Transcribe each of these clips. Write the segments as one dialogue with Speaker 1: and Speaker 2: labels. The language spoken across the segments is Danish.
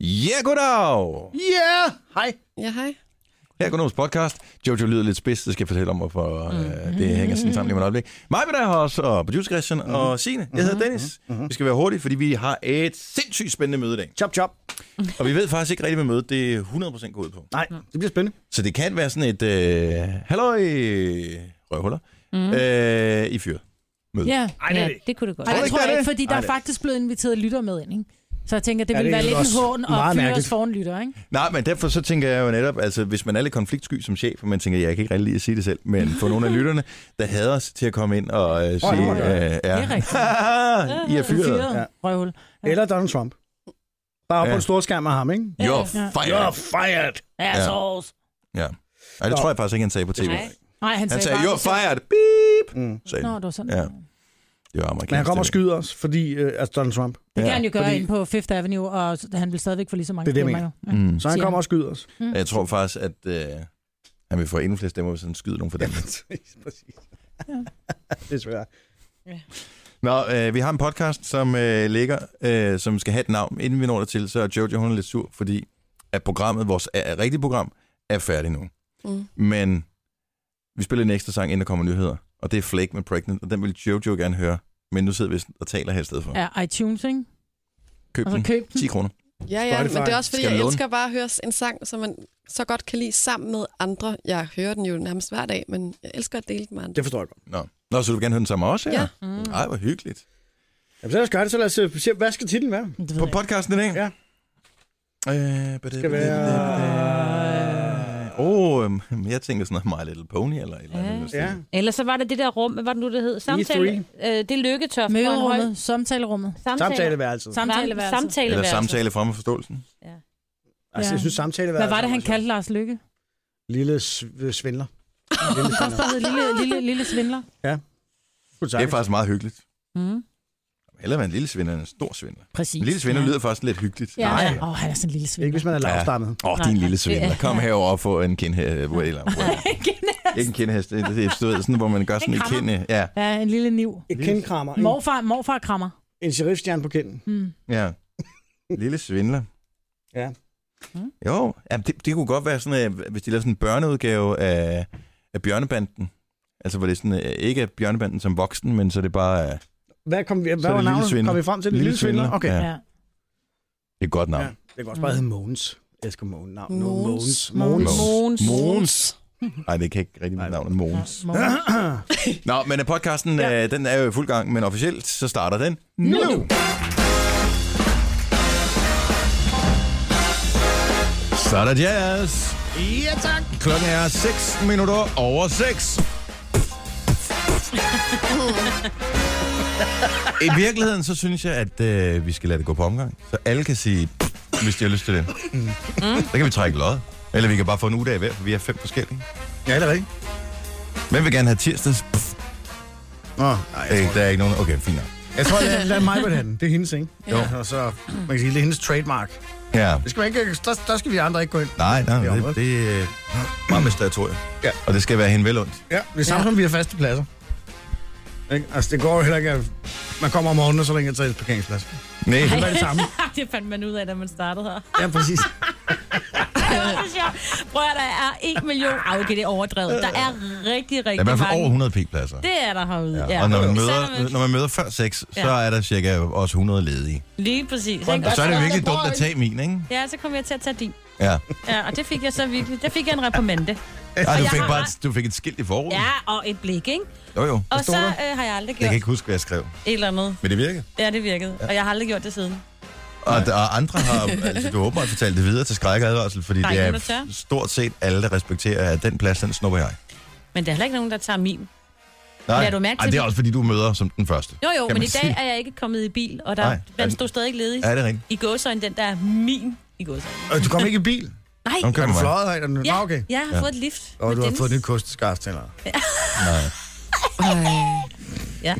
Speaker 1: Ja, goddag!
Speaker 2: Ja, hej.
Speaker 3: Ja, hej.
Speaker 1: Her er Gunnars podcast. Jojo lyder lidt spids, det skal jeg fortælle om, hvorfor mm. øh, det hænger sådan sammen lige om et øjeblik. Mig med dig her også, og producer Christian mm. og Signe. Jeg hedder Dennis. Mm. Vi skal være hurtige, fordi vi har et sindssygt spændende møde i dag.
Speaker 2: Chop, chop.
Speaker 1: Og vi ved faktisk ikke rigtigt, hvad mødet det er 100% går ud på.
Speaker 2: Nej, det bliver spændende.
Speaker 1: Så det kan være sådan et, øh, halløj, røvhuller, mm. øh, i fyret. Møde.
Speaker 4: Ja,
Speaker 2: Ej, det er
Speaker 4: ja
Speaker 2: det ikke.
Speaker 4: det kunne det godt.
Speaker 1: Ej,
Speaker 4: Ej,
Speaker 1: det
Speaker 4: det
Speaker 1: ikke,
Speaker 4: tror
Speaker 1: det er
Speaker 4: jeg
Speaker 1: det.
Speaker 4: ikke, fordi
Speaker 1: Ej,
Speaker 4: der er
Speaker 1: det er
Speaker 4: faktisk blevet inviteret lytter med ind, ikke? Så jeg tænker, det
Speaker 2: Ja,
Speaker 4: ville
Speaker 2: det
Speaker 4: være
Speaker 2: er
Speaker 4: lidt en
Speaker 2: også
Speaker 4: hån
Speaker 2: meget
Speaker 4: og fyre
Speaker 2: mærkeligt.
Speaker 4: os foran lytter, ikke?
Speaker 1: Nej, men derfor så tænker jeg jo netop, altså hvis man er lidt konfliktsky som chef, og man tænker, jeg kan ikke rigtig lide at sige det selv, men for nogle af lytterne, der hader os til at komme ind og øh, sige,
Speaker 2: nå,
Speaker 1: øh,
Speaker 2: ja.
Speaker 1: ja.
Speaker 4: er rigtigt.
Speaker 1: I er
Speaker 4: Du
Speaker 1: fyret.
Speaker 4: fyret,
Speaker 2: Ja.
Speaker 4: ja. røvhul.
Speaker 2: Eller Donald Trump. Bare op
Speaker 1: Ja.
Speaker 2: på en stor skærm med ham, ikke? Mm.
Speaker 1: You're
Speaker 4: Ja.
Speaker 1: fired.
Speaker 2: fired.
Speaker 4: Ja,
Speaker 1: Ja.
Speaker 4: sovs.
Speaker 1: Ja. Ej, det tror jeg faktisk ikke, han sagde på tv.
Speaker 3: Nej.
Speaker 4: Nej, han
Speaker 1: Han
Speaker 4: sagde,
Speaker 1: sagde,
Speaker 4: bare,
Speaker 1: you're fired. Beep.
Speaker 2: Mm.
Speaker 1: Sagde
Speaker 4: Nå,
Speaker 1: han.
Speaker 4: det var sådan.
Speaker 1: Ja.
Speaker 4: Ja.
Speaker 1: Det var
Speaker 2: Men han
Speaker 1: amerikansk.
Speaker 2: kommer og
Speaker 1: TV.
Speaker 2: skyder os, fordi øh, altså Donald Trump.
Speaker 4: Det kan
Speaker 1: Ja,
Speaker 4: han jo gøre
Speaker 2: fordi-
Speaker 4: fordi... inde på Fifth Avenue, og han vil stadigvæk få lige så mange Mm.
Speaker 2: Det er det, jeg
Speaker 4: stemmer, jo. Ja.
Speaker 1: Mm.
Speaker 2: Så han
Speaker 4: Siger
Speaker 2: kommer
Speaker 4: han.
Speaker 2: og skyder os.
Speaker 1: Jeg tror faktisk, at øh, han vil få endnu flere stemmer, hvis han skyder nogen for dem.
Speaker 2: præcis, præcis. Desværre.
Speaker 1: Nå, øh, vi har en podcast, som øh, ligger, øh, som skal have et navn. Inden vi når dertil, så er Jojo hun er lidt sur, fordi at programmet, vores er, er rigtige program, er færdigt nu.
Speaker 3: Mm.
Speaker 1: Men vi spiller en ekstra sang, inden der kommer nyheder. Og det er Flake med Pregnant, og den vil Jojo gerne høre. Men nu sidder vi og taler her i stedet for. Ja.
Speaker 4: ja, iTunes, ikke?
Speaker 1: Køb
Speaker 4: Og så
Speaker 1: den.
Speaker 4: køb den.
Speaker 1: 10 kroner.
Speaker 3: Ja, ja,
Speaker 2: Spotify.
Speaker 3: men det er også fordi,
Speaker 1: Skal
Speaker 3: jeg
Speaker 1: låne.
Speaker 3: elsker bare at høre en sang, som man så godt kan lide sammen med andre. Jeg hører den jo nærmest hver dag, men jeg elsker at dele den med andre.
Speaker 2: Det forstår jeg godt.
Speaker 1: Nå. Nå, så du vil gerne høre den samme også?
Speaker 3: Ja.
Speaker 1: Mm. Ej, hvor hyggeligt.
Speaker 2: Jamen, så lad os gøre det. Så lad os øh, se, hvad skal titlen være?
Speaker 4: Det ved
Speaker 1: På
Speaker 4: jeg ikke.
Speaker 1: podcasten i dag?
Speaker 2: Ja.
Speaker 1: Øh, det
Speaker 2: Skal være-
Speaker 1: Åh, øhm, jeg tænker sådan noget My Little Pony eller et eller
Speaker 5: Ja.
Speaker 1: andet.
Speaker 2: Ja.
Speaker 1: Ja.
Speaker 5: Eller så var det det der rum, hvad var det nu, det hed? Samtale, øh, det er lykketoft.
Speaker 4: Møderummet, samtalerummet,
Speaker 5: Samtale.
Speaker 2: Samtaleværelset.
Speaker 4: samtaleværelset.
Speaker 5: Samtale.
Speaker 1: Eller samtale fremme forståelsen.
Speaker 2: Altså, jeg synes, samtaleværelset.
Speaker 4: Hvad var det, han kaldte Lars Lykke?
Speaker 2: Lille sv- svindler. Lille
Speaker 4: Det
Speaker 2: svindler.
Speaker 4: bare hedder lille, lille, lille svindler.
Speaker 2: Kunne
Speaker 1: Det er
Speaker 2: sagt.
Speaker 1: faktisk meget hyggeligt.
Speaker 4: Mm.
Speaker 1: Hellere være en lille svindler end en stor svindler.
Speaker 4: Præcis.
Speaker 1: En lille svindler lyder faktisk lidt hyggeligt.
Speaker 4: Ja.
Speaker 1: Nej.
Speaker 4: Ja. Åh, han er sådan en lille
Speaker 2: Ikke
Speaker 4: svindler.
Speaker 2: hvis man er lavstammet.
Speaker 1: Åh, oh,
Speaker 4: Nej,
Speaker 1: din
Speaker 4: nej,
Speaker 1: lille
Speaker 4: det
Speaker 1: svindler.
Speaker 4: er-
Speaker 1: Kom herover og få en kindhæst. Eller, ikke en kindhæst. Det er du ved, sådan, hvor man gør sådan
Speaker 4: En
Speaker 1: en
Speaker 4: krammer.
Speaker 1: kinde. Ja,
Speaker 4: Ja, en lille niv.
Speaker 2: Et kindkrammer. En,
Speaker 4: Morfar, morfar krammer.
Speaker 2: en sheriffstjerne på kinden.
Speaker 4: Mm.
Speaker 1: ja. Lille svindler.
Speaker 2: Ja.
Speaker 4: Mm.
Speaker 1: Jo, jamen, det, det kunne godt være sådan, øh, hvis de lavede sådan en børneudgave af, af Bjørnebanden. Altså, hvor det er sådan, øh, ikke er Bjørnebanden som voksen, men så er det bare øh,
Speaker 2: Hvad, kom vi,
Speaker 1: Så er
Speaker 2: hvad
Speaker 1: det
Speaker 2: var
Speaker 1: Lille
Speaker 2: navnet?
Speaker 1: Svindler.
Speaker 2: Kom vi frem til det? Lille svindler? Okay.
Speaker 1: Ja.
Speaker 4: Ja.
Speaker 1: et godt navn.
Speaker 2: Ja, det kan også bare hedde Mogens. Jeg elsker Mogens navn.
Speaker 3: Mogens.
Speaker 2: Mogens.
Speaker 4: Mogens.
Speaker 5: Måns.
Speaker 1: Måns. Nej, det kan ikke rigtig mit navn. Måns.
Speaker 4: Morfar.
Speaker 1: Nå, men øh, podcasten, ja. øh, den er jo i fuld gang, men officielt, så starter den nu. nu. Så er der jazz. Ja, tak. Klokken er 6 minutter over 6. I virkeligheden, så synes jeg, at øh, vi skal lade det gå på omgang. Så alle kan sige, hvis de har lyst til det. Mm. Så kan vi trække lod. Eller vi kan bare få en uge af hver, for vi er fem forskellige.
Speaker 2: Ja, det er rigtigt.
Speaker 1: Hvem vil gerne have tirsdags?
Speaker 2: Nå, nej, jeg
Speaker 1: Øh,
Speaker 2: tror,
Speaker 1: der er ikke nogen. Okay, fint nok.
Speaker 2: jeg tror lad, lad mig på den. Det er hendes, ikke?
Speaker 1: Jo.
Speaker 2: Og så, man kan sige, det er hendes trademark.
Speaker 1: Ja.
Speaker 2: Det skal man ikke, der, der skal vi andre ikke gå ind.
Speaker 1: Nej, nej,
Speaker 2: Det
Speaker 1: det,
Speaker 2: er området.
Speaker 1: det er meget med statuer.
Speaker 2: Ja.
Speaker 1: Og det skal være hende vel ondt.
Speaker 2: Ja, det er samme ja. som vi har faste pladser. Ikke? Altså, det går jo heller ikke, at man kommer om morgenen, og så længe jeg tager et parkeringsplads.
Speaker 1: Nej.
Speaker 2: Det var det samme.
Speaker 5: Ah, det fandt man ud af, da man startede her.
Speaker 2: Ja, præcis.
Speaker 5: Det var så sjovt. Prøv at der er en million. Ah, okay, det er overdrevet. Der er rigtig,
Speaker 1: Der er i
Speaker 5: rigtig
Speaker 1: hvert fald over
Speaker 5: mange.
Speaker 1: 100 p-pladser.
Speaker 5: Det er der herude.
Speaker 1: Ja.
Speaker 5: Ja.
Speaker 1: Og når man,
Speaker 5: Så er
Speaker 1: møder,
Speaker 5: der-
Speaker 1: når man møder før 6, ja. så
Speaker 5: Ja.
Speaker 1: er der cirka også 100 ledige.
Speaker 5: Lige præcis. Ikke?
Speaker 1: Og så er det virkelig dumt at tage min, ikke?
Speaker 5: Ja, så kom jeg til at tage din.
Speaker 1: Ja.
Speaker 5: Ja, og det fik jeg så virkelig. Der fik jeg en reprimande.
Speaker 1: Ej, du
Speaker 5: jeg
Speaker 1: fik
Speaker 5: har-
Speaker 1: bare et, du fik et skilt i forruden.
Speaker 5: Ja, og et blik, ikke?
Speaker 1: Jo, jo.
Speaker 5: Og så øh, har jeg aldrig
Speaker 1: Jeg
Speaker 5: gjort
Speaker 1: kan
Speaker 5: et
Speaker 1: ikke huske, hvad jeg skrev.
Speaker 5: eller andet.
Speaker 1: Men det virkede.
Speaker 5: Ja, det virkede. Og jeg har aldrig gjort det siden.
Speaker 1: Og, der, og andre har, altså du håber, at fortalt det videre til skræk og advarsel, fordi
Speaker 5: Der er
Speaker 1: det
Speaker 5: ikke
Speaker 1: er
Speaker 5: nogen, der tør.
Speaker 1: f- stort set alle, der respekterer, at den plads, den snupper jeg.
Speaker 5: Men der er heller ikke nogen, der tager min.
Speaker 1: Nej,
Speaker 5: Lad du mærke
Speaker 1: Ej,
Speaker 5: til-
Speaker 1: det er også, fordi du møder som den første.
Speaker 5: Jo, jo,
Speaker 1: kan
Speaker 5: men
Speaker 1: man
Speaker 5: i dag
Speaker 1: sige.
Speaker 5: er jeg ikke kommet i bil, og der,
Speaker 1: Nej.
Speaker 5: Nej,
Speaker 1: Er-
Speaker 5: den stod stadig ledig.
Speaker 1: Ja, det er rigtigt.
Speaker 5: I gåsøjne, den der er min i gåsøjne.
Speaker 1: Øh,
Speaker 2: Og du kommer ikke i bil.
Speaker 5: Nej,
Speaker 1: Hun kører
Speaker 2: Du
Speaker 1: med mig.
Speaker 2: fløjet her. og- Nå,
Speaker 5: ja,
Speaker 2: okay.
Speaker 5: jeg har
Speaker 1: Ja.
Speaker 5: ja. fået et lift.
Speaker 2: Og
Speaker 5: med
Speaker 2: du har
Speaker 5: Dennis.
Speaker 2: fået nyt kosteskaft til dig.
Speaker 3: Ej.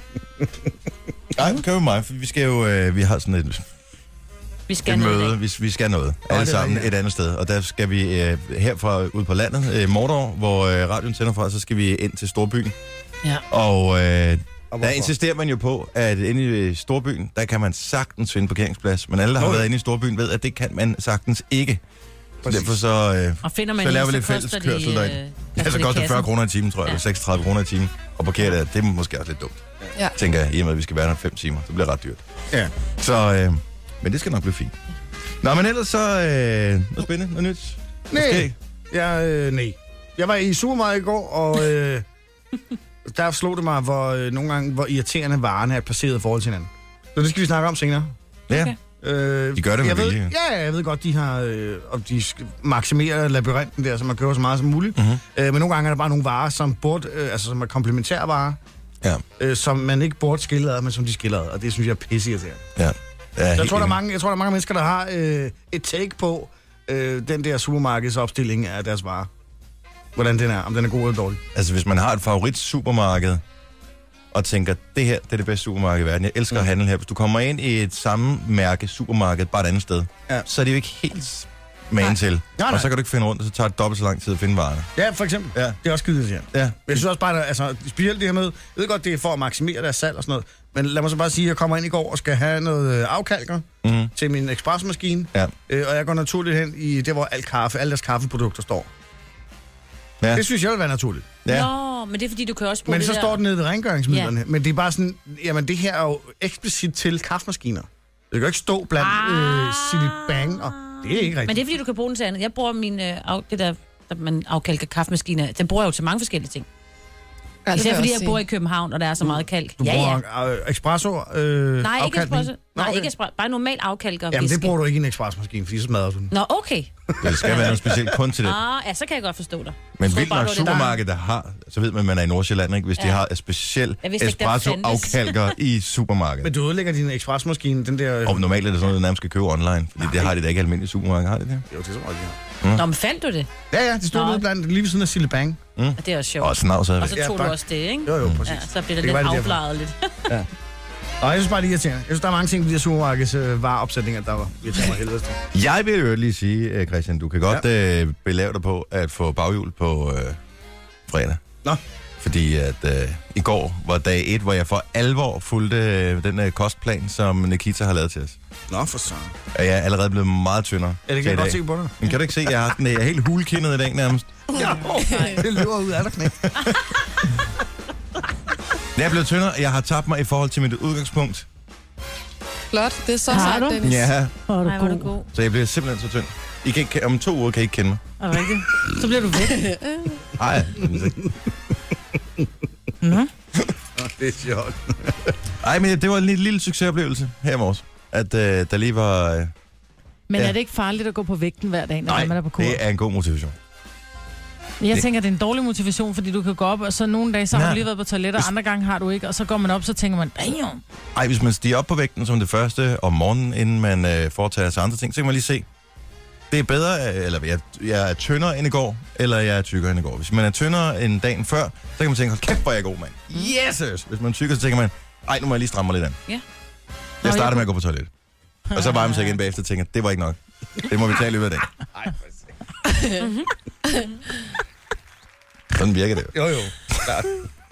Speaker 1: Nej, hun kører med mig, for vi skal jo, øh, vi har sådan et
Speaker 5: Vi skal
Speaker 1: et
Speaker 5: ned i
Speaker 1: møde,
Speaker 5: dag.
Speaker 1: hvis vi skal noget. Alle
Speaker 2: det er
Speaker 1: sammen
Speaker 2: rigtigt,
Speaker 1: et andet sted. Og der skal vi øh, herfra ud på landet, øh, Mordor, hvor øh, radioen tænder fra, så skal vi ind til Storbyen.
Speaker 5: Ja.
Speaker 1: Og øh,
Speaker 2: Og Og
Speaker 1: Der
Speaker 2: hvorfor?
Speaker 1: insisterer man jo på, at inde i øh, storbyen, der kan man sagtens finde parkeringsplads. Men alle, der har
Speaker 2: Nå, ja.
Speaker 1: været inde i storbyen, ved, at det kan man sagtens ikke. Så
Speaker 2: Præcis.
Speaker 1: derfor så, øh,
Speaker 5: Og finder man
Speaker 1: så
Speaker 5: en,
Speaker 1: laver vi
Speaker 5: så
Speaker 1: lidt fælles
Speaker 5: koster de,
Speaker 1: kørsel
Speaker 5: øh,
Speaker 1: derind. Ja, så
Speaker 5: det
Speaker 1: Altså, koster det
Speaker 5: kassen.
Speaker 1: 40 kroner i timen, tror jeg,
Speaker 5: Ja.
Speaker 1: eller 36 kroner i timen. Og parkere der, det er måske også lidt dumt,
Speaker 3: Ja.
Speaker 1: tænker jeg, i og med, at vi skal være der 5 timer. Det bliver ret dyrt.
Speaker 2: Ja.
Speaker 1: Så, øh, men det skal nok blive fint. Nå, men ellers så, øh, noget spændende, noget nyt.
Speaker 2: Nej.
Speaker 1: Måske.
Speaker 2: Jeg, øh, nej. Jeg var i supermarkedet i går, og øh, der slog det mig, hvor øh, nogle gange, hvor irriterende varerne er placeret i forhold til hinanden. Så det skal vi snakke om senere.
Speaker 1: Ja.
Speaker 4: Okay.
Speaker 2: Øh,
Speaker 1: De gør det med
Speaker 2: jeg ved,
Speaker 1: vilje.
Speaker 2: Ja, jeg ved godt, de har, øh, om de sk- maksimerer labyrinten der, så man køber så meget som muligt.
Speaker 1: Mhm.
Speaker 2: Mm-hmm. Øh, men nogle gange er der bare nogle varer, som, burde, øh, altså, som er komplementære varer,
Speaker 1: Ja,
Speaker 2: øh, som man ikke burde skille ad, men som de skiller ad, og det synes jeg er pisseirriterende.
Speaker 1: ja. ja
Speaker 2: Jeg tror, der er mange, jeg tror, der er mange mennesker, der har øh, et take på øh, den der supermarkedsopstilling af deres varer. Hvordan den er, om den er god eller dårlig.
Speaker 1: Altså, hvis man har et favorit supermarked, og tænker, det her, det er det bedste supermarked i verden. Jeg elsker mm. at handle her. Hvis du kommer ind i et samme mærke supermarked, bare et andet sted,
Speaker 2: Ja.
Speaker 1: ja. så er det jo ikke helt magen til.
Speaker 2: Nej, nej.
Speaker 1: Og så kan du ikke finde rundt, og så tager det dobbelt så lang tid at finde varerne.
Speaker 2: Ja, for eksempel.
Speaker 1: Ja.
Speaker 2: Det er også skide irriterende.
Speaker 1: Ja.
Speaker 2: Men Jeg synes også bare, at altså, specielt det her med, jeg ved godt, det er for at maksimere deres salg og sådan noget, men lad mig så bare sige, at jeg kommer ind i går og skal have noget øh, afkalker
Speaker 1: Mhm.
Speaker 2: til min ekspresmaskine,
Speaker 1: Ja.
Speaker 2: øh, og jeg går naturligt hen i det, hvor alt kaffe, alle deres kaffeprodukter står.
Speaker 1: Ja.
Speaker 2: Ja. Det synes jeg vil være naturligt.
Speaker 1: Ja.
Speaker 5: Nå, men det er fordi, du kan også bruge
Speaker 2: Men
Speaker 5: det
Speaker 2: så
Speaker 5: der.
Speaker 2: står det nede ved rengøringsmidlerne. Ja. Men det er bare sådan, jamen det her er jo eksplicit til kaffemaskiner. Det kan jo ikke stå blandt ah. øh, Silibang, og det er ikke rigtigt.
Speaker 5: Men det er fordi, du kan bruge den til andet. Jeg bruger min, øh, af, det der, der man afkalker kaffemaskiner, den bruger jeg jo til mange forskellige ting.
Speaker 3: Ja, det vil
Speaker 5: Især fordi,
Speaker 3: også
Speaker 5: jeg
Speaker 3: sige.
Speaker 5: bor i København, og der er så meget kalk.
Speaker 2: Du bruger ja. espresso øh,
Speaker 5: Nej, ikke
Speaker 2: afkaldning.
Speaker 5: espresso.
Speaker 2: Nå,
Speaker 5: Nej,
Speaker 2: okay.
Speaker 5: ikke espresso. Bare normal afkalker.
Speaker 2: Jamen det bruger du ikke i en espressomaskine, fordi så smadrer du den.
Speaker 5: Nå, okay.
Speaker 1: Det skal være noget specielt kun til det.
Speaker 5: Ah, ja, så kan jeg godt forstå dig. Jeg
Speaker 1: Men
Speaker 5: troede
Speaker 1: vildt
Speaker 5: bare,
Speaker 1: nok
Speaker 5: det var det, der-
Speaker 1: supermarked, der har, så ved man, at man er i Nordsjælland, ikke? hvis ja. de
Speaker 5: Ja.
Speaker 1: har et specielt
Speaker 5: Jeg vidste ikke, der
Speaker 1: espresso-afkalker i supermarkedet.
Speaker 2: Men du ødelægger din espressomaskine, den der...
Speaker 1: Og normalt er det sådan noget, du nærmest skal købe online, fordi Nej. det har de da ikke i almindelige supermarked, har de det?
Speaker 2: Jo, det er så meget, ja.
Speaker 5: Nå, men fandt du det?
Speaker 2: Ja, ja, det stod
Speaker 5: Nå.
Speaker 2: nede blandt lige ved siden af Silibang.
Speaker 5: Og det er også sjovt.
Speaker 1: Og snavs er
Speaker 5: Og
Speaker 1: det.
Speaker 5: så
Speaker 2: Ja,
Speaker 5: tog du
Speaker 2: tak.
Speaker 5: også det, ikke?
Speaker 2: Jo, jo, præcis.
Speaker 5: Ja, så bliver det
Speaker 2: Det var
Speaker 5: lidt
Speaker 2: det derfor.
Speaker 5: afbladet lidt.
Speaker 2: Og jeg synes bare, det er irriterende. Jeg synes, der er mange ting ved de her supermarkeds øh, vareopsætninger, der var irriterende af helvede. til.
Speaker 1: Jeg vil jo lige sige, øh, Christian, du kan godt ja. øh, belave dig på at få baghjul på øh, fredag.
Speaker 2: Nå.
Speaker 1: Fordi at øh, i går var dag 1, hvor jeg for alvor fulgte øh, den øh, kostplan, som Nikita har lavet til os.
Speaker 2: Nå, for søren.
Speaker 1: Og jeg er allerede blevet meget tyndere
Speaker 2: Ja,
Speaker 1: til
Speaker 2: det kan
Speaker 1: i
Speaker 2: jeg godt
Speaker 1: dag.
Speaker 2: se på dig.
Speaker 1: Men kan du ikke se, jeg, har sådan, øh, jeg er helt hulkindet i dag nærmest.
Speaker 2: Ja, det løber ud af dig, knæk.
Speaker 1: Jeg er blevet tyndere, og jeg har tabt mig i forhold til mit udgangspunkt.
Speaker 3: Flot, det er så
Speaker 4: Har
Speaker 3: sejt,
Speaker 4: du?
Speaker 3: Dennis.
Speaker 4: Hvor er du
Speaker 5: Nej, hvor er
Speaker 4: god.
Speaker 5: du god.
Speaker 1: Så jeg bliver simpelthen så tynd. I kan ikke, om to uger kan I ikke kende mig.
Speaker 4: Er du ikke? Så bliver du væk.
Speaker 1: Nej.
Speaker 2: Det er sjovt.
Speaker 1: Ej, men det var en lille, lille succesoplevelse her i morges. At øh, der lige var... Øh,
Speaker 4: Men
Speaker 1: Ja.
Speaker 4: er det ikke farligt at gå på vægten hver dag, når
Speaker 1: nej,
Speaker 4: man er på kur?
Speaker 1: det er en god motivation.
Speaker 4: Jeg
Speaker 1: det-
Speaker 4: tænker, det er en dårlig motivation, fordi du kan gå op, og så nogle dage, så har
Speaker 1: Nej.
Speaker 4: du lige været på toilettet, og andre gange har du ikke, og så går man op, så tænker man, damn,
Speaker 1: Ej, hvis man stiger op på vægten som det første om morgenen, inden man øh, foretager sig andre ting, så kan man lige se. Det er bedre, øh, eller jeg, jeg er tyndere end i går, eller jeg er tykkere end i går. Hvis man er tyndere end dagen før, så kan man tænke, hold kæft, hvor er jeg god, mand. Jesus! Hvis man er tykkere, så tænker man, ej, nu må jeg lige stramme mig lidt an.
Speaker 5: Ja.
Speaker 1: Jeg starter med at gå på toilettet. Og så varmer man sig igen bagefter og tænker, det var ikke nok. Det må vi tage i løbet af dagen. Sådan virker det jo.
Speaker 2: Jo, jo.
Speaker 1: Der er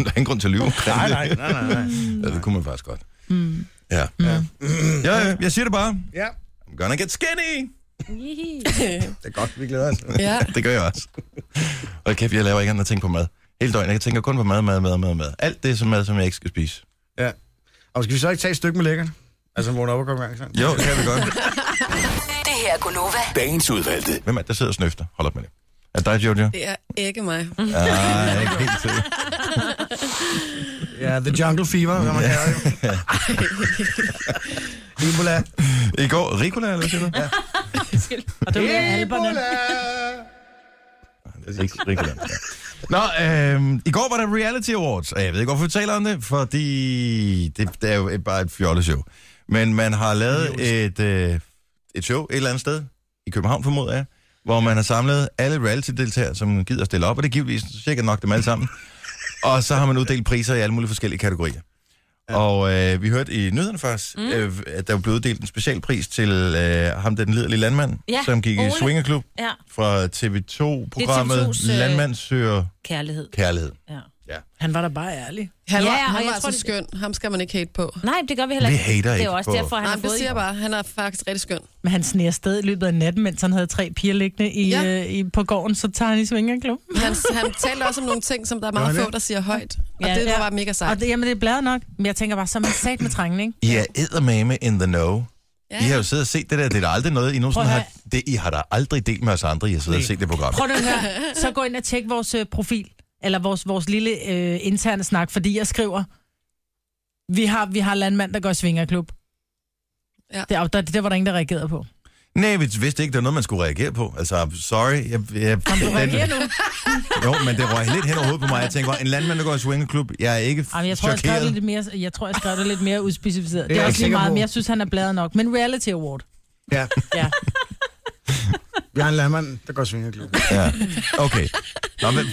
Speaker 1: ingen grund til at lyve.
Speaker 2: Nej, nej, nej, nej, nej.
Speaker 1: Ja, det kunne man faktisk godt. Mm. Ja. ja. Ja, ja, jeg siger det bare.
Speaker 2: Ja,
Speaker 1: I'm gonna get skinny.
Speaker 2: det er godt, vi glæder os.
Speaker 3: Ja,
Speaker 1: Det gør jeg også. Og kæft, jeg laver ikke andet end at tænke på mad. Hele døgnet. Jeg tænker kun på mad, mad, mad, mad, mad. Alt det som mad, som jeg ikke skal spise.
Speaker 2: Ja. Og skal vi så ikke tage et stykke med lækkert? Altså, hvor der op og kom i gang sådan.
Speaker 1: Jo, det kan vi godt.
Speaker 6: Det her er Gunova.
Speaker 7: Dagens udvalgte.
Speaker 1: Hvem er det, der sidder og snøfter? Hold op med det. Er det dig, Jojo?
Speaker 3: det er ikke mig.
Speaker 5: Mm.
Speaker 1: Nej, ikke helt til.
Speaker 2: Ja, The Jungle Fever, som man kalder det. Ibola.
Speaker 1: I går, Ricola, eller hvad siger du? Ja.
Speaker 4: og det bliver alberne.
Speaker 1: Ikke Ricola. Ja. Nå, øh, i går var der Reality Awards, og jeg ved ikke, hvorfor vi taler om det, fordi det, det er jo et, bare et fjolleshow. Men man har lavet et, øh, et show et eller andet sted, i København formoder jeg, hvor man har samlet alle reality-deltagere, som gider stille op, og det er givetvis cirka nok dem alle sammen. Og så har man uddelt priser i alle mulige forskellige kategorier. Og øh, vi hørte i nyhederne først, mm. øh, at der blev uddelt en specialpris til øh, ham, den liderlige landmand,
Speaker 5: Ja,
Speaker 1: som gik i
Speaker 5: Ole.
Speaker 1: swingerklub
Speaker 5: Ja,
Speaker 1: fra TV2-programmet
Speaker 5: Det er TV2's, øh,
Speaker 1: Landmand søger
Speaker 5: kærlighed.
Speaker 1: kærlighed.
Speaker 5: Ja.
Speaker 1: Ja.
Speaker 4: Han var da bare ærlig.
Speaker 3: Han
Speaker 5: Ja,
Speaker 3: var,
Speaker 5: og
Speaker 3: han
Speaker 5: jeg
Speaker 3: var
Speaker 5: tror,
Speaker 3: altså
Speaker 5: det-
Speaker 3: skøn. Ham skal man ikke hate på.
Speaker 5: Nej, det gør vi heller
Speaker 1: Vi
Speaker 5: ikke.
Speaker 1: hater
Speaker 5: det er
Speaker 1: ikke
Speaker 5: jo også
Speaker 1: på-
Speaker 5: derfor, han
Speaker 3: Nej,
Speaker 5: har
Speaker 3: men det
Speaker 5: fået
Speaker 3: siger jeg bare. Han er faktisk rigtig skøn.
Speaker 4: Men han sneer sted i løbet af natten, mens han havde tre piger liggende i,
Speaker 3: Ja.
Speaker 4: ja. øh, i, på gården, så tager han i svingerklumpen.
Speaker 3: Han, han talte også om nogle ting, som der er
Speaker 2: Gør
Speaker 3: meget
Speaker 2: han
Speaker 3: få,
Speaker 2: det?
Speaker 3: der siger højt. Og
Speaker 5: Ja,
Speaker 3: det
Speaker 5: ja.
Speaker 3: var mega
Speaker 4: Og
Speaker 3: sejt.
Speaker 4: det, jamen, det er bladet nok. Men jeg tænker bare, så er man sat med trængen, ikke?
Speaker 1: I er eddermame in the know.
Speaker 3: Ja,
Speaker 1: I har
Speaker 3: ja.
Speaker 1: jo siddet og set det der. Det er der aldrig noget, I nogensinde
Speaker 4: Prøv at
Speaker 1: har... Det, I har da aldrig delt med os andre, I har siddet og set det program.
Speaker 4: Prøv nu at høre. Så gå ind og tjek vores øh, profil, eller vores, vores lille øh, interne snak, fordi jeg skriver, vi har, vi har landmand, der går i svingerklub.
Speaker 3: Ja.
Speaker 4: Ja. Det, er- der, det var der ingen, der reagerede på.
Speaker 1: Nej, vi vidste ikke, det var noget, man skulle reagere på. Altså, sorry. Jeg, jeg,
Speaker 4: Reagerer nu.
Speaker 1: jo, men det røg lidt hen over hovedet på mig. Jeg tænker, bare, en landmand, der går i swingerklub, jeg er ikke
Speaker 4: Jamen, jeg tror, jeg skrev det lidt mere, jeg tror, jeg skrev det lidt mere udspecificeret. Det
Speaker 2: jeg
Speaker 4: er
Speaker 2: ikke
Speaker 4: også lige
Speaker 2: sikker
Speaker 4: meget,
Speaker 2: på.
Speaker 4: men jeg synes, han er bladet nok. Men reality award.
Speaker 2: Ja,
Speaker 4: Ja.
Speaker 2: jeg er en landmand, der går svingerklub.
Speaker 1: Ja. Okay. Nå, men,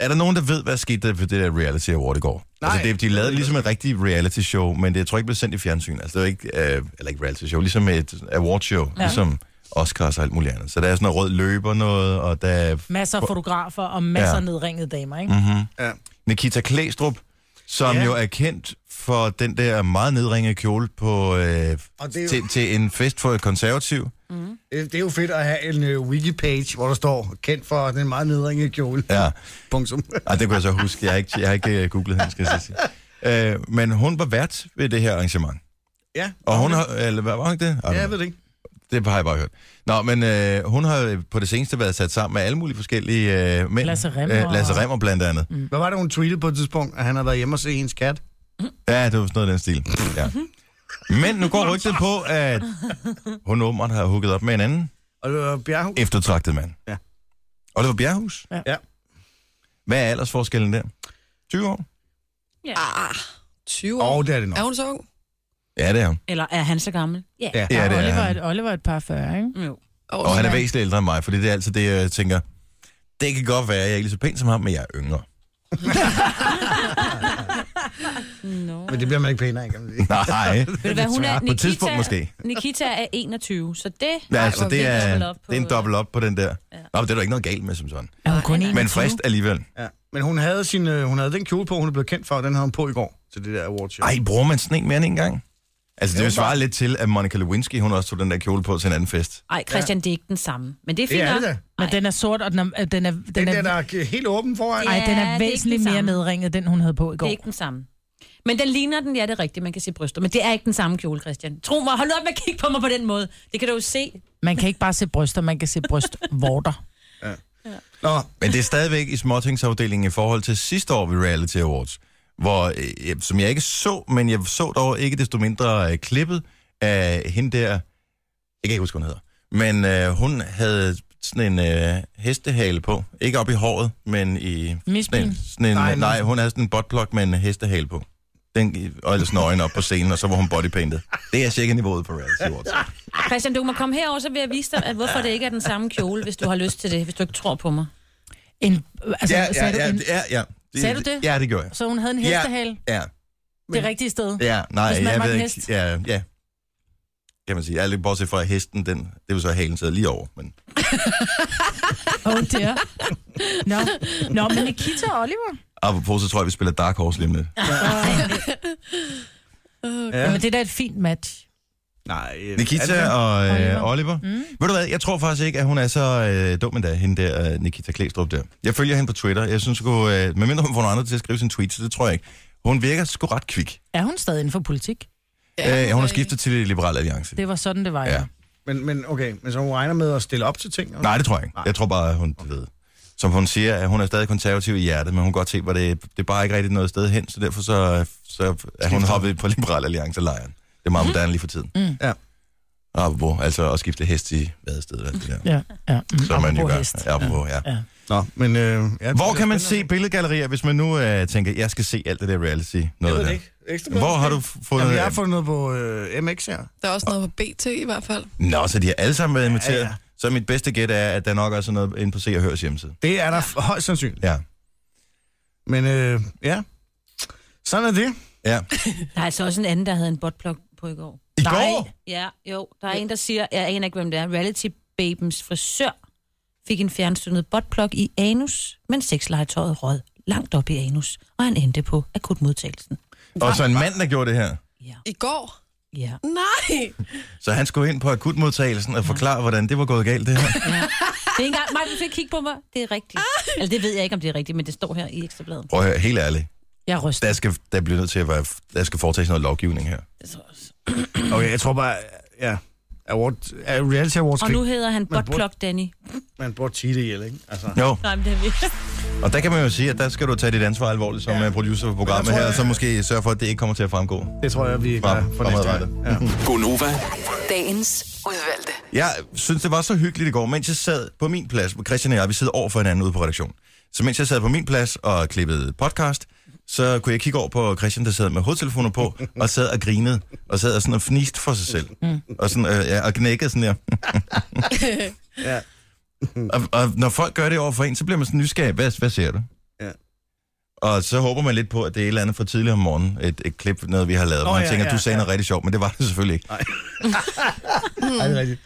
Speaker 1: er der nogen, der ved, hvad skete der på det der reality award i går?
Speaker 2: Nej.
Speaker 1: Altså, det, de lavede ligesom et rigtigt reality show, men det jeg tror ikke blev sendt i fjernsyn. Altså, det var ikke, øh, eller ikke reality show, ligesom et award show, ja.
Speaker 4: Ja.
Speaker 1: ligesom Oscars og alt muligt andet. Så der er sådan noget rød løber noget, og der er
Speaker 4: Masser af fotografer og masser
Speaker 1: Ja.
Speaker 4: af nedringede damer, ikke? Mm.
Speaker 2: Ja.
Speaker 1: Nikita Klæstrup, som
Speaker 2: Ja.
Speaker 1: ja. jo er kendt for den der meget nedringede kjole på, øh,
Speaker 2: Og det er jo-
Speaker 1: til, til en fest for et konservativ.
Speaker 2: Øh, Det, det er jo fedt at have en uh, wiki-page, hvor der står, kendt for den meget nedringede kjole.
Speaker 1: Ja.
Speaker 2: Punktum.
Speaker 1: Ej, det kunne jeg så huske. Jeg har ikke, jeg har ikke øh, googlet hende, skal jeg så sige. Øh, men hun var vært ved det her arrangement.
Speaker 2: ja,
Speaker 1: Og hun har, eller hvad var hun ikke det?
Speaker 2: Ja, jeg ved det ikke.
Speaker 1: Det har jeg bare hørt. Nå, men øh, hun har øh, på det seneste været sat sammen med alle mulige forskellige øh, mænd.
Speaker 4: Lasse Rimmer.
Speaker 1: Øh, Lasse Remmer blandt andet. Mm.
Speaker 2: Hvad var det, hun tweetede på et tidspunkt, at han havde været hjemme og se hendes kat?
Speaker 1: Ja, det var sådan noget i den stil. Ja. Men nu går rygtet på, at hun åbenbart har hugget op med en anden
Speaker 2: Og det var Bjerg.
Speaker 1: eftertragtet mand.
Speaker 2: Ja.
Speaker 1: Oliver Bjerghus.
Speaker 2: Ja.
Speaker 1: Hvad er aldersforskellen der? 20 år?
Speaker 3: Ah, 20
Speaker 2: Åh,
Speaker 3: år.
Speaker 2: oh, det er det nok.
Speaker 3: Er hun så ung?
Speaker 1: Ja, det er hun.
Speaker 5: Eller er han så gammel? Ja.
Speaker 2: Ja.
Speaker 1: Ja, det er
Speaker 4: Oliver,
Speaker 1: han.
Speaker 4: et, Oliver er et par 40, ikke?
Speaker 5: Jo.
Speaker 3: Oh,
Speaker 1: Og han er væsentligt ældre end mig, fordi det er altid det, jeg tænker, det kan godt være, at jeg er ikke lige så pæn som ham, men jeg er yngre.
Speaker 5: No.
Speaker 2: Men det bliver man ikke pænere, ikke?
Speaker 1: Nej.
Speaker 5: Ved du hvad, hun er,
Speaker 1: På et
Speaker 5: Nikita,
Speaker 1: tidspunkt måske.
Speaker 5: Nikita er 21, så det...
Speaker 1: Ja,
Speaker 5: Ej,
Speaker 1: så
Speaker 5: hvor
Speaker 1: altså, det
Speaker 5: vildt.
Speaker 1: er,
Speaker 5: Dobbelt op på-
Speaker 1: det er en dobbelt op på den der. Ja. Nå, men det er der ikke noget galt med som sådan.
Speaker 4: Er hun kun
Speaker 5: nej.
Speaker 4: 21?
Speaker 1: Men frist alligevel.
Speaker 2: Ja. Men hun havde, sin, øh, hun havde den kjole på, hun blev kendt for, og den havde hun på i går til det der awards show.
Speaker 1: Ej, bruger man sådan en mere end en gang? Altså, det
Speaker 2: Jo,
Speaker 1: vil svare
Speaker 2: bare-
Speaker 1: lidt til, at Monica Lewinsky, hun også tog den der kjole på til en anden fest.
Speaker 5: Ej, Christian, det er ikke den samme. Men det er
Speaker 2: det
Speaker 5: fint
Speaker 2: er det
Speaker 5: nok.
Speaker 2: da.
Speaker 4: Men den er sort, og den er, den er, den
Speaker 2: Den
Speaker 4: er,
Speaker 2: der, der er helt åben foran.
Speaker 4: ej, den
Speaker 5: Ja, det
Speaker 4: er
Speaker 5: er
Speaker 4: væsentligt
Speaker 5: ikke den
Speaker 4: mere
Speaker 5: samme.
Speaker 4: nedringet, den hun havde på i
Speaker 5: Det
Speaker 4: går.
Speaker 5: er ikke den samme. Men den ligner den, ja, det er rigtigt, man kan se bryster. Men det er ikke den samme kjole, Christian. Tro mig, hold op med at kigge på mig på den måde. Det kan du jo se.
Speaker 4: Man kan ikke bare se bryster, man kan se brystvorter.
Speaker 2: Nå,
Speaker 1: Men det er stadigvæk i småtingsafdelingen i forhold til sidste år ved Reality Awards, hvor, øh, som jeg ikke så, men jeg så dog ikke desto mindre øh, klippet af hende der, jeg kan ikke huske, hvad hun hedder, men øh, hun havde sådan en øh, hestehale på. Ikke op i håret, men i... Sådan en,
Speaker 4: Misbyen.
Speaker 1: sådan en, nej,
Speaker 2: Nej,
Speaker 1: nej,
Speaker 2: men-
Speaker 1: hun havde sådan en buttplug med en hestehale på. Den, og ellers sådan øjnene op på scenen, og så var hun bodypainted. Det er cirka niveauet på reality awards.
Speaker 4: Ah,
Speaker 5: Christian, du må komme herover, så vil jeg vise dig, at hvorfor det ikke er den samme kjole, hvis du har lyst til det, hvis du ikke tror på mig.
Speaker 4: En, altså,
Speaker 1: Ja, ja,
Speaker 4: sagde du
Speaker 1: ja,
Speaker 4: en,
Speaker 1: ja, ja.
Speaker 4: Sagde du det?
Speaker 1: Ja, det gjorde jeg.
Speaker 4: Så hun havde en hestehale
Speaker 1: Ja,
Speaker 4: det rigtige sted.
Speaker 1: ja, nej,
Speaker 4: Hvis man
Speaker 1: jeg
Speaker 4: var
Speaker 1: ved
Speaker 4: en
Speaker 1: ikke.
Speaker 4: hest.
Speaker 1: Ja, ja. Kan man sige. Jeg er lidt bortset fra at hesten, den, det var så halen sidder lige over. Men
Speaker 4: Oh dear. Nå. Nå, men Nikita og Oliver.
Speaker 1: apropos, så tror jeg, vi spiller Dark Horse lige om lidt.
Speaker 4: Ja. Jamen, det er da et fint match.
Speaker 2: nej. øh, er
Speaker 1: Nikita
Speaker 2: det-
Speaker 1: og øh,
Speaker 4: Oliver.
Speaker 1: Oliver. Mm. Ved du hvad, jeg tror faktisk ikke, at hun er så øh, dum endda, hende der, øh, Nikita Klæstrup der. Jeg følger hende på Twitter. Jeg synes sgu, øh, medmindre hun får nogen andre til at skrive sin tweet, så det tror jeg ikke. Hun virker sgu ret kvik.
Speaker 4: Er hun stadig inden for politik?
Speaker 1: Ja, øh, hun har skiftet til Liberal Alliance. Det...
Speaker 4: Det var sådan, det var.
Speaker 1: Ja.
Speaker 4: Ja.
Speaker 2: Men, men okay, men så hun regner med at stille op til ting? eller?
Speaker 1: Nej, det tror jeg ikke. Jeg tror bare, at hun ved. Som hun siger, at hun er stadig konservativ i hjertet, men hun kan godt se, hvor det, det er bare ikke rigtig noget sted hen, så derfor så, så er hun hoppet på Liberal Alliance-lejren. Det er meget moderne lige for tiden. Mm.
Speaker 2: Ja.
Speaker 1: Apropos, altså at skifte hest i vadested, og alt det der.
Speaker 4: Ja, ja. Mm,
Speaker 1: Som man jo
Speaker 4: apropos
Speaker 1: gør.
Speaker 4: hest.
Speaker 1: Ja, apropos, ja.
Speaker 4: Ja.
Speaker 2: Nå, men... Øh, ja,
Speaker 1: Hvor kan man se billedgallerier, hvis man nu øh, tænker, jeg skal se alt det der reality? Noget
Speaker 2: det
Speaker 1: der.
Speaker 2: ikke. Ekstra
Speaker 1: Hvor har du f- fundet...
Speaker 2: Jamen, jeg har fundet noget på øh, MX her.
Speaker 3: Der er også noget på BT i hvert fald.
Speaker 1: Nå, så de har alle sammen været inviteret. Ja,
Speaker 2: Ja,
Speaker 1: ja.
Speaker 2: ja.
Speaker 1: Så mit bedste gæt er, at der nok også er noget inde på Se og Hørs hjemmeside.
Speaker 2: Det er der f- højst sandsynligt.
Speaker 1: Ja.
Speaker 2: Men øh, ja, sådan er det.
Speaker 1: ja.
Speaker 5: Der er altså også en anden, der havde en botplug på i går.
Speaker 1: I
Speaker 4: Nej.
Speaker 1: går?
Speaker 5: Ja, jo. Der er en, der siger, jeg aner ikke, hvem det er. Reality Babens frisør fik en fjernstønnet botplug i anus, men sexlegetøjet rød langt op i anus, og han endte på akutmodtagelsen.
Speaker 1: Og så en mand, der gjorde det her.
Speaker 3: I går?
Speaker 5: Ja.
Speaker 3: Nej!
Speaker 1: Så han skulle ind på akutmodtagelsen og forklare, hvordan det var gået galt, det her.
Speaker 5: Det er ikke engang mig, du fik kigge på mig. Det er rigtigt. Eller det ved jeg ikke, om det er rigtigt, men det står her i ekstrabladet.
Speaker 1: Prøv at høre, helt ærligt.
Speaker 5: Jeg ryster.
Speaker 1: Der skal, der bliver nødt til at være, der skal foretages noget lovgivning her.
Speaker 2: Okay, jeg tror bare, ja. Award, uh, reality awards
Speaker 5: Og
Speaker 2: kan
Speaker 5: nu
Speaker 2: ikke-
Speaker 5: hedder han
Speaker 2: burde-
Speaker 5: Buttplug Danny.
Speaker 2: man burde tige det ihjel, ikke? Altså.
Speaker 1: Jo,
Speaker 5: Nej, men det er virkelig.
Speaker 1: og der kan man jo sige, at der skal du tage dit ansvar alvorligt som ja. producer for programmet
Speaker 2: tror,
Speaker 1: her, og
Speaker 2: jeg-
Speaker 1: så måske sørge for, at det ikke kommer til at fremgå.
Speaker 2: Det tror jeg, vi
Speaker 1: Frem-
Speaker 2: gør for næste gang.
Speaker 1: fremadrettet.
Speaker 2: Ja.
Speaker 7: Gonova,
Speaker 6: Dagens udvalgte.
Speaker 1: Jeg synes, det var så hyggeligt i går, mens jeg sad på min plads, hvor Christian og jeg, vi sidder over for hinanden ude på redaktion. Så mens jeg sad på min plads og klippede podcast, så kunne jeg kigge over på Christian, der sad med hovedtelefoner på, og sad og grinede, og sad og sådan og fniste for sig selv. Mm. Og, sådan, øh, ja, og knækkede sådan der.
Speaker 2: Ja. Mm.
Speaker 1: og, og, når folk gør det over for en, så bliver man sådan nysgerrig. Hvad, hvad ser du?
Speaker 2: Ja.
Speaker 1: Og så håber man lidt på, at det er et eller andet fra tidligere om morgenen. Et, et klip, noget vi har lavet, Nå, hvor man
Speaker 2: ja,
Speaker 1: ja, tænker,
Speaker 2: ja,
Speaker 1: du sagde
Speaker 2: ja.
Speaker 1: noget rigtig sjovt, men det var det selvfølgelig ikke.
Speaker 2: Nej, det er rigtigt.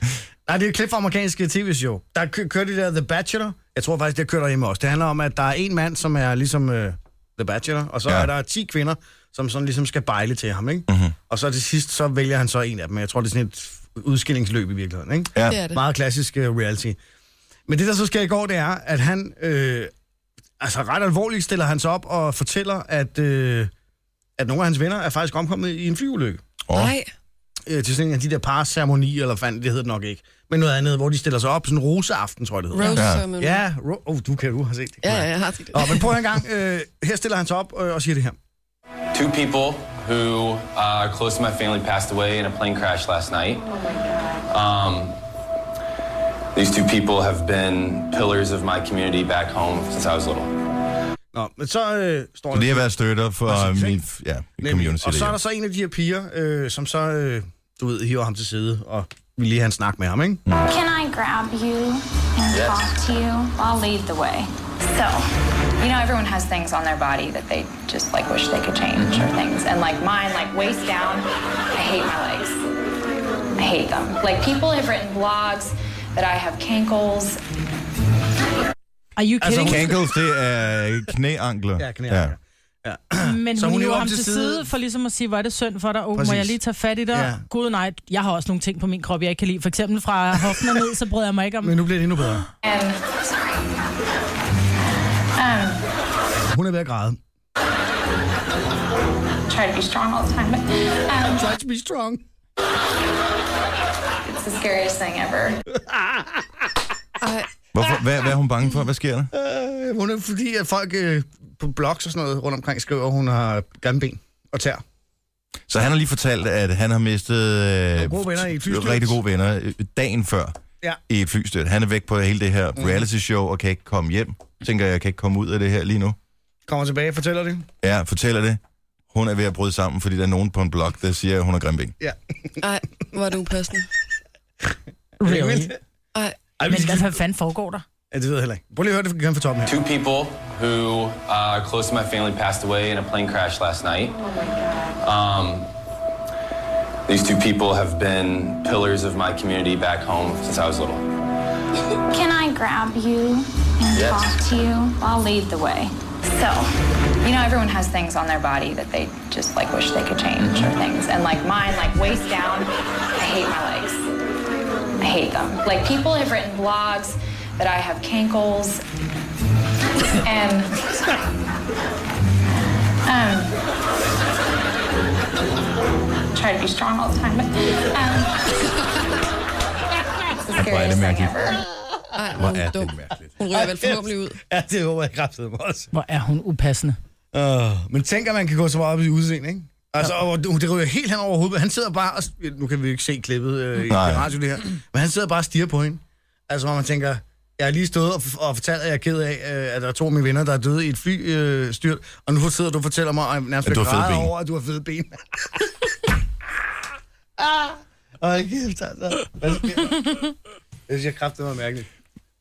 Speaker 2: Nej, det er et klip fra amerikanske tv-show. Der kø- kører de der The Bachelor. Jeg tror faktisk, det kører derhjemme også. Det handler om, at der er en mand, som er ligesom øh, The Bachelor, og så
Speaker 1: Ja.
Speaker 2: ja. er der 10 kvinder, som sådan ligesom skal bejle til ham, ikke? Mm-hmm. Og så til sidst, så vælger han så en af dem. Jeg tror, det er sådan et udskillingsløb i virkeligheden, ikke?
Speaker 1: Ja.
Speaker 3: Det er det.
Speaker 2: Meget klassisk øh, reality. Men det, der så sker i går, det er, at han... Øh, altså ret alvorligt stiller han sig op og fortæller, at, øh, at nogle af hans venner er faktisk omkommet i en flyulykke
Speaker 1: Åh.
Speaker 3: Nej.
Speaker 2: øh, til sådan en af de der parceremonier, eller fandt, det hedder det nok ikke. Men noget andet, hvor de stiller sig op, sådan en roseaften, tror jeg, det hedder.
Speaker 3: Rose
Speaker 1: Ja.
Speaker 3: ja. Sermon. Ja.
Speaker 2: Ja, ro- oh, du kan, du har set det.
Speaker 3: ja, jeg har set det.
Speaker 2: Nå, men prøv en gang, øh, her stiller han sig op øh, og siger det her.
Speaker 8: Two people who uh, are close to my family passed away in a plane crash last night. Um, these two people have been pillars of my community back home since I was little.
Speaker 2: Nå, men så øh, står
Speaker 1: Så
Speaker 2: han...
Speaker 1: det har været støtter for
Speaker 2: Præcis,
Speaker 1: min
Speaker 2: ikke?
Speaker 1: ja,
Speaker 2: Altså, Nemlig.
Speaker 1: community.
Speaker 2: Og så er
Speaker 1: derhjemme.
Speaker 2: der så en af de her piger, øh, som så, øh, du ved, hiver ham til side, og vil lige have en snak med ham, ikke?
Speaker 1: Mm.
Speaker 9: Can I grab you and talk to you? I'll lead the way. So, you know, everyone has things on their body that they just like wish they could change or things. And like mine, like waist down, I hate my legs. I hate them. Like people have written blogs that I have cankles
Speaker 4: Are you
Speaker 2: Altså,
Speaker 4: kidding?
Speaker 1: Ankles, det er øh, knæankler.
Speaker 2: Ja, knæ. Ja.
Speaker 4: Men
Speaker 2: Så
Speaker 4: hun,
Speaker 2: hun
Speaker 4: hun
Speaker 2: hiver
Speaker 4: hiver ham til side for ligesom at sige, hvor er det synd for dig. Oh,
Speaker 2: Præcis.
Speaker 4: må jeg lige tage fat i dig?
Speaker 2: Ja.
Speaker 4: Ja. Gud nej, jeg har også nogle ting på min krop, jeg ikke kan lide. For eksempel fra hoften og ned, så bryder jeg mig ikke om.
Speaker 2: Men nu bliver det endnu bedre.
Speaker 9: and sorry. Um,
Speaker 2: Hun er ved at græde.
Speaker 9: try to be strong all the time, but um,
Speaker 2: Try to be strong.
Speaker 9: it's the scariest thing ever.
Speaker 3: Ej,
Speaker 1: Hvorfor, hvad, hvad er hun bange for? Hvad sker der?
Speaker 2: Øh, hun er fordi, at folk øh, på blogs og sådan noget rundt omkring skriver, at hun har grimme ben og tær.
Speaker 1: Så han har lige fortalt, at han har mistet øh,
Speaker 2: gode venner i et flystyrt.
Speaker 1: rigtig gode venner øh, dagen før
Speaker 2: Ja.
Speaker 1: i et flystyrt. Han er væk på hele det her reality show og kan ikke komme hjem. Tænker, jeg kan ikke komme ud af det her lige nu.
Speaker 2: Kommer tilbage og fortæller det.
Speaker 1: Ja, fortæller det. Hun er ved at bryde sammen, fordi der er nogen på en blog, der siger, at hun har grimben.
Speaker 2: Ja.
Speaker 3: ej, hvor er du upassende.
Speaker 4: Really?
Speaker 3: Ej,
Speaker 2: Ej,
Speaker 4: Men hvad- hvad fanden foregår der?
Speaker 2: ja, det ved jeg heller ikke. Prøv lige at høre det igen fra toppen her.
Speaker 8: Two people who uh, are close to my family passed away in a plane crash last night. Um, these two people have been pillars of my community back home since I was little.
Speaker 9: Can I grab you and
Speaker 8: Yes.
Speaker 9: talk to you? I'll lead the way. So, you know, everyone has things on their body that they just like wish they could change or things. And like mine, like waist down, I hate my legs. I hate them. Like people have written blogs that I have cankles and um, try to be strong all the time, but um, it's the scariest thing ever.
Speaker 3: ej, hvor er
Speaker 1: Hvor
Speaker 3: hun
Speaker 1: er
Speaker 3: dum.
Speaker 1: det mærkeligt.
Speaker 3: Hun ryger vel forhåbentlig ud.
Speaker 2: Ja, det håber jeg kraftedeme mig også.
Speaker 4: Hvor er hun upassende.
Speaker 2: Uh, men tænk, at man kan gå så meget op i udseende, ikke? Altså, og du- det ryger helt hen over hovedet. Han sidder bare og... Nu kan vi jo ikke se klippet øh, i
Speaker 1: Nej.
Speaker 2: radio, det her. Men han sidder bare og stiger på hende. Altså, hvor man tænker... Jeg har lige stået og, f- og fortalt, at jeg er ked af, øh, at der er to af mine venner, der er døde i et flystyrt. Øh, styrt, og nu sidder du og fortæller mig, at jeg nærmest
Speaker 1: At du
Speaker 2: vil
Speaker 1: har fede
Speaker 2: græde
Speaker 1: ben.
Speaker 2: over, at du har fede ben. ah, og kæft, altså. Hvad sker der? Jeg synes, jeg kraftedeme er mærkeligt.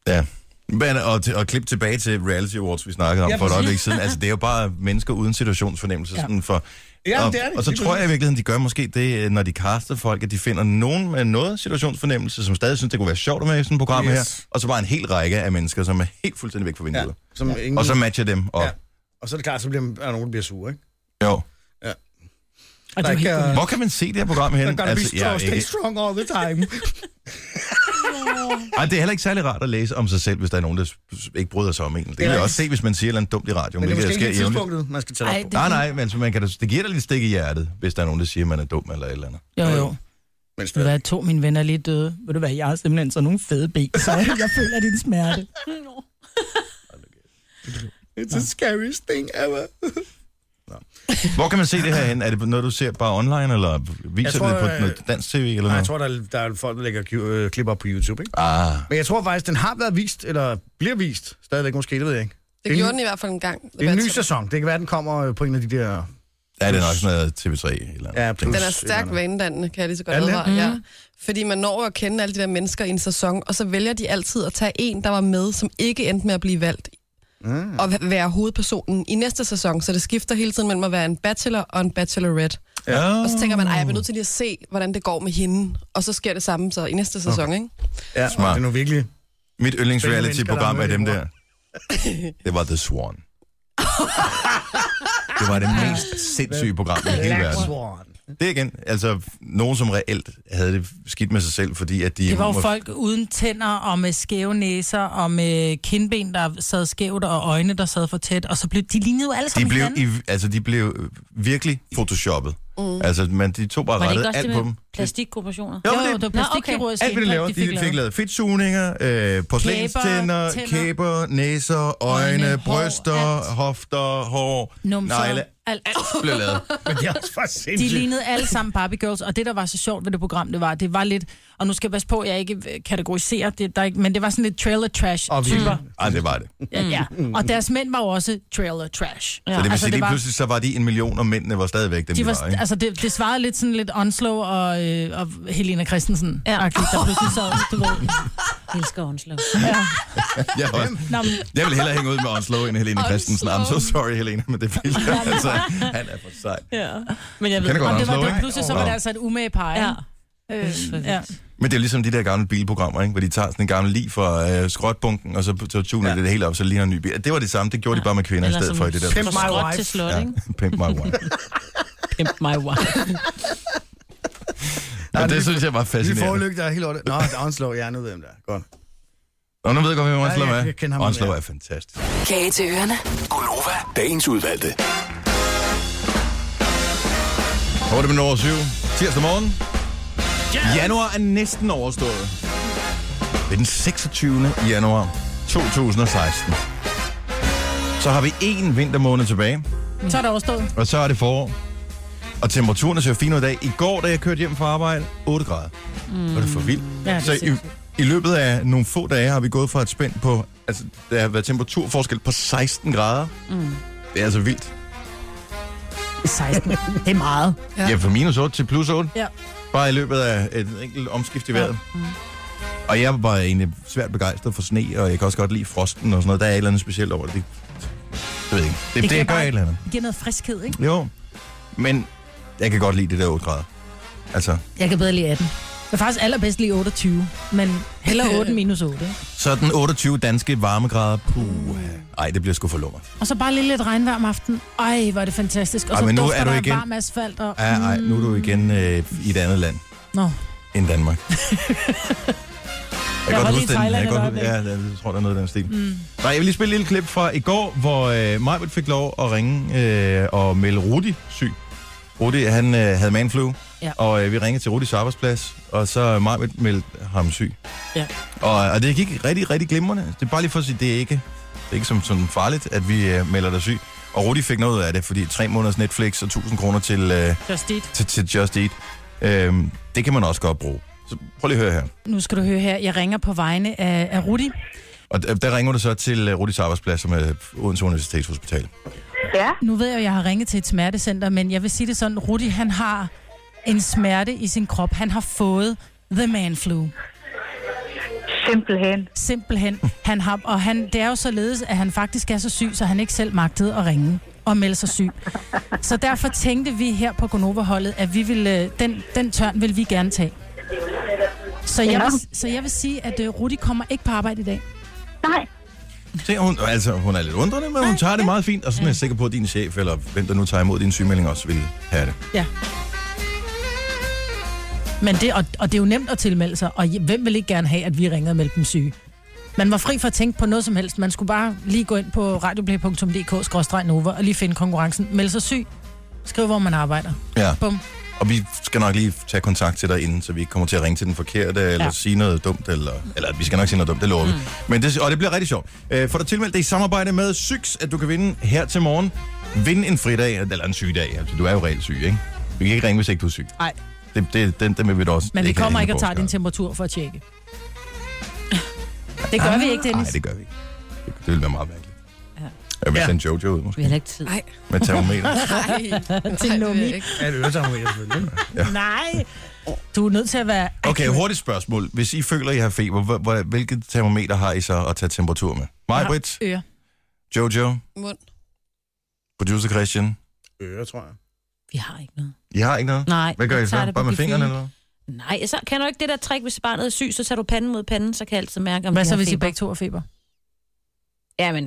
Speaker 1: Ja. Men, og, til, og klip tilbage til Reality Awards, vi snakkede om
Speaker 2: Ja,
Speaker 1: ja, for et
Speaker 2: præcis.
Speaker 1: øjeblik siden. Altså, det er jo bare mennesker uden situationsfornemmelse. Ja. Sådan for,
Speaker 2: Ja,
Speaker 1: og,
Speaker 2: det er det.
Speaker 1: og så
Speaker 2: Lige
Speaker 1: tror jeg i virkeligheden, de gør måske det, øh, når de kaster folk, at de finder nogen med noget situationsfornemmelse, som stadig synes, det kunne være sjovt at være i sådan et program
Speaker 2: Yes.
Speaker 1: yes. her. Og så bare en hel række af mennesker, som er helt fuldstændig væk fra
Speaker 2: Ja,
Speaker 1: vinduet.
Speaker 2: som ingen...
Speaker 1: Ja. Og så matcher dem op.
Speaker 2: Ja.
Speaker 1: Ja.
Speaker 2: Og så er det klart, så bliver, man- er der nogen, der bliver sure, ikke?
Speaker 1: Jo.
Speaker 4: Og det
Speaker 2: Der
Speaker 4: er jo
Speaker 2: er
Speaker 4: helt
Speaker 2: ikke,
Speaker 4: genialt.
Speaker 2: øh,
Speaker 1: Hvor kan man se det her program hen?
Speaker 2: Der gotta be
Speaker 1: jeg er
Speaker 2: strong, stay
Speaker 1: ikke-
Speaker 2: strong all the time.
Speaker 1: Ej, det er heller ikke særlig rart at læse om sig selv, hvis der er nogen, der s- s- ikke bryder sig om en. Det kan jeg
Speaker 2: ikke-
Speaker 1: også se, hvis man siger et eller andet dumt i radioen.
Speaker 2: Men det
Speaker 1: hvilket
Speaker 2: er måske
Speaker 1: sker
Speaker 2: ikke lige
Speaker 1: jævnligt.
Speaker 2: tidspunktet, man skal tage
Speaker 4: Ej,
Speaker 2: op på.
Speaker 4: det-
Speaker 1: Nej, nej, men så man kan, da- det giver dig lidt stik i hjertet, hvis der er nogen, der siger, at man er dum eller et eller andet.
Speaker 4: Jo, jo.
Speaker 2: Men
Speaker 4: Ved du
Speaker 2: stadig.
Speaker 4: hvad, to af mine venner er lige døde. Ved du hvad, jeg har simpelthen sådan nogle fede ben, så jeg føler din smerte.
Speaker 2: It's the scariest thing ever.
Speaker 1: Hvor kan man se det her hen? Er det noget, du ser bare online, eller viser
Speaker 2: Jeg tror,
Speaker 1: det på
Speaker 2: øh,
Speaker 1: noget dansk tv eller
Speaker 2: Nej, jeg
Speaker 1: noget?
Speaker 2: tror, der er, der er folk, der lægger ki- øh, klip op på YouTube, ikke?
Speaker 1: Ah,
Speaker 2: Men jeg tror faktisk, den har været vist, eller bliver vist stadigvæk måske, det ved jeg ikke.
Speaker 3: Det
Speaker 2: en-
Speaker 3: gjorde den i hvert fald en gang.
Speaker 2: Det er en ny sæson. Det kan være, den kommer øh, på en af de der...
Speaker 1: er det nok sådan noget TV3 eller
Speaker 2: Ja,
Speaker 1: noget?
Speaker 2: plus.
Speaker 3: Den er stærkt vanedannende, kan jeg lige så godt
Speaker 2: Er den
Speaker 3: advare. Mm. Ja. Fordi man når jo at kende alle de der mennesker i en sæson, og så vælger de altid at tage en, der var med, som ikke endte med at blive valgt. Mm. Og væ- være hovedpersonen i næste sæson, så det skifter hele tiden mellem at være en bachelor og en bachelorette.
Speaker 1: Ja.
Speaker 3: Og så tænker man, ej, jeg bliver nødt til lige at se, hvordan det går med hende. Og så sker det samme så i næste sæson, ikke?
Speaker 2: Ja,
Speaker 1: Smart.
Speaker 2: det er nu virkelig...
Speaker 1: Mit
Speaker 2: Spændende
Speaker 1: yndlingsreality-program er
Speaker 2: mennesker,
Speaker 1: dem
Speaker 2: der er
Speaker 1: der. Det var The Swan. Det var det mest sindssyge program i hele verden.
Speaker 2: Swan.
Speaker 1: Det er igen, altså nogen, som reelt havde det skidt med sig selv, fordi at de...
Speaker 4: Det var jo
Speaker 1: må-
Speaker 4: folk uden tænder og med skæve næser og med kindben, der sad skævt og øjne, der sad for tæt. Og så blev de lignede jo alle
Speaker 1: De
Speaker 4: sammen
Speaker 1: blev,
Speaker 4: hinanden.
Speaker 1: i, altså, de blev virkelig photoshoppet. Mm. Altså, man, de tog bare
Speaker 5: Var det
Speaker 1: rettet
Speaker 5: ikke også
Speaker 1: alt
Speaker 5: det
Speaker 1: på
Speaker 5: med
Speaker 1: dem.
Speaker 5: plastikkoperationer?
Speaker 1: Jo,
Speaker 4: Jo,
Speaker 1: men
Speaker 4: jo,
Speaker 1: det-
Speaker 4: det var
Speaker 5: Nå, okay.
Speaker 4: plastikkirurgisk
Speaker 1: Alt, hvad de laver, de fik, lavet fedtsugninger, øh, porcelænstænder,
Speaker 4: Kæber, tænder.
Speaker 1: kæber, næser, øjne,
Speaker 4: Øjne,
Speaker 1: øjne
Speaker 4: hår,
Speaker 1: bryster,
Speaker 4: alt.
Speaker 1: hofter, hår,
Speaker 4: Numser,
Speaker 1: negle.
Speaker 4: alt.
Speaker 1: Alt blev lavet.
Speaker 2: Men det er også for
Speaker 4: De
Speaker 2: sindssygt.
Speaker 4: lignede alle sammen Barbie Girls, og det, der var så sjovt ved det program, det var, det var lidt, og nu skal jeg passe på, at jeg ikke øh, kategoriserer det, der er ikke, men det var sådan lidt trailer trash
Speaker 2: Og vi-
Speaker 4: typer.
Speaker 1: Ej, det var det.
Speaker 4: Mm. Ja. Og deres mænd var jo også trailer trash. Ja.
Speaker 1: Så det vil sige, lige pludselig så var de en million, og mændene var stadigvæk dem, de
Speaker 4: altså, De
Speaker 1: var,
Speaker 4: var,
Speaker 1: ikke?
Speaker 4: altså det, det svarede lidt sådan lidt Onslow og, øh, og Helena Christensen. Ja.
Speaker 5: Ja.
Speaker 4: Der pludselig så, du ved.
Speaker 5: Jeg elsker Onslow.
Speaker 1: Jeg, var,
Speaker 4: Nå, men,
Speaker 1: jeg vil hellere hænge ud med Onslow end Helene Christensen. I'm so
Speaker 3: Onslow.
Speaker 1: sorry, Helene, men det vil jeg. Altså, han er for sej.
Speaker 5: Ja. Men jeg
Speaker 1: Kan det godt
Speaker 4: om det var,
Speaker 1: Onslow,
Speaker 4: det var
Speaker 1: ikke?
Speaker 4: pludselig så var
Speaker 1: Nå.
Speaker 4: det altså et umage par, ikke?
Speaker 5: Ja.
Speaker 4: Øh, ja.
Speaker 1: Men det er jo ligesom de der gamle bilprogrammer, ikke? hvor de tager sådan en gammel lig fra øh, skrotbunken, og så, så tuner ja. det hele op, så ligner en ny bil. Det var det samme, det gjorde ja. de bare med kvinder i stedet for i det der.
Speaker 2: Pimp
Speaker 5: Pimp
Speaker 2: My
Speaker 5: my wife.
Speaker 2: Wife.
Speaker 5: til slot,
Speaker 1: Ja,
Speaker 5: ikke?
Speaker 1: pimp my wife.
Speaker 5: Pimp my wife.
Speaker 1: Ja,
Speaker 2: det-
Speaker 1: det synes jeg var
Speaker 2: Lige
Speaker 1: fascinerende.
Speaker 2: forlygt, der er helt ordentligt. Nå, Downslow, ja, nu ved jeg, om det er. Godt.
Speaker 1: Og nu ved jeg godt, hvem Onslow
Speaker 2: Ja,
Speaker 1: er.
Speaker 2: ja, jeg kender ham,
Speaker 1: Onslow
Speaker 2: ja.
Speaker 1: er fantastisk.
Speaker 6: Kage til ørerne.
Speaker 7: Gunova, dagens udvalgte.
Speaker 1: 8 minutter over 7. Tirsdag morgen. Januar er næsten overstået. Det er den 26. januar 2016. Så har vi én vintermåned tilbage,
Speaker 4: Så er der overstået.
Speaker 1: og så er det forår. Og temperaturen ser fin ud i dag. I går, da jeg kørte hjem fra arbejde, 8 grader. Mm. Var det for vildt?
Speaker 4: Ja,
Speaker 1: Så i, i løbet af nogle få dage har vi gået fra et spænd på, altså der har været temperaturforskel på 16 grader. Mm. Det er altså vildt.
Speaker 4: 16. Det er meget.
Speaker 1: Ja. ja, fra minus 8 til plus 8.
Speaker 4: Ja.
Speaker 1: Bare i løbet af et enkelt omskift i vejret. Ja. Mm. Og jeg var egentlig svært begejstret for sne, og jeg kan også godt lide frosten og sådan noget. Der er et eller andet specielt over det. Det, det ved jeg ikke. Det, det,
Speaker 4: giver
Speaker 1: det gør
Speaker 4: bare-
Speaker 1: et eller andet.
Speaker 4: Det giver noget friskhed, ikke?
Speaker 1: Jo, men jeg kan godt lide det der 8 grader. Altså,
Speaker 4: Jeg kan bedre lide 18. Jeg er faktisk allerbedst lige 28, men heller 8 minus 8. ikke?
Speaker 1: sådan 28 danske varmegrader. Puh. Ej, det bliver sgu for lummer.
Speaker 4: Og så bare lige lidt regnvejr om aftenen. Ej, hvor er det fantastisk. Og
Speaker 1: Ej,
Speaker 4: så
Speaker 1: men nu
Speaker 4: dufter
Speaker 1: er du
Speaker 4: der af
Speaker 1: igen-
Speaker 4: varm asfalt. Og...
Speaker 1: Ja, ej, nu er du igen øh, i et andet land
Speaker 4: Nå,
Speaker 1: end Danmark. Jeg, kan
Speaker 4: var lige i
Speaker 1: den.
Speaker 4: Thailand
Speaker 1: Jeg, kan
Speaker 4: et
Speaker 1: godt, ja, jeg tror, der er noget af den stil. Mm. Nej, jeg vil lige spille et lille klip fra i går, hvor øh, Majbert fik lov at ringe øh, og melde Rudi syg. Rudi, han øh, havde manflu,
Speaker 4: Ja.
Speaker 1: og øh, vi ringede til Rudis arbejdsplads, og så Majbert meldte ham syg.
Speaker 4: Ja.
Speaker 1: Og, og det gik rigtig, rigtig glimrende. Det er bare lige for at sige, det er ikke, det er ikke som, sådan farligt, at vi øh, melder dig syg. Og Rudi fik noget af det, fordi tre måneders Netflix og 1000 kroner til... Øh,
Speaker 4: just it.
Speaker 1: til, til Just Eat. Øhm, det kan man også godt bruge. Så prøv lige at høre her.
Speaker 4: Nu skal du høre her, jeg ringer på vegne af, af Rudi.
Speaker 1: Og der, der ringer du så til uh, Rudis arbejdsplads, som er Odense Universitetshospital.
Speaker 4: Nu ved jeg, at jeg har ringet til et smertecenter, men jeg vil sige det sådan, Rudi han har en smerte i sin krop. Han har fået the man flu.
Speaker 10: Simpelthen.
Speaker 4: Simpelthen. Han har, og han, det er jo således, at han faktisk er så syg, så han ikke selv magtede at ringe og melde sig syg. Så derfor tænkte vi her på Gonova-holdet, at vi ville, øh, den, den tørn vil vi gerne tage. øh, Så jeg, vil, så jeg vil sige, at uh, Rudi kommer ikke på arbejde i dag.
Speaker 10: Nej,
Speaker 1: Se, hun, altså, hun er lidt undrende, men hun tager det meget fint, og sådan er jeg sikker på, at din chef, eller hvem der nu tager imod din sygemelding, også vil have det.
Speaker 4: Ja. Men det, og, og det er jo nemt at tilmelde sig, og hvem vil ikke gerne have, at vi ringer og melder dem syge? Man var fri for at tænke på noget som helst. Man skulle bare lige gå ind på radioplay.dk-nova og lige finde konkurrencen. Meld sig syg. Skriv, hvor man arbejder.
Speaker 1: Ja.
Speaker 4: Bum.
Speaker 1: Og vi skal nok lige tage kontakt til dig inden, så vi ikke kommer til at ringe til den forkerte, eller ja.
Speaker 4: Ja.
Speaker 1: sige noget dumt, eller, eller vi skal nok sige noget dumt, det lover mm. vi. Men det, og det bliver rigtig sjovt. Øh, for dig tilmeldt det er i samarbejde med Syks, at du kan vinde her til morgen. Vind en fridag, eller en sygedag. Altså, du er jo reelt syg, ikke? Vi kan ikke ringe, hvis ikke du er syg.
Speaker 4: Nej.
Speaker 1: Det, det, den, den vil vi da også.
Speaker 4: Men vi
Speaker 1: ikke
Speaker 4: kommer
Speaker 1: have
Speaker 4: ikke
Speaker 1: inde
Speaker 4: og
Speaker 1: på
Speaker 4: tager din
Speaker 1: Oscar.
Speaker 4: temperatur for at tjekke. Det gør vi ikke, Dennis.
Speaker 1: Nej, det gør vi ikke. Det, det ville være meget mærkeligt. Ja. Jeg vil
Speaker 2: Ja.
Speaker 1: sende Jojo ud, måske.
Speaker 5: Vi har heller ikke tid.
Speaker 3: Nej,
Speaker 1: Med termometer.
Speaker 3: nej.
Speaker 4: Til
Speaker 3: Nej, det vil
Speaker 4: Nomi.
Speaker 3: jeg ikke.
Speaker 2: Ja, det er øretagmager selvfølgelig.
Speaker 4: Nej. Du er nødt til at være...
Speaker 1: Okay, hurtigt spørgsmål. Hvis I føler, I har feber, hvor, hvor, hvilket termometer har I så at tage temperatur med? Mig, Britt,
Speaker 4: Øre.
Speaker 1: Jojo,
Speaker 3: Mund.
Speaker 1: producer Christian.
Speaker 2: Øre, tror jeg.
Speaker 5: Vi har ikke noget.
Speaker 1: I har ikke noget?
Speaker 5: Nej.
Speaker 1: Hvad gør I
Speaker 5: jeg tager
Speaker 1: så?
Speaker 5: det på
Speaker 1: Bare med
Speaker 5: gefyl.
Speaker 1: fingrene eller noget?
Speaker 5: Nej, så kan du ikke det der trick, hvis barnet er syg, så tager du panden mod panden, så kan jeg altid mærke, om
Speaker 4: Hvad
Speaker 5: de
Speaker 4: så,
Speaker 5: har
Speaker 4: hvis I
Speaker 5: feber.
Speaker 4: begge to har feber?
Speaker 5: Ja, men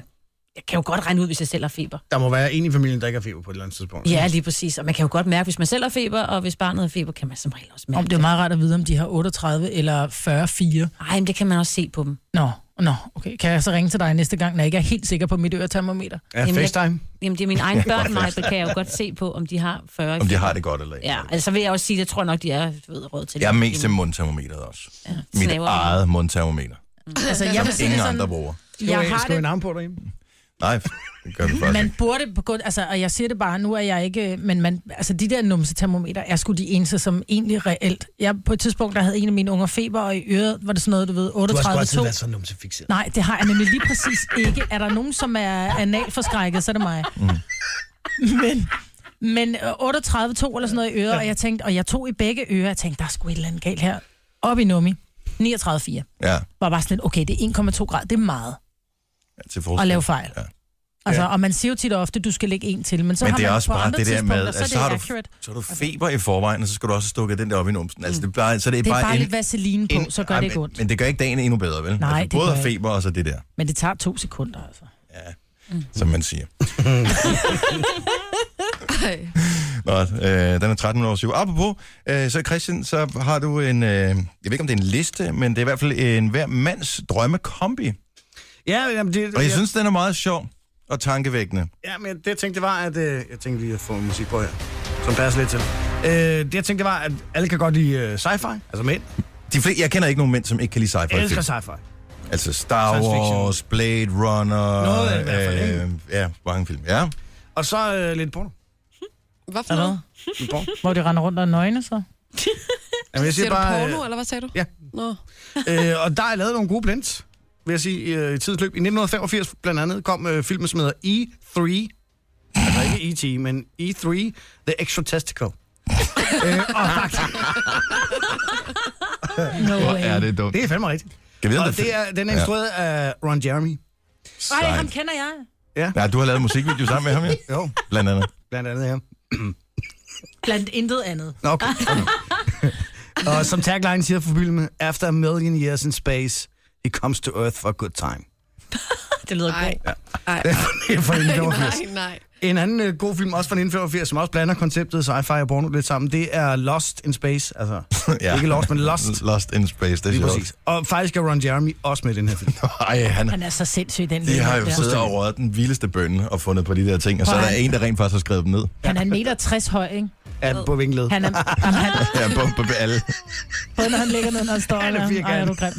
Speaker 5: jeg kan jo godt regne ud, hvis jeg selv har feber. Mm.
Speaker 2: Der må være en i familien, der ikke har feber på et eller andet tidspunkt.
Speaker 5: Ja, lige præcis. Og man kan jo godt mærke, hvis man selv har feber, og hvis barnet har feber, kan man som regel også mærke
Speaker 4: Om det er jo meget rart at vide, om de har 38 eller 40 4.
Speaker 5: det. Ej, men det kan man også se på dem.
Speaker 4: Nå, nå, okay. Kan jeg så ringe til dig næste gang, når jeg ikke er helt sikker på mit øretermometer?
Speaker 2: Ja,
Speaker 5: Jamen, jeg-
Speaker 2: FaceTime.
Speaker 5: Jamen, det er mine egne børn, mig, kan jeg jo godt se på, om de har 40 i
Speaker 1: Om de
Speaker 5: feber.
Speaker 1: har det godt eller ikke.
Speaker 5: Ja, altså vil jeg også sige, det tror jeg nok, de er du ved, råd til det.
Speaker 1: Jeg er mest til mundtermometeret også. Ja. Mit
Speaker 5: Snæver.
Speaker 1: eget mundtermometer.
Speaker 4: Altså, jeg vil sige
Speaker 1: Ingen
Speaker 4: det
Speaker 1: andre
Speaker 4: sådan,
Speaker 1: bruger.
Speaker 4: jeg har
Speaker 2: Skal vi øh, en
Speaker 4: det,
Speaker 2: arm på derhjemme?
Speaker 1: Nej, det gør vi faktisk
Speaker 4: man
Speaker 1: ikke.
Speaker 4: burde på godt, altså, og jeg siger det bare, nu er jeg ikke, men man, altså de der numsetermometer er sgu de eneste, som egentlig reelt. Jeg, på et tidspunkt, der havde en af mine unger feber, og i øret var det sådan noget, du ved,
Speaker 2: Du har sgu
Speaker 4: 38
Speaker 2: altid
Speaker 4: 2.
Speaker 2: været sådan numsefixeret.
Speaker 4: Nej, det har jeg nemlig lige præcis ikke. Er der nogen, som er analforskrækket, så er det mig. Mm. Men, men øh, 38,2 eller sådan noget i øret, og jeg tænkte, og jeg tog i begge ører, jeg tænkte, der er sgu et eller andet galt her. Op i nummi. 39,4.
Speaker 1: Ja,
Speaker 4: Var bare sådan lidt, okay, det er 1,2 grad, det er meget
Speaker 1: ja, til forskel.
Speaker 4: at lave fejl.
Speaker 1: Ja.
Speaker 4: Altså, og man siger jo tit og ofte, du skal lægge en til, men så
Speaker 1: Men
Speaker 4: har
Speaker 1: det er
Speaker 4: man
Speaker 1: også
Speaker 4: på
Speaker 1: bare
Speaker 4: andre
Speaker 1: det der med,
Speaker 4: tidspunkter, så,
Speaker 1: altså, så,
Speaker 4: er
Speaker 1: har
Speaker 4: det
Speaker 1: du,
Speaker 4: accurate.
Speaker 1: så har du feber i forvejen, og så skal du også have stukket den der op i numsen. Altså, det, plejer, så det er
Speaker 4: Det er
Speaker 1: bare,
Speaker 4: bare
Speaker 1: en,
Speaker 4: lidt vaseline på, så gør det ikke
Speaker 1: men,
Speaker 4: ondt.
Speaker 1: Men det gør ikke dagen endnu bedre, vel?
Speaker 4: Nej,
Speaker 1: altså,
Speaker 4: det
Speaker 1: både
Speaker 4: gør
Speaker 1: har
Speaker 4: ikke.
Speaker 1: feber og så det der,
Speaker 4: Men det tager to sekunder, altså.
Speaker 1: som man siger.
Speaker 3: Ej.
Speaker 1: Nå, øh, den er 13 over 7. Apropos, øh, så Christian, så har du en, øh, jeg ved ikke om det er en liste, men det er i hvert fald en hver mands drømmekombi.
Speaker 2: Ja, jamen, det,
Speaker 1: Og jeg
Speaker 2: jeg,
Speaker 1: synes, den er meget sjov og tankevækkende.
Speaker 2: ja, men det jeg tænkte, det var, at... Øh, jeg tænkte lige at få musik på her, som passer lidt til. Øh, det jeg tænkte, det var, at alle kan godt lide øh, sci-fi, altså mænd.
Speaker 1: De fleste, jeg kender ikke nogen mænd, som ikke kan lide sci-fi.
Speaker 2: Jeg elsker
Speaker 1: film.
Speaker 2: sci-fi.
Speaker 1: Altså Star
Speaker 2: Science fiction.
Speaker 1: Wars, Blade Runner.
Speaker 2: Noget af det i hvert fald,
Speaker 1: øh, Ja, mange film. Ja.
Speaker 2: Og så øh, lidt porno.
Speaker 3: Hvad for
Speaker 4: Eller
Speaker 3: noget?
Speaker 4: hvad?
Speaker 2: Lidt porno.
Speaker 4: Hvor de render rundt og er nøgne, så.
Speaker 2: Jamen, jeg
Speaker 3: Siger
Speaker 2: siger
Speaker 3: du
Speaker 2: bare, øh,
Speaker 3: porno, eller hvad sagde du?
Speaker 2: ja.
Speaker 3: Nå.
Speaker 2: øh, og der er lavet nogle gode blends, vil jeg sige, i, øh, i tidens løb. I 1985 blandt andet kom øh, filmen, som hedder E3. Altså ikke E.T., men E3, The Extra Testicle. øh, og faktisk,
Speaker 4: No way.
Speaker 1: Ja, det er dumt.
Speaker 2: det er fandme rigtigt.
Speaker 1: Kan vi vide, om
Speaker 2: Og det er, den er instrueret af Ron Jeremy.
Speaker 1: Ja.
Speaker 4: Ej,
Speaker 1: Ej,
Speaker 4: ham kender jeg.
Speaker 1: Nej, du har lavet en musikvideo sammen med ham, ja?
Speaker 2: Jo,
Speaker 1: Blandt andet.
Speaker 2: blandt andet her.
Speaker 4: Blandt intet andet.
Speaker 2: Nå, Okay. og som tagline siger for filmen, After a million years in space, he comes to Earth for a good time.
Speaker 5: Det lyder
Speaker 3: Ej.
Speaker 5: godt.
Speaker 3: Ej.
Speaker 2: Det er fra 1985.
Speaker 3: Nej, nej.
Speaker 2: En anden øh, god film, også fra 1985, som også blander konceptet sci-fi og porno lidt sammen, det er Lost in Space. Altså, ja. ikke Lost, men Lost.
Speaker 1: Lost in Space, det er
Speaker 2: Lige
Speaker 1: sjovt.
Speaker 2: præcis. Og faktisk er Ron Jeremy også med i den her film.
Speaker 1: Ej, han,
Speaker 4: Han er så sindssyg, den
Speaker 1: de
Speaker 4: lille
Speaker 1: har
Speaker 4: mand
Speaker 1: jo
Speaker 4: der.
Speaker 1: siddet og røget den vildeste bønne og fundet på de der ting, og så er der en, der rent faktisk har skrevet dem ned.
Speaker 4: Han er en meter 60 høj, ikke?
Speaker 2: Er den på vinkled.
Speaker 4: Han er, jamen, han,
Speaker 1: Ja, bombe på alle.
Speaker 4: både når han ligger ned, når han står,
Speaker 2: Han er
Speaker 4: og
Speaker 2: firkantet.
Speaker 4: Ej, er du grim,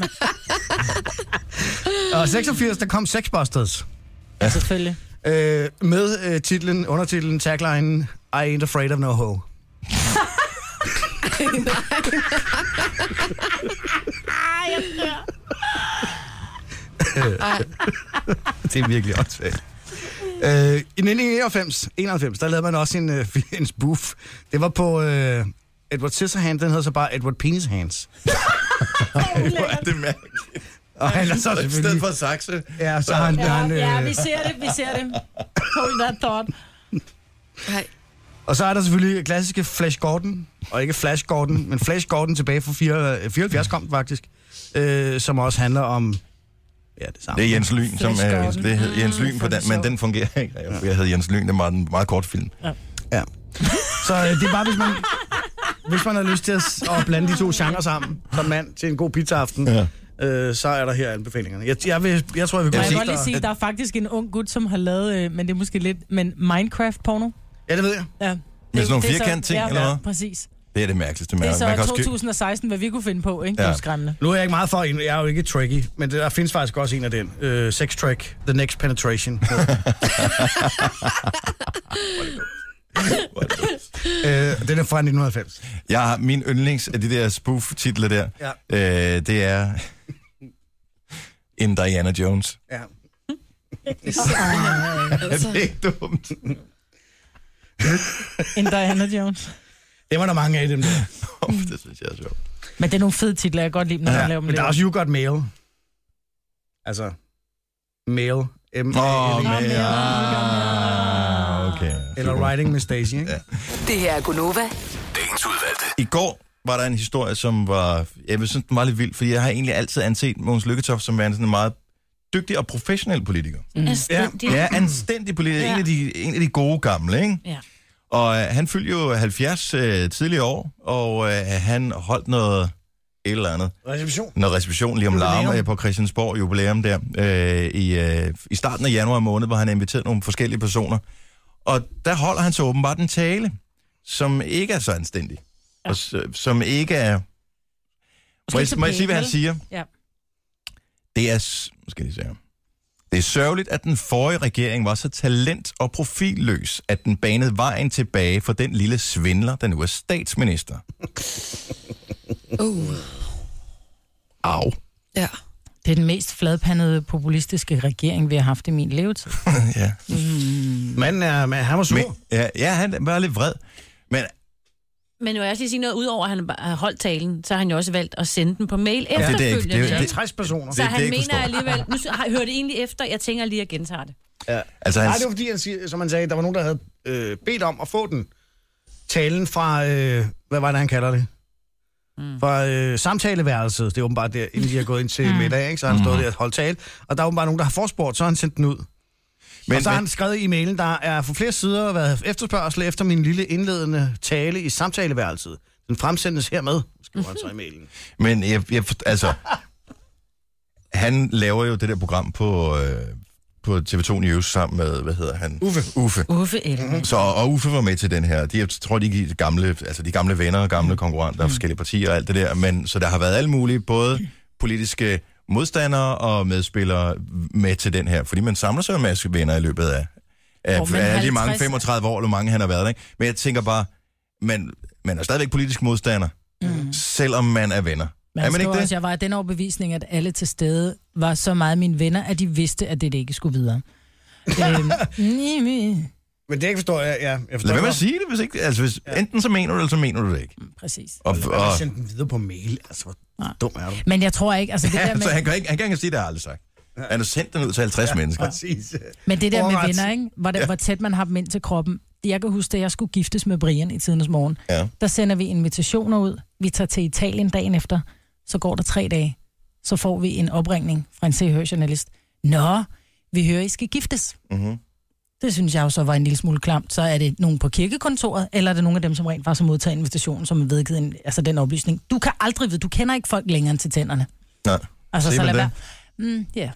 Speaker 4: mand.
Speaker 2: Og 86, der kom Sex Busters.
Speaker 4: Ja, selvfølgelig.
Speaker 2: Øh, med øh, titlen, undertitlen, taglinen, I ain't afraid of no hoe.
Speaker 3: Ej.
Speaker 1: Det er virkelig åndssvagt.
Speaker 2: Øh, I 1991, 91, der lavede man også en, øh, en spoof. Det var på øh, Edward Scissorhands, den hedder så bare Edward Penis Hands.
Speaker 1: Hvor er det mærkeligt.
Speaker 2: Og han er så
Speaker 1: I stedet
Speaker 2: selvfølgelig...
Speaker 1: for sakse.
Speaker 2: Ja, så har han, han, øh,
Speaker 4: Ja, vi ser det, vi ser det. Hold that thought.
Speaker 3: Ej.
Speaker 2: Og så er der selvfølgelig klassiske Flash Gordon, og ikke Flash Gordon, men Flash Gordon tilbage fra 74 kom den faktisk, øh, som også handler om Ja, det samme.
Speaker 1: Det er Jens Lyn, som er,
Speaker 4: Flash Gordon.
Speaker 1: det hed Jens Lyn på den, men den fungerer ikke. Jeg, jeg havde Jens Lyn, det var en meget kort film.
Speaker 2: Ja. Så øh, det er bare, hvis man, hvis man har lyst til at, s- at blande de to genrer sammen, som mand til en god pizzaaften, ja.
Speaker 1: Ja.
Speaker 2: øh, så er der her anbefalingerne. Jeg, jeg, vil, jeg tror, jeg vil gå
Speaker 4: Og jeg
Speaker 1: sige-
Speaker 4: kan godt lige sige, at der er faktisk en ung gut, som har lavet, øh, men det er måske lidt, men Minecraft-porno.
Speaker 2: Ja, det ved jeg.
Speaker 4: Ja.
Speaker 1: Med sådan nogle
Speaker 4: Det er så-
Speaker 1: firkantting,
Speaker 4: ja,
Speaker 1: eller
Speaker 4: ja,
Speaker 1: hvad?
Speaker 4: præcis.
Speaker 1: Det er det mærkeligste.
Speaker 4: Det
Speaker 1: Man,
Speaker 4: er
Speaker 1: man kan
Speaker 4: så
Speaker 1: også købe-
Speaker 4: 2016, hvad vi kunne finde på, ikke?
Speaker 1: Ja.
Speaker 4: Ja. Det er jo skræmmende.
Speaker 2: Nu er jeg ikke meget for en, jeg er jo ikke tricky, men der findes faktisk også en af den. Øh, sex track, The Next Penetration.
Speaker 1: Hvor er det dumt.
Speaker 2: øh, den er fra 1990.
Speaker 1: Jeg har min yndlings af de der spoof-titler der,
Speaker 2: Ja.
Speaker 1: øh, det er en Diana Jones.
Speaker 2: Ja.
Speaker 1: Altså. Er det ikke dumt?
Speaker 4: En Diana Jones.
Speaker 2: Det var der mange af dem der.
Speaker 1: Uf, det synes jeg er sjovt.
Speaker 4: Men det er nogle fede titler, jeg kan godt lide, når ja, man laver dem
Speaker 2: Men der er også You Got Mail. Altså, mail. M
Speaker 1: Åh, oh,
Speaker 2: oh,
Speaker 1: men ja. Okay.
Speaker 2: Eller
Speaker 1: super.
Speaker 2: Writing med Stacy, ikke? Ja.
Speaker 6: Det her er Gunova.
Speaker 7: Dagens udvalgte.
Speaker 1: I går var der en historie, som var, jeg vil synes, den var lidt vild, fordi jeg har egentlig altid anset Mogens Lykketoft som værende sådan en meget dygtig og professionel politiker.
Speaker 5: Mhm. altså, Anstændigt.
Speaker 1: Ja, anstændig politiker. Ja. En, af de, en af de gode gamle, ikke?
Speaker 5: Ja.
Speaker 1: Og øh, han fyldte jo 70 øh, tidligere år, og øh, han holdt noget et eller andet.
Speaker 2: Reception.
Speaker 1: Noget reception lige om
Speaker 2: Jubilæum.
Speaker 1: larm øh, på Christiansborg jubilæum der. Øh, i, øh, I starten af januar måned, hvor han inviterede nogle forskellige personer. Og der holder han så åbenbart en tale, som ikke er så anstændig. Ja. Og, s- øh, som ikke er... Må jeg,
Speaker 4: ikke så
Speaker 1: må jeg sige, hvad han
Speaker 4: pæn, vel?
Speaker 1: siger?
Speaker 4: Ja.
Speaker 1: Det er, s- nu skal jeg lige se her. det er sørgeligt, at den forrige regering var så talent- og profilløs, at den banede vejen tilbage for den lille svindler, der nu er statsminister.
Speaker 3: Uh,
Speaker 1: Au.
Speaker 3: ja.
Speaker 4: Det er den mest fladpandede populistiske regering, vi har haft i min levetid.
Speaker 1: ja.
Speaker 2: Manden er, man, han var sur.
Speaker 1: Men, ja, ja, han var lidt vred. Men
Speaker 5: Men nu er jeg også lige sige noget, udover at han bare har holdt talen, så har han jo også valgt at sende den på mail
Speaker 1: det er ikke-
Speaker 5: efterfølgende.
Speaker 1: det er-
Speaker 2: det er 60 personer.
Speaker 5: så
Speaker 1: det er
Speaker 5: han
Speaker 1: ikke
Speaker 5: mener
Speaker 1: forstår.
Speaker 5: alligevel, nu har jeg hørt det egentlig efter, jeg tænker lige at gentage det.
Speaker 1: altså,
Speaker 2: Nej,
Speaker 1: hans,
Speaker 2: det var fordi, han siger, som han sagde, der var nogen, der havde øh, bedt om at få den. Talen fra, øh, hvad var det, han kalder det? Mm. Fra øh, samtaleværelset. Det er åbenbart der, inden de har gået ind til mm. middag, ikke? så har han stået der og holdt tale. Og der er åbenbart nogen, der har forspurgt, så har han sendt den ud. Men, og så har han skrevet i mailen, der er for flere sider været efterspørgsel efter min lille indledende tale i samtaleværelset. Den fremsendes hermed, skriver han så i mailen.
Speaker 1: Men jeg, jeg, forst- altså, han laver jo det der program på, øh, på TV2 News sammen med, hvad hedder han? Uffe. Uffe.
Speaker 5: Uffe Ellemann.
Speaker 1: Så, og Uffe var med til den her. De, jeg tror, de er gamle, altså de er gamle venner og gamle konkurrenter af forskellige partier og alt det der. Men, så der har været alle mulige, både politiske modstandere og medspillere med til den her. Fordi man samler sig jo en masse venner i løbet af, af,
Speaker 4: Åh, men
Speaker 1: af de mange
Speaker 4: 50
Speaker 1: 35 år, eller hvor mange han har været der. Ikke? Men jeg tænker bare, man, man er stadigvæk politisk modstander, mm. selvom man er venner.
Speaker 4: Men
Speaker 1: er
Speaker 4: han
Speaker 1: man ikke
Speaker 4: skriver
Speaker 1: det?
Speaker 4: Også, jeg var af den overbevisning, at alle til stede var så meget mine venner, at de vidste, at det, det ikke skulle videre. øhm, nej, nej.
Speaker 2: Men det ikke forstår jeg, ja. Jeg forstår
Speaker 1: Lad være med
Speaker 2: godt.
Speaker 1: at sige det, hvis ikke... Altså, hvis, ja. enten så mener du det, eller så mener du det ikke.
Speaker 4: Præcis.
Speaker 1: Og,
Speaker 2: Lad være med
Speaker 1: og,
Speaker 2: at sende den videre på mail. Altså, hvor dum er du?
Speaker 4: Men jeg tror ikke, altså det der
Speaker 1: ja, så
Speaker 4: med,
Speaker 1: han kan ikke, han kan ikke sige, det har jeg aldrig sagt. Han har sendt den ud til 50 mennesker.
Speaker 2: Præcis.
Speaker 4: men det der med
Speaker 2: Forret.
Speaker 4: venner, ikke? Hvor, det, hvor tæt man har dem ind til kroppen. Jeg kan huske, da jeg skulle giftes med Brian i tidens morgen.
Speaker 1: Ja.
Speaker 4: Der sender vi invitationer ud. Vi tager til Italien dagen efter. Så går der tre dage. Så får vi en opringning fra en CH-journalist. Nå, vi hører, I skal giftes.
Speaker 1: Mm-hmm.
Speaker 4: Det synes jeg jo så var en lille smule klamt. Så er det nogen på kirkekontoret, eller er det nogen af dem, som rent faktisk har modtaget invitationen, som har vedgivet en, altså den oplysning. Du kan aldrig vide, du kender ikke folk længere end til tænderne.
Speaker 1: Nej.
Speaker 4: Altså,
Speaker 1: Siger
Speaker 4: så
Speaker 1: man
Speaker 4: lad
Speaker 1: det?
Speaker 4: være. Mm, yeah.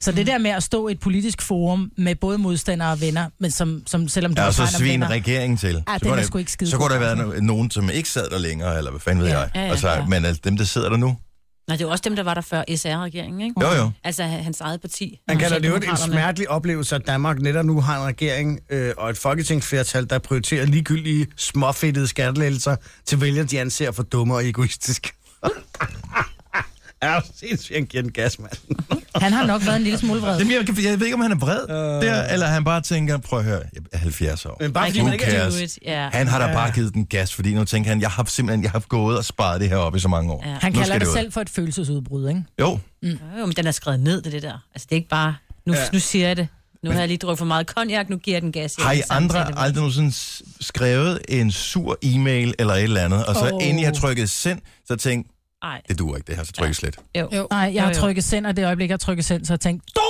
Speaker 4: Så det der med at stå i et politisk forum med både modstandere og venner, men som, som selvom du
Speaker 1: Ja,
Speaker 4: er
Speaker 1: og så
Speaker 4: fejl om
Speaker 1: svin
Speaker 4: venner-
Speaker 1: regeringen til.
Speaker 4: Ja,
Speaker 1: så
Speaker 4: den
Speaker 1: kunne
Speaker 4: er
Speaker 1: der-
Speaker 4: sgu ikke skide
Speaker 1: Så kunne der
Speaker 4: god.
Speaker 1: være no- nogen, som ikke sad der længere, eller hvad fanden ved
Speaker 4: Ja,
Speaker 1: jeg.
Speaker 5: ja, ja,
Speaker 1: altså,
Speaker 5: ja.
Speaker 1: Men altså, dem, der sidder der nu.
Speaker 5: Nej, det er jo også dem, der var der før SR-regeringen, ikke?
Speaker 1: Jo, jo.
Speaker 5: Altså hans eget parti.
Speaker 2: Han kalder det jo en
Speaker 5: Socialdemokraterne.
Speaker 2: smertelig oplevelse, at Danmark netop nu har en regering øh, og et folketingsflertal, der prioriterer ligegyldige småfættede skattelettelser til vælgere, de anser for dumme og egoistiske. er du sindssygt, han giver den gas, mand.
Speaker 4: Han har nok været en lille smule vred.
Speaker 1: Jamen, jeg, kan- jeg ved ikke, om han er vred øh... der, eller han bare tænker, prøv at høre, jeg er 70 år.
Speaker 2: Men bare
Speaker 5: I
Speaker 2: fordi
Speaker 5: can
Speaker 2: man
Speaker 1: Who
Speaker 5: do
Speaker 2: ikke er...
Speaker 1: cares?
Speaker 5: it, ja.
Speaker 1: Han har da bare givet den gas, fordi nu tænker han, jeg har simpelthen jeg har gået og sparet det her op i så mange år.
Speaker 5: Ja.
Speaker 4: Han
Speaker 1: Nu
Speaker 4: kalder
Speaker 1: skal
Speaker 4: det
Speaker 1: ud.
Speaker 4: selv for et følelsesudbrud, ikke?
Speaker 1: Jo,
Speaker 5: Jo, men den er skrevet ned, det, er det der. Altså, det er ikke bare, nu, ja. nu siger jeg det. Nu har jeg lige drukket for meget konjak, nu giver jeg den gas.
Speaker 1: Har I
Speaker 5: vil samtale med-
Speaker 1: andre aldrig nogensinde s- skrevet en sur e-mail eller et eller andet, og så oh.
Speaker 4: Åh.
Speaker 1: inden I har trykket send, så tænkt,
Speaker 5: Nej.
Speaker 1: Det duer ikke, det her, så trykker slet.
Speaker 5: Jo.
Speaker 4: Nej, jeg har
Speaker 5: Jo, jo.
Speaker 4: trykket send, og det øjeblik, jeg trykker send, så har jeg tænkt, du!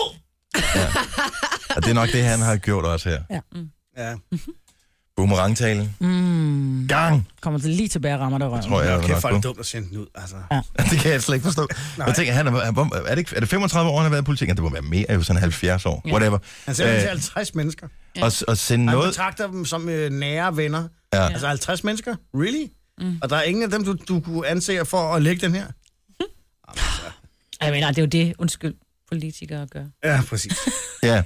Speaker 1: Og det er nok det, han har gjort også her.
Speaker 2: Ja.
Speaker 1: Boomerangtalen.
Speaker 4: Mm,
Speaker 1: Gang,
Speaker 4: kommer til lige tilbage og rammer dig røven.
Speaker 1: tror jeg.
Speaker 2: Ja,
Speaker 1: er
Speaker 2: okay,
Speaker 1: nok
Speaker 2: folk
Speaker 1: på.
Speaker 2: er dumt at sende den ud, altså.
Speaker 1: det kan jeg slet ikke forstå. Jeg tænker, han er, er, er, det, ikke- er det 35 år, han har været i politik? Ja, Det må være mere, jo sådan 70 år.
Speaker 5: Ja.
Speaker 1: Whatever.
Speaker 2: Han sender øh, til
Speaker 1: Øh,
Speaker 2: 50 mennesker.
Speaker 1: og, og sende
Speaker 2: Han
Speaker 1: noget...
Speaker 2: betragter dem som øh, nære venner.
Speaker 1: Ja.
Speaker 2: Altså 50 mennesker? Really? Mm. Og der er ingen af dem, du, du kunne anse for at lægge den her?
Speaker 5: Jeg mener, det er jo det, undskyld, politikere gør.
Speaker 2: Ja, præcis.
Speaker 1: Ja.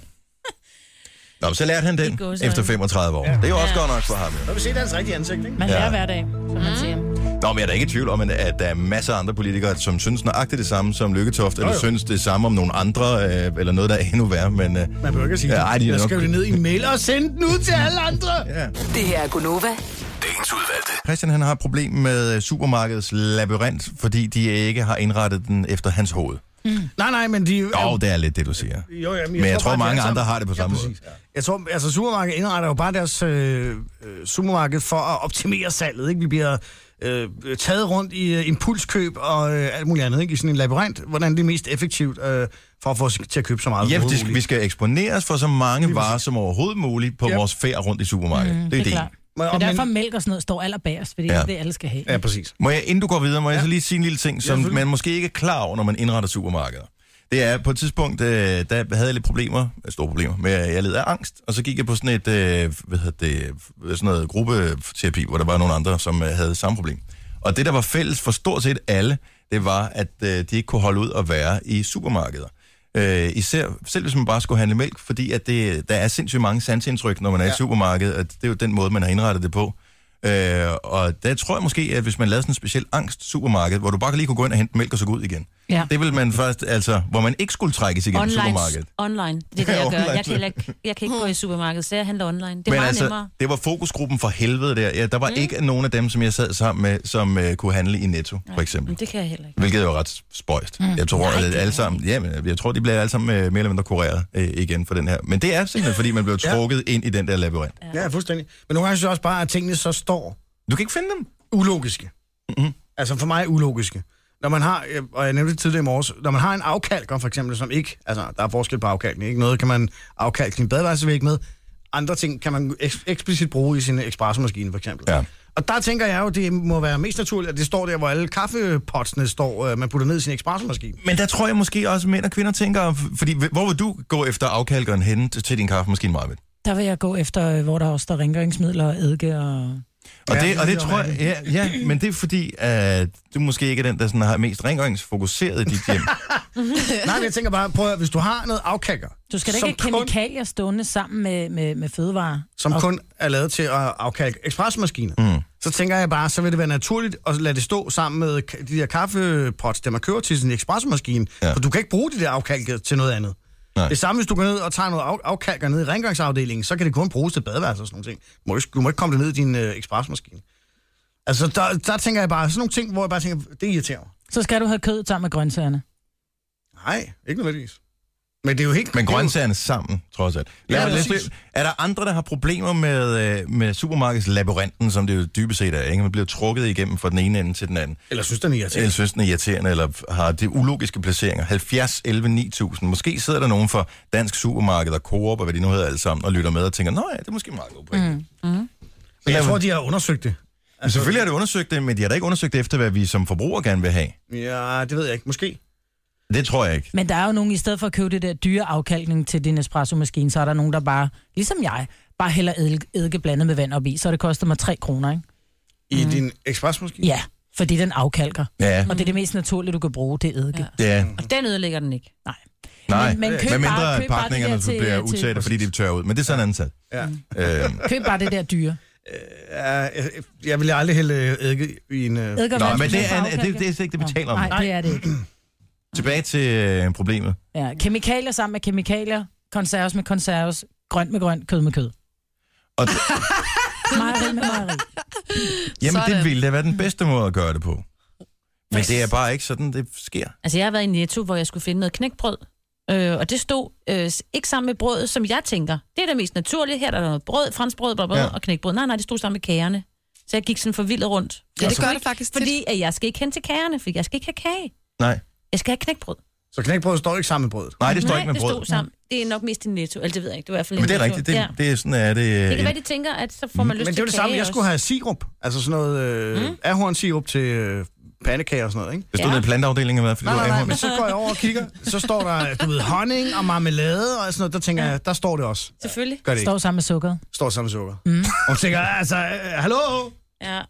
Speaker 1: Nå, men så lærte han den
Speaker 5: I gåseøjne.
Speaker 1: efter 35 år. Det er jo også godt nok for ham. Jo.
Speaker 2: Så har vi set hans rigtige altså ansigt, ikke?
Speaker 4: Man
Speaker 1: Ja.
Speaker 4: lærer hver dag, som man siger.
Speaker 1: Nå, men jeg er da ikke i tvivl om, at- at der er masser af andre politikere, som synes nøjagtigt det samme som Lykketoft, eller
Speaker 2: jo.
Speaker 1: synes det samme om nogle andre, øh, eller noget, der er endnu værre. Men, øh,
Speaker 2: Man behøver ikke at sige
Speaker 1: Ja,
Speaker 2: ja,
Speaker 1: ej,
Speaker 2: ej,
Speaker 1: de er
Speaker 2: det. Jeg
Speaker 1: nok-
Speaker 2: skrev det ned i en mail og sende den ud til alle andre.
Speaker 1: ja.
Speaker 6: Det her er Gunova.
Speaker 7: Dagens udvalgte.
Speaker 1: Christian han har et problem med øh, supermarkedets labyrint, fordi de ikke har indrettet den efter hans hoved.
Speaker 2: Nej, nej, men de...
Speaker 1: Jo, det er lidt det, du siger.
Speaker 2: Jo, jamen,
Speaker 1: Men jeg tror,
Speaker 2: bare, de
Speaker 1: mange
Speaker 2: alle
Speaker 1: andre
Speaker 2: sammen-
Speaker 1: har det på samme måde.
Speaker 2: præcis. Jeg tror, altså supermarkedet indretter jo bare deres øh, øh, supermarked for at optimere salget, ikke? Vi bliver øh, taget rundt i øh, impulskøb og øh, alt muligt andet, ikke? I sådan en labyrint. Hvordan det er mest effektivt øh, for at få os til at købe så meget
Speaker 1: Ja,
Speaker 2: som
Speaker 1: de,
Speaker 2: muligt.
Speaker 1: vi skal eksponeres for så mange varer som overhovedet muligt på vores færd rundt i supermarkedet. Mm, det er det.
Speaker 4: klart.
Speaker 2: Men-
Speaker 4: Men
Speaker 2: og-
Speaker 4: derfor
Speaker 2: men-
Speaker 4: mælk og sådan noget står allerbagerst, fordi det
Speaker 1: Ja.
Speaker 4: er det, alle skal have.
Speaker 2: Ja, præcis.
Speaker 1: Må jeg, inden du går videre, må jeg så lige sige en lille ting, som man måske ikke er klar over, når man indretter supermarkeder. Det er, på et tidspunkt, øh, der havde jeg lidt problemer, øh, store problemer, med at jeg led af angst, og så gik jeg på sådan et, øh, hvad hedder det, øh, sådan noget gruppeterapi, hvor der var nogle andre, som øh, havde samme problem. Og det, der var fælles for stort set alle, det var, at øh, de ikke kunne holde ud at være i supermarkeder. Øh, især, selv hvis man bare skulle handle mælk, fordi at det, der er sindssygt mange sansindtryk, når man er ja. i supermarkedet, og det er jo den måde, man har indrettet det på. Øh, og der tror jeg måske, at hvis man lavede sådan en speciel angst supermarked, hvor du bare lige kunne gå ind og hente mælk og så gå ud igen.
Speaker 5: Ja.
Speaker 1: Det ville man først, altså, hvor man ikke skulle trækkes igennem
Speaker 5: Online,
Speaker 1: supermarkedet.
Speaker 5: online, det er det,
Speaker 1: Ja,
Speaker 5: jeg gør.
Speaker 1: online.
Speaker 5: Jeg kan, heller ikke, jeg kan ikke gå i supermarkedet, så jeg handler online. Det er
Speaker 1: Men
Speaker 5: meget
Speaker 1: altså,
Speaker 5: nemmere.
Speaker 1: det var fokusgruppen for helvede der. Ja, der var mm. ikke nogen af dem, som jeg sad sammen med, som uh, kunne handle i Netto, for eksempel.
Speaker 5: Men det kan jeg heller ikke.
Speaker 1: Hvilket jo er ret spøjst. Mm. Jeg tror, at alle sammen, ja, men jeg tror, de bliver alle sammen øh, mere eller mindre kureret øh, igen for den her. Men det er simpelthen, fordi man blev trukket ind i den der labyrint.
Speaker 2: Ja, fuldstændig. Men nogle gange synes jeg også bare, at tingene så står
Speaker 1: Du kan ikke finde dem.
Speaker 2: ulogiske. Mm-hmm. Altså for mig ulogiske. Når man har, øh, og jeg nævnte det tidligere i morges, når man har en afkalker for eksempel, som ikke, altså der er forskel på afkalkning, ikke? Noget kan man afkalke sin badeværelsesvæg med, andre ting kan man eks- eksplicit bruge i sin espressomaskine for eksempel.
Speaker 1: Ja.
Speaker 2: Og der tænker jeg jo, det må være mest naturligt, at det står der, hvor alle kaffepotsene står, øh, man putter ned i sin espressomaskine.
Speaker 1: Men der tror jeg måske også, at mænd og kvinder tænker, f- fordi h- hvor vil du gå efter afkalkeren hen til, til din kaffemaskine, Marvind?
Speaker 4: Der vil jeg gå efter, øh, hvor der også der er rengøringsmidler og eddike og...
Speaker 1: Og
Speaker 2: Ja,
Speaker 1: det, og det
Speaker 2: det
Speaker 1: tror jeg, ja, ja, men det er fordi, at du måske ikke er den, der sådan har mest rengøringsfokuseret i dit hjem.
Speaker 2: Nej, men jeg tænker bare, prøv at, høre, hvis du har noget afkalker,
Speaker 4: Du skal da
Speaker 2: som
Speaker 4: ikke have
Speaker 2: kun-
Speaker 4: kemikalier stående sammen med, med, med fødevarer.
Speaker 2: som kun er lavet til at afkalke ekspresmaskiner, mm. så tænker jeg bare, så vil det være naturligt at lade det stå sammen med ka- de der kaffepots, der man kører til sin ekspresmaskine,
Speaker 1: Ja.
Speaker 2: ja. for du kan ikke bruge det der afkalke til noget andet.
Speaker 1: Nej.
Speaker 2: Nej. Det samme, hvis du går ned og tager noget af- afkalker ned i rengøringsafdelingen, så kan det kun bruges til badeværelser og sådan nogle ting. Du må ikke, du må ikke komme det ned i din øh, ekspresmaskine. Altså, der, der tænker jeg bare, sådan nogle ting, hvor jeg bare tænker, det irriterer mig.
Speaker 4: Så skal du have kød sammen med grøntsagerne.
Speaker 2: Nej, ikke nødvendigvis. Men det er jo helt...
Speaker 1: Men
Speaker 2: det er jo-
Speaker 1: grøntsagerne sammen, trods alt. Lad
Speaker 2: Ja,
Speaker 1: mig
Speaker 2: præcis.
Speaker 1: lidt- er der andre, der har problemer med, øh, med supermarkedslabyrinten, som det jo dybest set er, ikke? Man bliver trukket igennem fra den ene ende til den anden.
Speaker 2: Eller synes, den er
Speaker 1: Eller
Speaker 2: irriterende.
Speaker 1: synes den er irriterende, eller har de ulogiske placeringer. 70, 11, 9000. Måske sidder der nogen fra Dansk Supermarked og Coop, og hvad de nu hedder alle sammen, og lytter med og tænker, nej, det er måske meget godt point. Mm.
Speaker 2: Men jeg tror, de har undersøgt det.
Speaker 1: Men selvfølgelig har de undersøgt det, men de har da ikke undersøgt efter, hvad vi som forbrugere gerne vil have.
Speaker 2: Ja, det ved jeg ikke. Måske.
Speaker 1: Det tror jeg ikke.
Speaker 4: Men der er jo nogen, i stedet for at købe det der dyre afkalkning til din espresso-maskine, så er der nogen, der bare, ligesom jeg, bare hælder eddike- eddike blandet med vand op i, så det koster mig 3 kroner, ikke?
Speaker 2: I mm. din ekspresmaskine?
Speaker 4: Ja, fordi den afkalker.
Speaker 1: Ja,
Speaker 4: Og det er det mest naturlige, du kan bruge, det er eddike. Ja.
Speaker 1: det er...
Speaker 5: Og den ødelægger den ikke.
Speaker 4: Nej.
Speaker 1: Nej,
Speaker 4: Men- men køb
Speaker 1: med mindre
Speaker 4: bare-
Speaker 1: bare,
Speaker 4: køb bare
Speaker 1: pakningerne
Speaker 4: det der
Speaker 1: til,
Speaker 4: til- øh,
Speaker 1: bliver
Speaker 4: til-
Speaker 1: utætte, fordi de tørrer ud. Men det er sådan en anden sag.
Speaker 2: Ja.
Speaker 1: Øhm,
Speaker 4: Køb bare det der dyre.
Speaker 2: Jeg, jeg ville aldrig hælde eddike i en... Øh,
Speaker 4: Eddike og
Speaker 1: Nå,
Speaker 4: vand,
Speaker 1: men
Speaker 4: som
Speaker 1: det er,
Speaker 4: for
Speaker 1: det, det,
Speaker 4: afkalker.
Speaker 1: det er slet ikke det, vi taler om.
Speaker 4: Nej, det er det ikke.
Speaker 1: Tilbage til øh, problemet.
Speaker 4: Ja, kemikalier sammen med kemikalier, konserves med konserves, grønt med grønt, kød med kød.
Speaker 1: Og det,
Speaker 4: Mejeri med mejeri.
Speaker 1: jamen, det
Speaker 3: Sådan.
Speaker 1: ville da være den bedste måde at gøre det på. Men det er bare ikke sådan, det sker.
Speaker 5: Altså, jeg har været i Netto, hvor jeg skulle finde noget knækbrød. Øh, og det stod øh, s- ikke sammen med brødet, som jeg tænker. Det er det mest naturlige. Her er der noget brød, fransk brød, bla, bla,
Speaker 1: Ja.
Speaker 5: ja. og knækbrød. Nej, nej, det stod sammen med kagerne. Så Så jeg gik sådan forvildet rundt.
Speaker 3: Ja, det
Speaker 4: Altså,
Speaker 5: Jeg
Speaker 3: gør
Speaker 5: skulle
Speaker 3: det faktisk tit.
Speaker 5: Fordi at jeg skal ikke hen til kagerne, for jeg skal ikke have kage.
Speaker 1: Nej.
Speaker 5: Jeg skal have knækbrød.
Speaker 2: Så knækbrødet står ikke sammen med brødet.
Speaker 1: Nej, det står
Speaker 5: Nej,
Speaker 1: ikke med
Speaker 5: det
Speaker 1: brød.
Speaker 5: stod sammen. Mm. Det er nok mest i netto. Altså, det ved jeg ikke. Det var i hvert fald
Speaker 1: Men
Speaker 5: i
Speaker 1: det er
Speaker 5: Netto.
Speaker 1: rigtigt. Det,
Speaker 5: ja.
Speaker 1: det er sådan, at det...
Speaker 5: det kan være, de tænker, at så får man lyst
Speaker 2: Men det
Speaker 5: til
Speaker 2: er det samme,
Speaker 5: kage
Speaker 2: jeg skulle
Speaker 5: også.
Speaker 2: have sirup. Altså sådan noget øh, mm. ahornsirup til øh, pandekager og sådan noget, ikke?
Speaker 1: Det stod
Speaker 5: Ja.
Speaker 1: nede i planteafdelingen, eller hvad, fordi
Speaker 2: Nej,
Speaker 1: du
Speaker 2: nej, nej,
Speaker 1: er
Speaker 2: men
Speaker 1: ahorn.
Speaker 2: så går jeg over og kigger, så står der, du ved, honning og marmelade og sådan noget, der tænker jeg, der står det også.
Speaker 5: Selvfølgelig.
Speaker 2: Gør det ikke.
Speaker 4: Står sammen med sukkeret.
Speaker 2: Står sammen med sukker. Mm. Og tænker, altså, øh, hallo?
Speaker 5: Ja.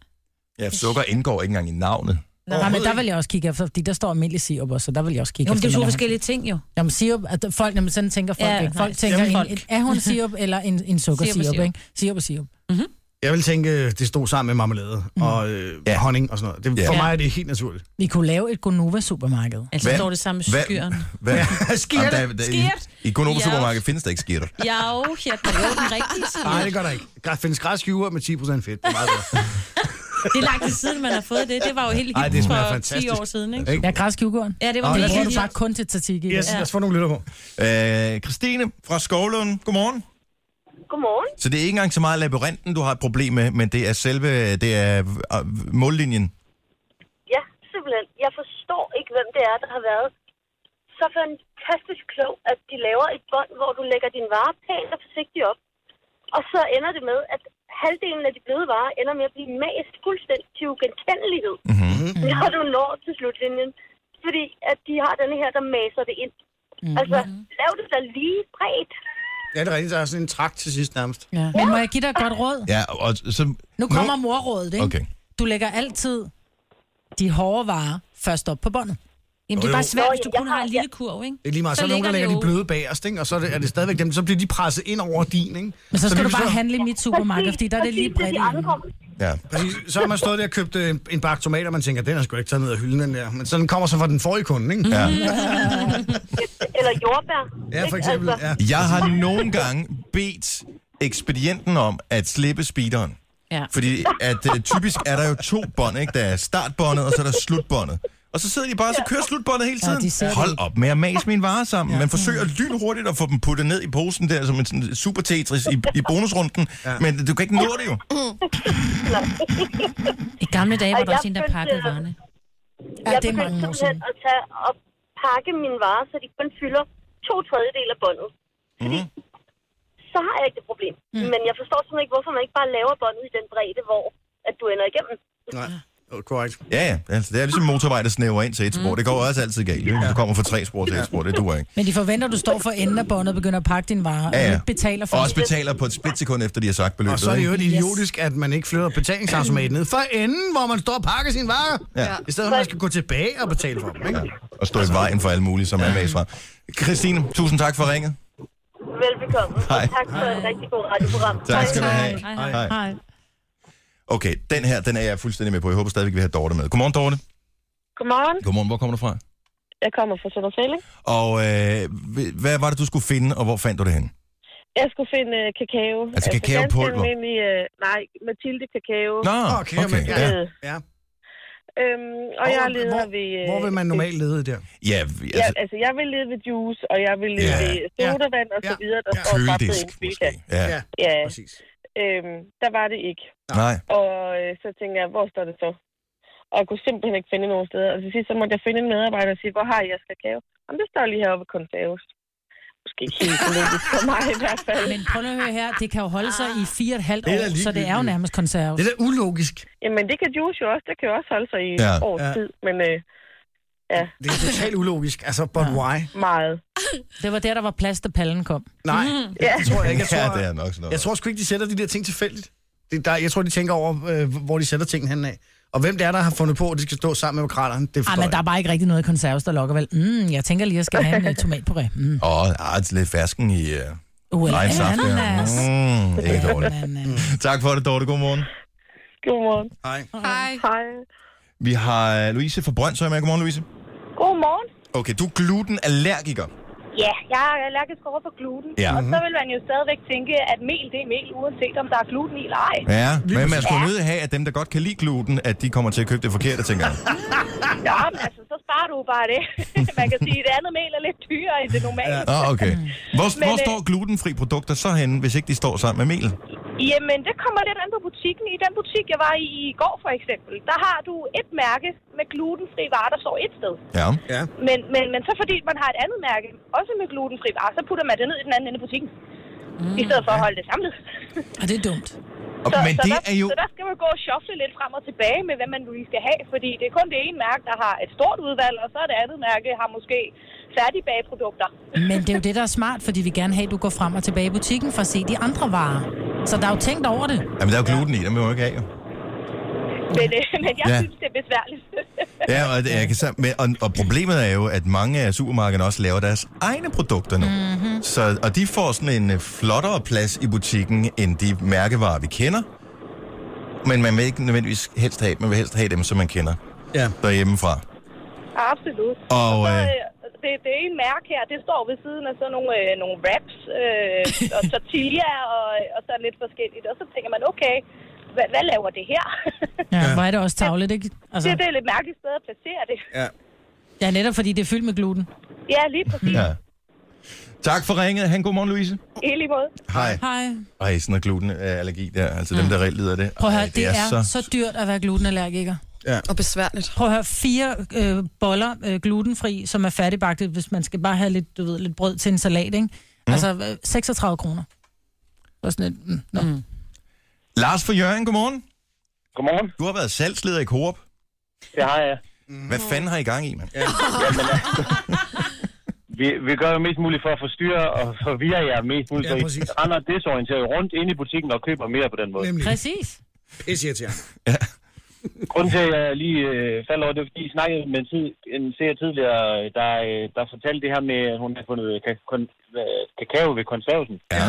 Speaker 1: Ja, sukker indgår ikke engang i navnet.
Speaker 4: Nej, men der vil jeg også kigge efter, fordi der står almindelig sirup også, så der vil jeg også kigge
Speaker 5: Jo, men
Speaker 4: efter.
Speaker 5: det er
Speaker 4: om
Speaker 5: to
Speaker 4: der
Speaker 5: forskellige ting, jo.
Speaker 4: Jamen sirup, at folk, jamen, sådan tænker folk
Speaker 5: Ja,
Speaker 4: ja, ikke.
Speaker 5: nej,
Speaker 4: Folk tænker,
Speaker 5: sirup-
Speaker 4: en, en, er hun sirup eller en, en sukkersirup,
Speaker 5: Sirup og
Speaker 4: sirup, ikke? Sirup og sirup.
Speaker 2: Jeg vil tænke, øh, det stod sammen med marmelade og øh,
Speaker 1: Ja.
Speaker 2: ja. honning og sådan noget. Det,
Speaker 1: Ja.
Speaker 2: For
Speaker 1: Ja.
Speaker 2: mig er det helt naturligt.
Speaker 4: Vi kunne lave et Gonova-supermarked.
Speaker 5: Altså,
Speaker 1: Hvad-
Speaker 5: står det samme med
Speaker 1: Hvad?
Speaker 5: skyren.
Speaker 1: Hvad?
Speaker 2: Sker det?
Speaker 1: Jamen, der- der-
Speaker 5: Skirt.
Speaker 1: I Konoba
Speaker 5: Ja.
Speaker 1: Supermarked findes der ikke skirter.
Speaker 5: Ja, jo, her er jo den rigtige side.
Speaker 2: Nej, det gør der ikke. Der findes græsskiver med 10% fedt. Det er meget bedre.
Speaker 5: Det er lang tid siden, man har fået det. Det var jo helt
Speaker 2: Ej, det
Speaker 5: hyggeligt
Speaker 2: smager
Speaker 5: for
Speaker 2: fantastisk.
Speaker 5: 10 år siden, ikke?
Speaker 2: Ikke?
Speaker 4: Ja, græsk yoghurt.
Speaker 5: Ja, det var
Speaker 2: Ej,
Speaker 5: helt
Speaker 4: Det
Speaker 2: lad os
Speaker 4: bruger
Speaker 2: lige-
Speaker 4: du bare
Speaker 5: hyggeligt.
Speaker 4: kun til tatiki.
Speaker 2: Yes, lad os få nogle lytter på.
Speaker 1: Øh, Christine fra Skovlund, godmorgen.
Speaker 10: Godmorgen.
Speaker 1: Så det er ikke engang så meget labyrinten, du har et problem med, men det er selve det er øh, mållinjen.
Speaker 10: Ja, simpelthen. Jeg forstår ikke, hvem det er, der har været så fantastisk klog, at de laver et bånd, hvor du lægger din vare pænt og forsigtigt op. Og så ender det med, at halvdelen af de bløde varer ender med at blive mast fuldstændig til ugenkendelighed,
Speaker 2: Mhm.
Speaker 10: mm-hmm. når du når til slutlinjen. Fordi at de har denne her, der maser det ind.
Speaker 4: Mhm.
Speaker 10: Mm-hmm. Altså, lav det da lige bredt.
Speaker 2: Ja, det er rigtigt. Der er sådan en trakt til sidst nærmest.
Speaker 4: Ja. Men må jeg give dig et godt råd?
Speaker 1: Ja, og så...
Speaker 4: Nu kommer morrådet, ikke?
Speaker 1: Okay.
Speaker 4: Du lægger altid de hårde varer først op på båndet.
Speaker 5: Jamen, det er bare svært, hvis du
Speaker 10: Nå,
Speaker 5: kun
Speaker 10: jeg
Speaker 5: har en
Speaker 10: har-
Speaker 5: lille kurv, ikke?
Speaker 2: Det er lige meget. Så,
Speaker 5: Så
Speaker 2: så nogen, der
Speaker 5: ligger det
Speaker 2: lægger de
Speaker 5: jo-
Speaker 2: bløde bagerst, ikke? og så er det, er det stadigvæk dem. Så bliver de presset ind over din, ikke?
Speaker 4: Men så skal
Speaker 2: lige
Speaker 4: du bare
Speaker 2: pludselig-
Speaker 4: handle i mit supermarked, fordi der er det lige
Speaker 10: Præcis,
Speaker 4: bredt
Speaker 10: til
Speaker 4: i
Speaker 10: de andre
Speaker 4: enden.
Speaker 10: kommer.
Speaker 1: Ja.
Speaker 2: Præcis. Så har man stået der og købt øh, en, en bakke tomater, og man tænker, den er sgu ikke taget ned af hylden, den der. Men sådan kommer så fra den forrige kunde, ikke?
Speaker 1: ja.
Speaker 10: Eller jordbær.
Speaker 2: Ja, for
Speaker 10: ikke?
Speaker 2: eksempel.
Speaker 10: Altså,
Speaker 2: Ja.
Speaker 1: Jeg har nogle gange bedt ekspedienten om at slippe speederen.
Speaker 5: Ja.
Speaker 1: Fordi at øh, typisk er der jo to bånd, ikke? Der er startbåndet, og så er der slutbåndet. Og så sidder de bare og så kører slutbåndet hele
Speaker 4: Ja, de
Speaker 1: tiden.
Speaker 4: ser
Speaker 1: Ja,
Speaker 4: det.
Speaker 1: Hold op med at mase mine varer sammen. Ja. Man forsøger lynhurtigt at få dem puttet ned i posen der, som en sådan super Tetris i, i bonusrunden. Ja. Men du kan ikke nå det jo.
Speaker 5: I gamle dage var
Speaker 10: Og
Speaker 5: der også
Speaker 10: jeg
Speaker 5: en, der
Speaker 10: følte-
Speaker 5: pakkede varerne.
Speaker 4: Ja,
Speaker 10: jeg
Speaker 4: det er
Speaker 10: begyndte
Speaker 4: mange år
Speaker 10: simpelthen
Speaker 4: siden.
Speaker 10: at tage og pakke mine varer, så de kun fylder to tredjedel af båndet. Fordi så har jeg ikke det problem. Mm. Men jeg forstår simpelthen ikke, hvorfor man ikke bare laver båndet i den bredde, hvor at du ender igennem.
Speaker 2: Nej, Jo, korrekt.
Speaker 1: Ja, ja. Altså, det er ligesom motorvej, der snæver ind til et spor. Det går også altid galt. ikke? Du kommer fra tre spor til et spor. Det duer ikke.
Speaker 4: Men de forventer, at du står for enden af båndet og begynder at pakke dine varer.
Speaker 1: Ja,
Speaker 4: Og
Speaker 1: ja.
Speaker 4: ikke betaler for
Speaker 1: Og
Speaker 4: det.
Speaker 1: også betaler på et splitsekund, efter de har sagt beløbet.
Speaker 2: Og så er det jo
Speaker 1: ikke?
Speaker 2: et idiotisk, at man ikke flytter betalingsautomaten ned for enden, hvor man står og pakker sine varer.
Speaker 1: Ja.
Speaker 2: I stedet for, at man skal gå tilbage og betale for dem, ikke?
Speaker 1: Og stå i vejen for alle mulige, som er med fra. Christine, tusind tak for ringet.
Speaker 10: Velbekomme.
Speaker 1: Hej.
Speaker 10: Og tak for et rigtig godt radioprogram.
Speaker 1: Tak skal du have.
Speaker 5: Hej, hej.
Speaker 1: Hej.
Speaker 4: Nej.
Speaker 1: Okay, den her, den er jeg fuldstændig med på. Jeg håber stadigvæk, vi har Dorte med. Godmorgen, Dorte.
Speaker 10: Godmorgen.
Speaker 1: Godmorgen, hvor kommer du fra?
Speaker 10: Jeg kommer fra Søndersæling.
Speaker 1: Og øh, hv- hvad var det, du skulle finde, og hvor fandt du det hen?
Speaker 10: Jeg skulle finde øh, kakao.
Speaker 1: Altså kakaopulver?
Speaker 10: ganske almindelig, øh, nej, Mathilde kakao.
Speaker 1: Nå,
Speaker 2: Okay,
Speaker 1: okay.
Speaker 2: men-
Speaker 1: Ja,
Speaker 10: Øh,
Speaker 2: Ja.
Speaker 10: Øhm, og jeg
Speaker 2: hvor,
Speaker 10: leder ved... øh,
Speaker 2: hvor, hvor vil man normalt lede der?
Speaker 1: ja vi-
Speaker 10: Ja,
Speaker 1: altså,
Speaker 10: altså, jeg vil lede ved juice, og jeg vil lede
Speaker 1: Ja.
Speaker 10: ved
Speaker 2: Ja.
Speaker 10: sodavand og så
Speaker 2: Ja.
Speaker 10: videre, der
Speaker 2: Ja.
Speaker 10: står bare i
Speaker 1: køledisk
Speaker 10: en
Speaker 1: måske.
Speaker 10: fika.
Speaker 1: Ja,
Speaker 10: Ja,
Speaker 2: præcis.
Speaker 10: øhm, der var det ikke.
Speaker 1: nej.
Speaker 10: Og øh, så tænkte jeg, hvor står det så? Og jeg kunne simpelthen ikke finde nogen steder. Og til sidst, så måtte jeg finde en medarbejder og sige, hvor har I jeres kakao? Jamen, det står lige heroppe ved konserves. Måske ikke helt politisk for mig i hvert fald.
Speaker 4: Men prøv lige at høre her, det kan jo holde sig i fire og et halvt
Speaker 2: Det er da
Speaker 4: år, så det er jo
Speaker 2: ligegyldigt.
Speaker 4: nærmest
Speaker 2: Det
Speaker 4: konserves.
Speaker 2: er da ulogisk.
Speaker 10: Jamen, det kan juice jo også. Det kan jo også holde sig i
Speaker 1: Ja.
Speaker 10: ja. års
Speaker 2: Ja.
Speaker 10: tid, men øh,
Speaker 2: Det er totalt ulogisk. Altså, but why?
Speaker 10: meget.
Speaker 4: Det var der, der var plads, da pallen kom.
Speaker 2: Nej,
Speaker 10: Ja.
Speaker 2: det tror jeg ikke. Jeg
Speaker 1: Ja,
Speaker 2: tror,
Speaker 1: det er nok sådan noget.
Speaker 2: Jeg tror sgu ikke, de sætter de der ting tilfældigt. Det, der, jeg tror, de tænker over, øh, hvor de sætter tingene henad. Og hvem det er, der har fundet på, at de skal stå sammen med makrallerne, det
Speaker 4: Ej,
Speaker 2: forstår
Speaker 4: Ah, men der er bare ikke rigtig noget i konserves, der lokker vel. Mm, jeg tænker lige, at jeg skal have en uh, tomatpuré. Mm.
Speaker 1: Åh, oh, ah, lidt fersken i øh,
Speaker 4: Uh, eller
Speaker 1: egen saft. der.
Speaker 4: ananas.
Speaker 1: Mm, det er ikke dårligt.
Speaker 4: Ananas.
Speaker 1: Tak for det, Dorte. Godmorgen.
Speaker 10: Godmorgen.
Speaker 2: jeg. Nej.
Speaker 3: Hej.
Speaker 10: Hej.
Speaker 1: Vi har øh, Louise fra Brøndshøj med. Godmorgen, Louise.
Speaker 10: Godmorgen.
Speaker 1: Okay, du er glutenallergiker.
Speaker 10: Ja, jeg er allergisk over for gluten.
Speaker 1: Ja. Mhm.
Speaker 10: Og så vil man jo stadigvæk tænke, at mel det er mel, uanset om der er gluten i eller ej.
Speaker 1: Ja, men man skulle nødt have, at dem, der godt kan lide gluten, at de kommer til at købe det forkerte, tænker jeg.
Speaker 10: Ja, men altså, så sparer du jo bare det. man kan sige, at det andet mel er lidt dyrere end det normale.
Speaker 1: Ah, okay. Hvor,
Speaker 10: Men,
Speaker 1: hvor
Speaker 10: øh,
Speaker 1: står glutenfri produkter så henne, hvis ikke de står sammen med mel?
Speaker 10: Jamen, det kommer lidt an på butikken. I den butik, jeg var i i går for eksempel, der har du et mærke med glutenfri varer, der står et sted.
Speaker 1: Ja.
Speaker 2: ja.
Speaker 10: Men, men, men så fordi man har et andet mærke, også med glutenfri varer, så putter man det ned i den anden ende af butikken. Mm. I stedet for at holde det samlet.
Speaker 4: Og det er dumt.
Speaker 1: Og,
Speaker 10: Så,
Speaker 1: men
Speaker 10: så,
Speaker 1: det
Speaker 10: der,
Speaker 1: er jo...
Speaker 10: så der skal man gå og shuffle lidt frem og tilbage med, hvad man nu lige skal have. Fordi det er kun det ene mærke, der har et stort udvalg, og så er det andet mærke, har måske færdigbageprodukter.
Speaker 4: Men det er jo det, der er smart, fordi vi gerne have, at du går frem og tilbage i butikken for at se de andre varer. Så der er jo tænkt over det.
Speaker 1: Jamen, der er jo gluten i, det må man jo ikke have, jo.
Speaker 10: Men, øh, men jeg
Speaker 1: Ja.
Speaker 10: ja. synes, det er besværligt.
Speaker 1: Ja, og, det, jeg kan, sam- men, og, og problemet er jo, at mange af supermarkederne også laver deres egne produkter nu. Mm-hmm. Så, og de får sådan en øh, flottere plads i butikken, end de mærkevarer, vi kender. Men man vil ikke nødvendigvis helst have dem, man vil helst have dem, som man kender
Speaker 2: Ja.
Speaker 1: derhjemmefra.
Speaker 10: Absolut.
Speaker 1: Og,
Speaker 10: så,
Speaker 1: øh,
Speaker 10: øh, det, det ene mærke her, det står ved siden af sådan nogle, øh, nogle wraps øh, og tortilla og, øh, og så lidt forskelligt. Og så tænker man, okay, hvad, hvad laver det her?
Speaker 4: Ja, ja. Hvor er det også tavlet, ikke?
Speaker 10: Altså.
Speaker 4: Altså,
Speaker 10: det, det er et lidt mærkeligt sted at placere det.
Speaker 2: ja.
Speaker 4: ja, netop fordi det er fyldt med gluten.
Speaker 10: Ja, lige præcis.
Speaker 1: Ja. Tak for ringet. Han, godmorgen, Louise.
Speaker 10: I lige måde.
Speaker 1: Hej.
Speaker 4: Hej. Mm.
Speaker 1: Ej, sådan noget glutenallergi der. Altså dem, der reelt lider af det.
Speaker 4: Prøv at
Speaker 1: Ej,
Speaker 4: høre, det, det er, er så... så dyrt at være glutenallergiker.
Speaker 3: Og besværligt.
Speaker 4: Prøv at høre, fire øh, boller øh, glutenfri, som er færdigbagte, hvis man skal bare have lidt, du ved, lidt brød til en salat, ikke? Mm. Altså øh, 36 kroner. Det var sådan lidt, mm, no. mm.
Speaker 1: Lars fra Jørgen, godmorgen.
Speaker 11: Godmorgen.
Speaker 1: Du har været salgsleder i Coop.
Speaker 11: Det har jeg.
Speaker 1: Hvad
Speaker 4: Mm.
Speaker 1: fanden har I gang i, mand? Ja.
Speaker 11: Vi, vi gør jo mest muligt for at forstyrre og forvirre jer mest muligt,
Speaker 2: Ja,
Speaker 11: ja, så
Speaker 2: præcis.
Speaker 11: I andre desorienterer jo rundt inde i butikken og køber mere på den måde.
Speaker 2: Nemlig.
Speaker 4: Præcis.
Speaker 2: Pisse irriterende.
Speaker 11: Grunden til, at jeg lige øh, faldt over, det er, fordi I snakkede med en, tid, en seer tidligere, der, øh, der fortalte det her med, at hun har fundet ka- kon- øh, kakao ved konservesen.
Speaker 1: ja.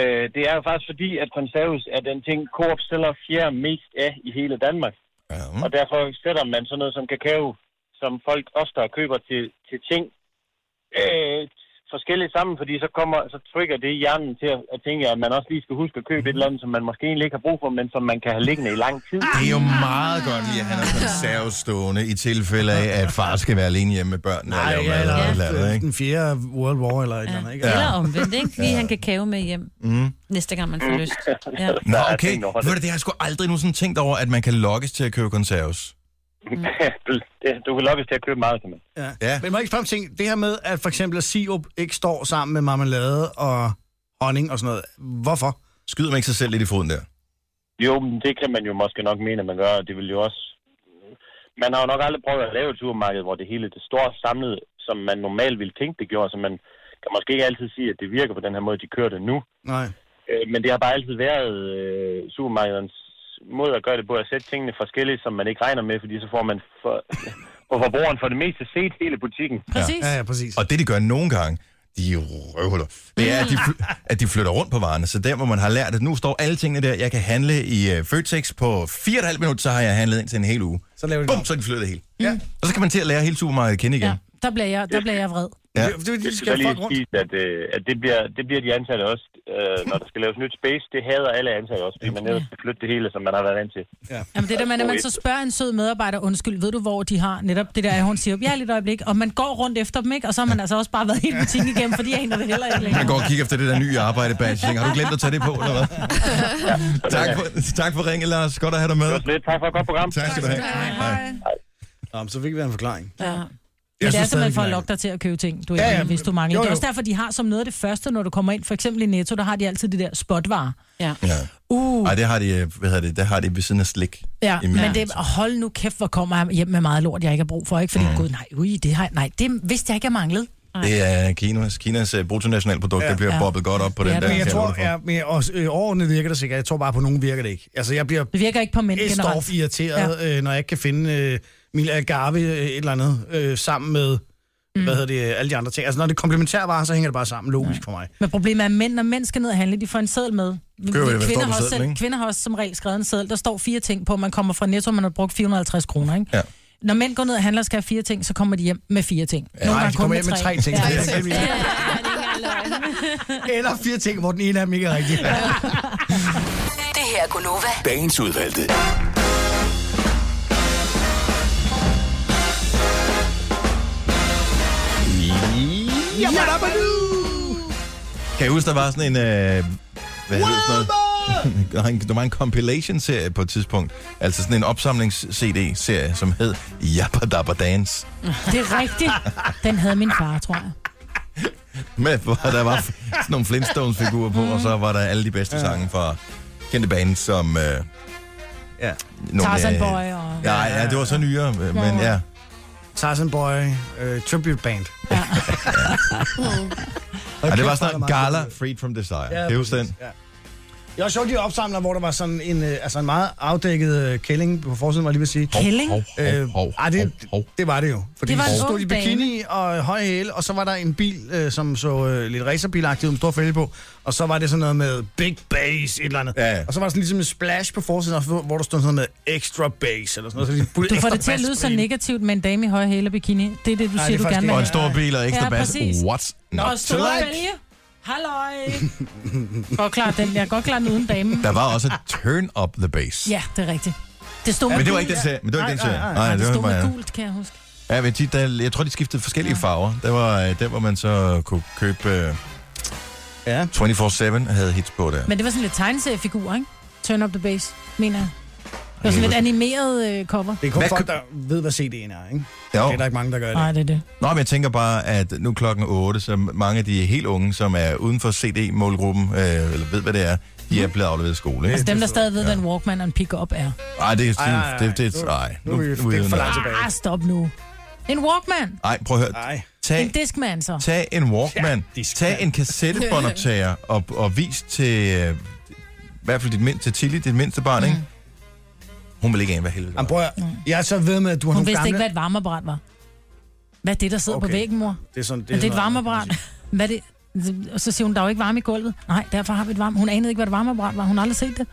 Speaker 11: Øh, det er jo faktisk fordi, at konserves er den ting, Coop sælger fjerde mest af i hele Danmark.
Speaker 1: ja.
Speaker 11: Og derfor sætter man sådan noget som kakao, som folk oftere køber til, til ting øh, forskelligt sammen, fordi så, kommer, så trigger det hjernen til at, at tænke, at man også lige skal huske at købe et eller andet, som man måske egentlig ikke har brug for, men som man kan have liggende i lang tid.
Speaker 1: Det er jo meget godt lige, at han er konserve stående i tilfælde af, at far skal være alene hjemme med børnene og
Speaker 2: Nej,
Speaker 1: lave
Speaker 2: ja,
Speaker 1: mad eller et eller
Speaker 2: eller
Speaker 1: andet,
Speaker 2: ja.
Speaker 1: ikke?
Speaker 2: den fjerde World War eller et eller andet, ikke?
Speaker 5: Eller omvendt, ikke? Lige han kan kave med hjem,
Speaker 1: Mm.
Speaker 5: næste gang man får lyst. Ja.
Speaker 1: Nå,
Speaker 11: jeg
Speaker 1: okay.
Speaker 11: tænkte over det.
Speaker 1: Ved du, det har jeg sgu aldrig nogensinde tænkt over, at man kan lokkes til at købe konserves.
Speaker 11: du, det- du kan lokkes til at købe meget, kan man.
Speaker 2: Ja.
Speaker 1: Ja.
Speaker 2: ja. Men må jeg ikke spørge om ting? Det her med, at for eksempel at sirup ikke står sammen med marmelade og honning og sådan noget. Hvorfor?
Speaker 1: Skyder man ikke sig selv lidt i foden der?
Speaker 11: Jo, men det kan man jo måske nok mene, at man gør, og det vil jo også... Man har jo nok aldrig prøvet at lave et supermarked, hvor det hele det står samlet, som man normalt ville tænke, det gjorde, så man kan måske ikke altid sige, at det virker på den her måde, de kører det nu.
Speaker 2: Nej.
Speaker 11: Øh, men det har bare altid været øh, supermarkedernes måde at gøre det på, at sætte tingene forskellige, som man ikke regner med, fordi så får man for, for forbrugeren for det meste set hele butikken.
Speaker 4: Præcis.
Speaker 2: Ja, ja, præcis.
Speaker 1: Og det, de gør nogle gange, de er røvhuller, det er, at de, fly- at de flytter rundt på varerne. Så der, hvor man har lært, at nu står alle tingene der, jeg kan handle i uh, Føtex på 4,5 minutter, så har jeg handlet ind til en hel uge.
Speaker 2: Så laver de
Speaker 1: Bum,
Speaker 2: det.
Speaker 1: så er de flyttet det hele. Ja. Og så kan man til at lære hele supermarkedet at kende igen.
Speaker 4: Ja, der bliver jeg, der bliver jeg vred.
Speaker 1: Ja.
Speaker 2: Ja. Det, det,
Speaker 11: Det
Speaker 2: det
Speaker 11: skal så
Speaker 2: skal folk
Speaker 11: lige
Speaker 2: rundt.
Speaker 11: sige, at, øh, at det, bliver, det bliver de ansatte også, øh, når der skal laves nyt space. Det hader alle ansatte også, fordi man netop skal flytte det hele, som man har været vant til.
Speaker 4: Jamen det der med, at man så spørger en sød medarbejder, undskyld, ved du, hvor de har netop det der, hun siger, ja, lidt øjeblik, og man går rundt efter dem, ikke? Og så har man altså også bare været helt butikken igennem, fordi jeg aner det heller ikke
Speaker 1: Jeg
Speaker 4: længere.
Speaker 1: går og kigger efter det der nye arbejde bag. Har du glemt at tage det på, eller hvad? tak, for, tak for ringe, Lars. Godt at have dig med.
Speaker 11: Det var så lidt. Tak for et godt program.
Speaker 1: Tak skal du have. Hej.
Speaker 2: Nå, men så fik vi en forklaring.
Speaker 4: Ja.
Speaker 2: Jeg
Speaker 4: Men det er
Speaker 2: synes
Speaker 4: simpelthen
Speaker 2: stadig,
Speaker 4: for at
Speaker 2: nej.
Speaker 4: lokke dig til at købe ting, du
Speaker 2: Ja,
Speaker 4: ja,
Speaker 2: ja,
Speaker 4: ja, hvis du mangler.
Speaker 2: jo,
Speaker 4: Det er
Speaker 2: jo.
Speaker 4: også derfor, de har som noget af det første, når du kommer ind, for eksempel i Netto, der har de altid det der spotvarer.
Speaker 5: Ja.
Speaker 1: Ja.
Speaker 4: Uh,
Speaker 1: Ej, det har de, øh, hvad hedder det, det har de ved siden af slik.
Speaker 4: ja,
Speaker 1: i min-
Speaker 4: men det, og hold nu kæft, hvor kommer jeg hjem med meget lort, jeg ikke har brug for, ikke? Fordi, mm. gud, nej, ui, det har, nej, det vidste jeg ikke, jeg manglede.
Speaker 1: Det er Kinas, Kinas øh, bruttonationalprodukt, ja. der bliver
Speaker 4: Ja.
Speaker 1: bobbet godt op på
Speaker 4: Ja,
Speaker 1: den
Speaker 4: det
Speaker 1: der.
Speaker 4: er
Speaker 2: Men
Speaker 1: kan
Speaker 2: jeg tror,
Speaker 1: love dig for.
Speaker 2: ja, men jeg, også, øh, overordnet virker det sikkert. Jeg tror bare, på nogen virker det ikke. Altså, jeg bliver
Speaker 4: Det virker ikke på mænd
Speaker 2: estorf
Speaker 4: generelt.
Speaker 2: irriteret, ja. øh, når jeg ikke kan finde øh, min agave øh, et eller andet øh, sammen med, mm. hvad hedder det, øh, alle de andre ting. Altså, når det er komplementære varer, så hænger det bare sammen logisk for mig.
Speaker 4: Men problemet er, at mænd, når mænd skal ned og handle, de får en seddel med.
Speaker 1: hvad der står på
Speaker 4: har også,
Speaker 1: sedlen,
Speaker 4: selv-
Speaker 1: ikke?
Speaker 4: kvinder har også som regel skrevet en seddel. Der står fire ting på, man kommer fra Netto, man har brugt 450 kroner, ikke?
Speaker 1: Ja.
Speaker 4: Når mænd går ned og handler og skal have fire ting, så kommer de hjem med fire ting. Ja,
Speaker 2: Nej, de kommer hjem med tre ting.
Speaker 4: Ja,
Speaker 2: Det er helt vildt. Eller fire ting, hvor den ene af dem ikke er rigtig.
Speaker 6: Det her er Gunova.
Speaker 7: Dagens udvalgte.
Speaker 1: Kan jeg huske, der var sådan en, øh, hvad hedder sådan noget? Der var en- Der var en compilation-serie på et tidspunkt. Altså sådan en opsamlings-CD-serie, som hed Jabba Dabba Dance.
Speaker 4: Det er rigtigt. Den havde min far, tror jeg.
Speaker 1: Med, hvor der var sådan nogle Flintstones-figurer på, og så var der alle de bedste sange fra kendte bands, som... Øh, ja.
Speaker 2: Tarzan Boy og-
Speaker 1: Ja, ja, det var så nyere, øh, men ja.
Speaker 2: Tarzan Boy, uh, Tribute Band.
Speaker 1: Og det var
Speaker 2: kæft,
Speaker 1: sådan en
Speaker 2: hvor er der meget
Speaker 1: gala Freed from Desire.
Speaker 2: Ja,
Speaker 1: Ja, det er jo
Speaker 2: præcis,
Speaker 1: den.
Speaker 2: ja. Jeg var sjovt, de opsamler, hvor der var sådan en, øh, altså en meget afdækket øh, kælling på forsiden, var jeg lige ved at sige.
Speaker 4: Kælling?
Speaker 2: Hov, hov, hov, Ej, det, det var det jo. Fordi
Speaker 4: Det var en
Speaker 2: så stod
Speaker 4: ung
Speaker 2: i bikini og øh, høj hæle, og så var der en bil, øh, som så øh, lidt racerbilagtig ud med stor fælge på, og så var det sådan noget med big bass, et eller andet.
Speaker 1: Ja.
Speaker 2: Og så var der sådan ligesom en splash på forsiden, og så- hvor der stod sådan noget med extra bass, eller sådan noget. Så de puttede
Speaker 4: Du får
Speaker 2: ekstra
Speaker 4: det til at lyde
Speaker 2: bass
Speaker 4: så
Speaker 2: på den.
Speaker 4: negativt med en dame i høje hæle og bikini. Det er det, du
Speaker 2: Nej,
Speaker 4: siger,
Speaker 2: det er
Speaker 4: du
Speaker 2: faktisk
Speaker 4: gerne vil
Speaker 2: ikke-
Speaker 1: Og en
Speaker 4: have.
Speaker 1: stor bil og ekstra
Speaker 4: Ja,
Speaker 1: bass.
Speaker 4: præcis.
Speaker 1: What's
Speaker 4: Og
Speaker 1: not to
Speaker 4: store
Speaker 1: like?
Speaker 4: bælge. Halløj. godt klart den. Jeg er godt klar den uden damen.
Speaker 1: Der var også Turn Up The Bass.
Speaker 4: Ja, det er rigtigt. Det stod
Speaker 1: Men
Speaker 4: med
Speaker 1: det var
Speaker 4: gult.
Speaker 1: ikke den serie. Men det var ikke den
Speaker 4: Nej,
Speaker 1: serie.
Speaker 4: nej,
Speaker 1: Nej,
Speaker 4: Nej, det
Speaker 1: det var
Speaker 4: stod med
Speaker 1: bare-
Speaker 4: gult, kan jeg huske.
Speaker 1: Ja, men de, der, jeg tror, de skiftede forskellige farver. Der var øh, der, hvor man så kunne købe øh,
Speaker 2: ja.
Speaker 1: 24-7 havde hits på der.
Speaker 4: Men det var sådan lidt tegneseriefigur, ikke? Turn up the bass, mener jeg. Det var sådan lidt
Speaker 1: Ej,
Speaker 4: animeret øh, cover.
Speaker 2: Det er kun
Speaker 1: Hvad
Speaker 2: folk,
Speaker 1: køb-
Speaker 2: der ved, hvad CD'en er, ikke?
Speaker 1: Jo.
Speaker 2: Det er der ikke mange, der gør det.
Speaker 4: Nej, det er det.
Speaker 1: Nå, men jeg tænker bare, at nu er klokken 8, så mange af de helt unge, som er uden for CD-målgruppen, øh, eller ved, hvad det er, de er blevet afleveret i skole.
Speaker 4: Altså dem, der
Speaker 1: stadig...
Speaker 4: stadig ved, hvad en Walkman og en pickup er.
Speaker 1: Ej, det
Speaker 2: Ej, ej,
Speaker 1: er...
Speaker 2: ej.
Speaker 1: Det, det, det,
Speaker 2: Nu-
Speaker 1: ej,
Speaker 2: nu er vi- det er for langt tilbage.
Speaker 4: Ah, stop nu. En Walkman.
Speaker 1: Ej, prøv at
Speaker 4: Ah.
Speaker 1: høre.
Speaker 2: Nej.
Speaker 4: En
Speaker 1: Tag,
Speaker 4: Discman, så.
Speaker 1: tag en Walkman, tag en kassettebåndoptager og, og vis til... Øh, I hvert fald dit mindste, til Tilly, dit mindste barn, ikke? Hun vil ikke ane, hvad helvede det
Speaker 2: Jamen, prøv at, jeg er så ved med, at du har
Speaker 4: Mm. Hun
Speaker 2: nogle
Speaker 4: vidste
Speaker 2: gamle...
Speaker 4: ikke, hvad et varmeapparat var. Hvad er det, der sidder okay. på
Speaker 2: Okay.
Speaker 4: væggen, mor?
Speaker 2: Det er, sådan,
Speaker 4: Det er, det er et
Speaker 2: sådan-
Speaker 4: varmeapparat. Hvad er det? Og så siger hun, der er jo ikke varme i gulvet. Nej, derfor har vi et varme. Hun anede ikke, hvad et varmeapparat var. Hun har aldrig set det.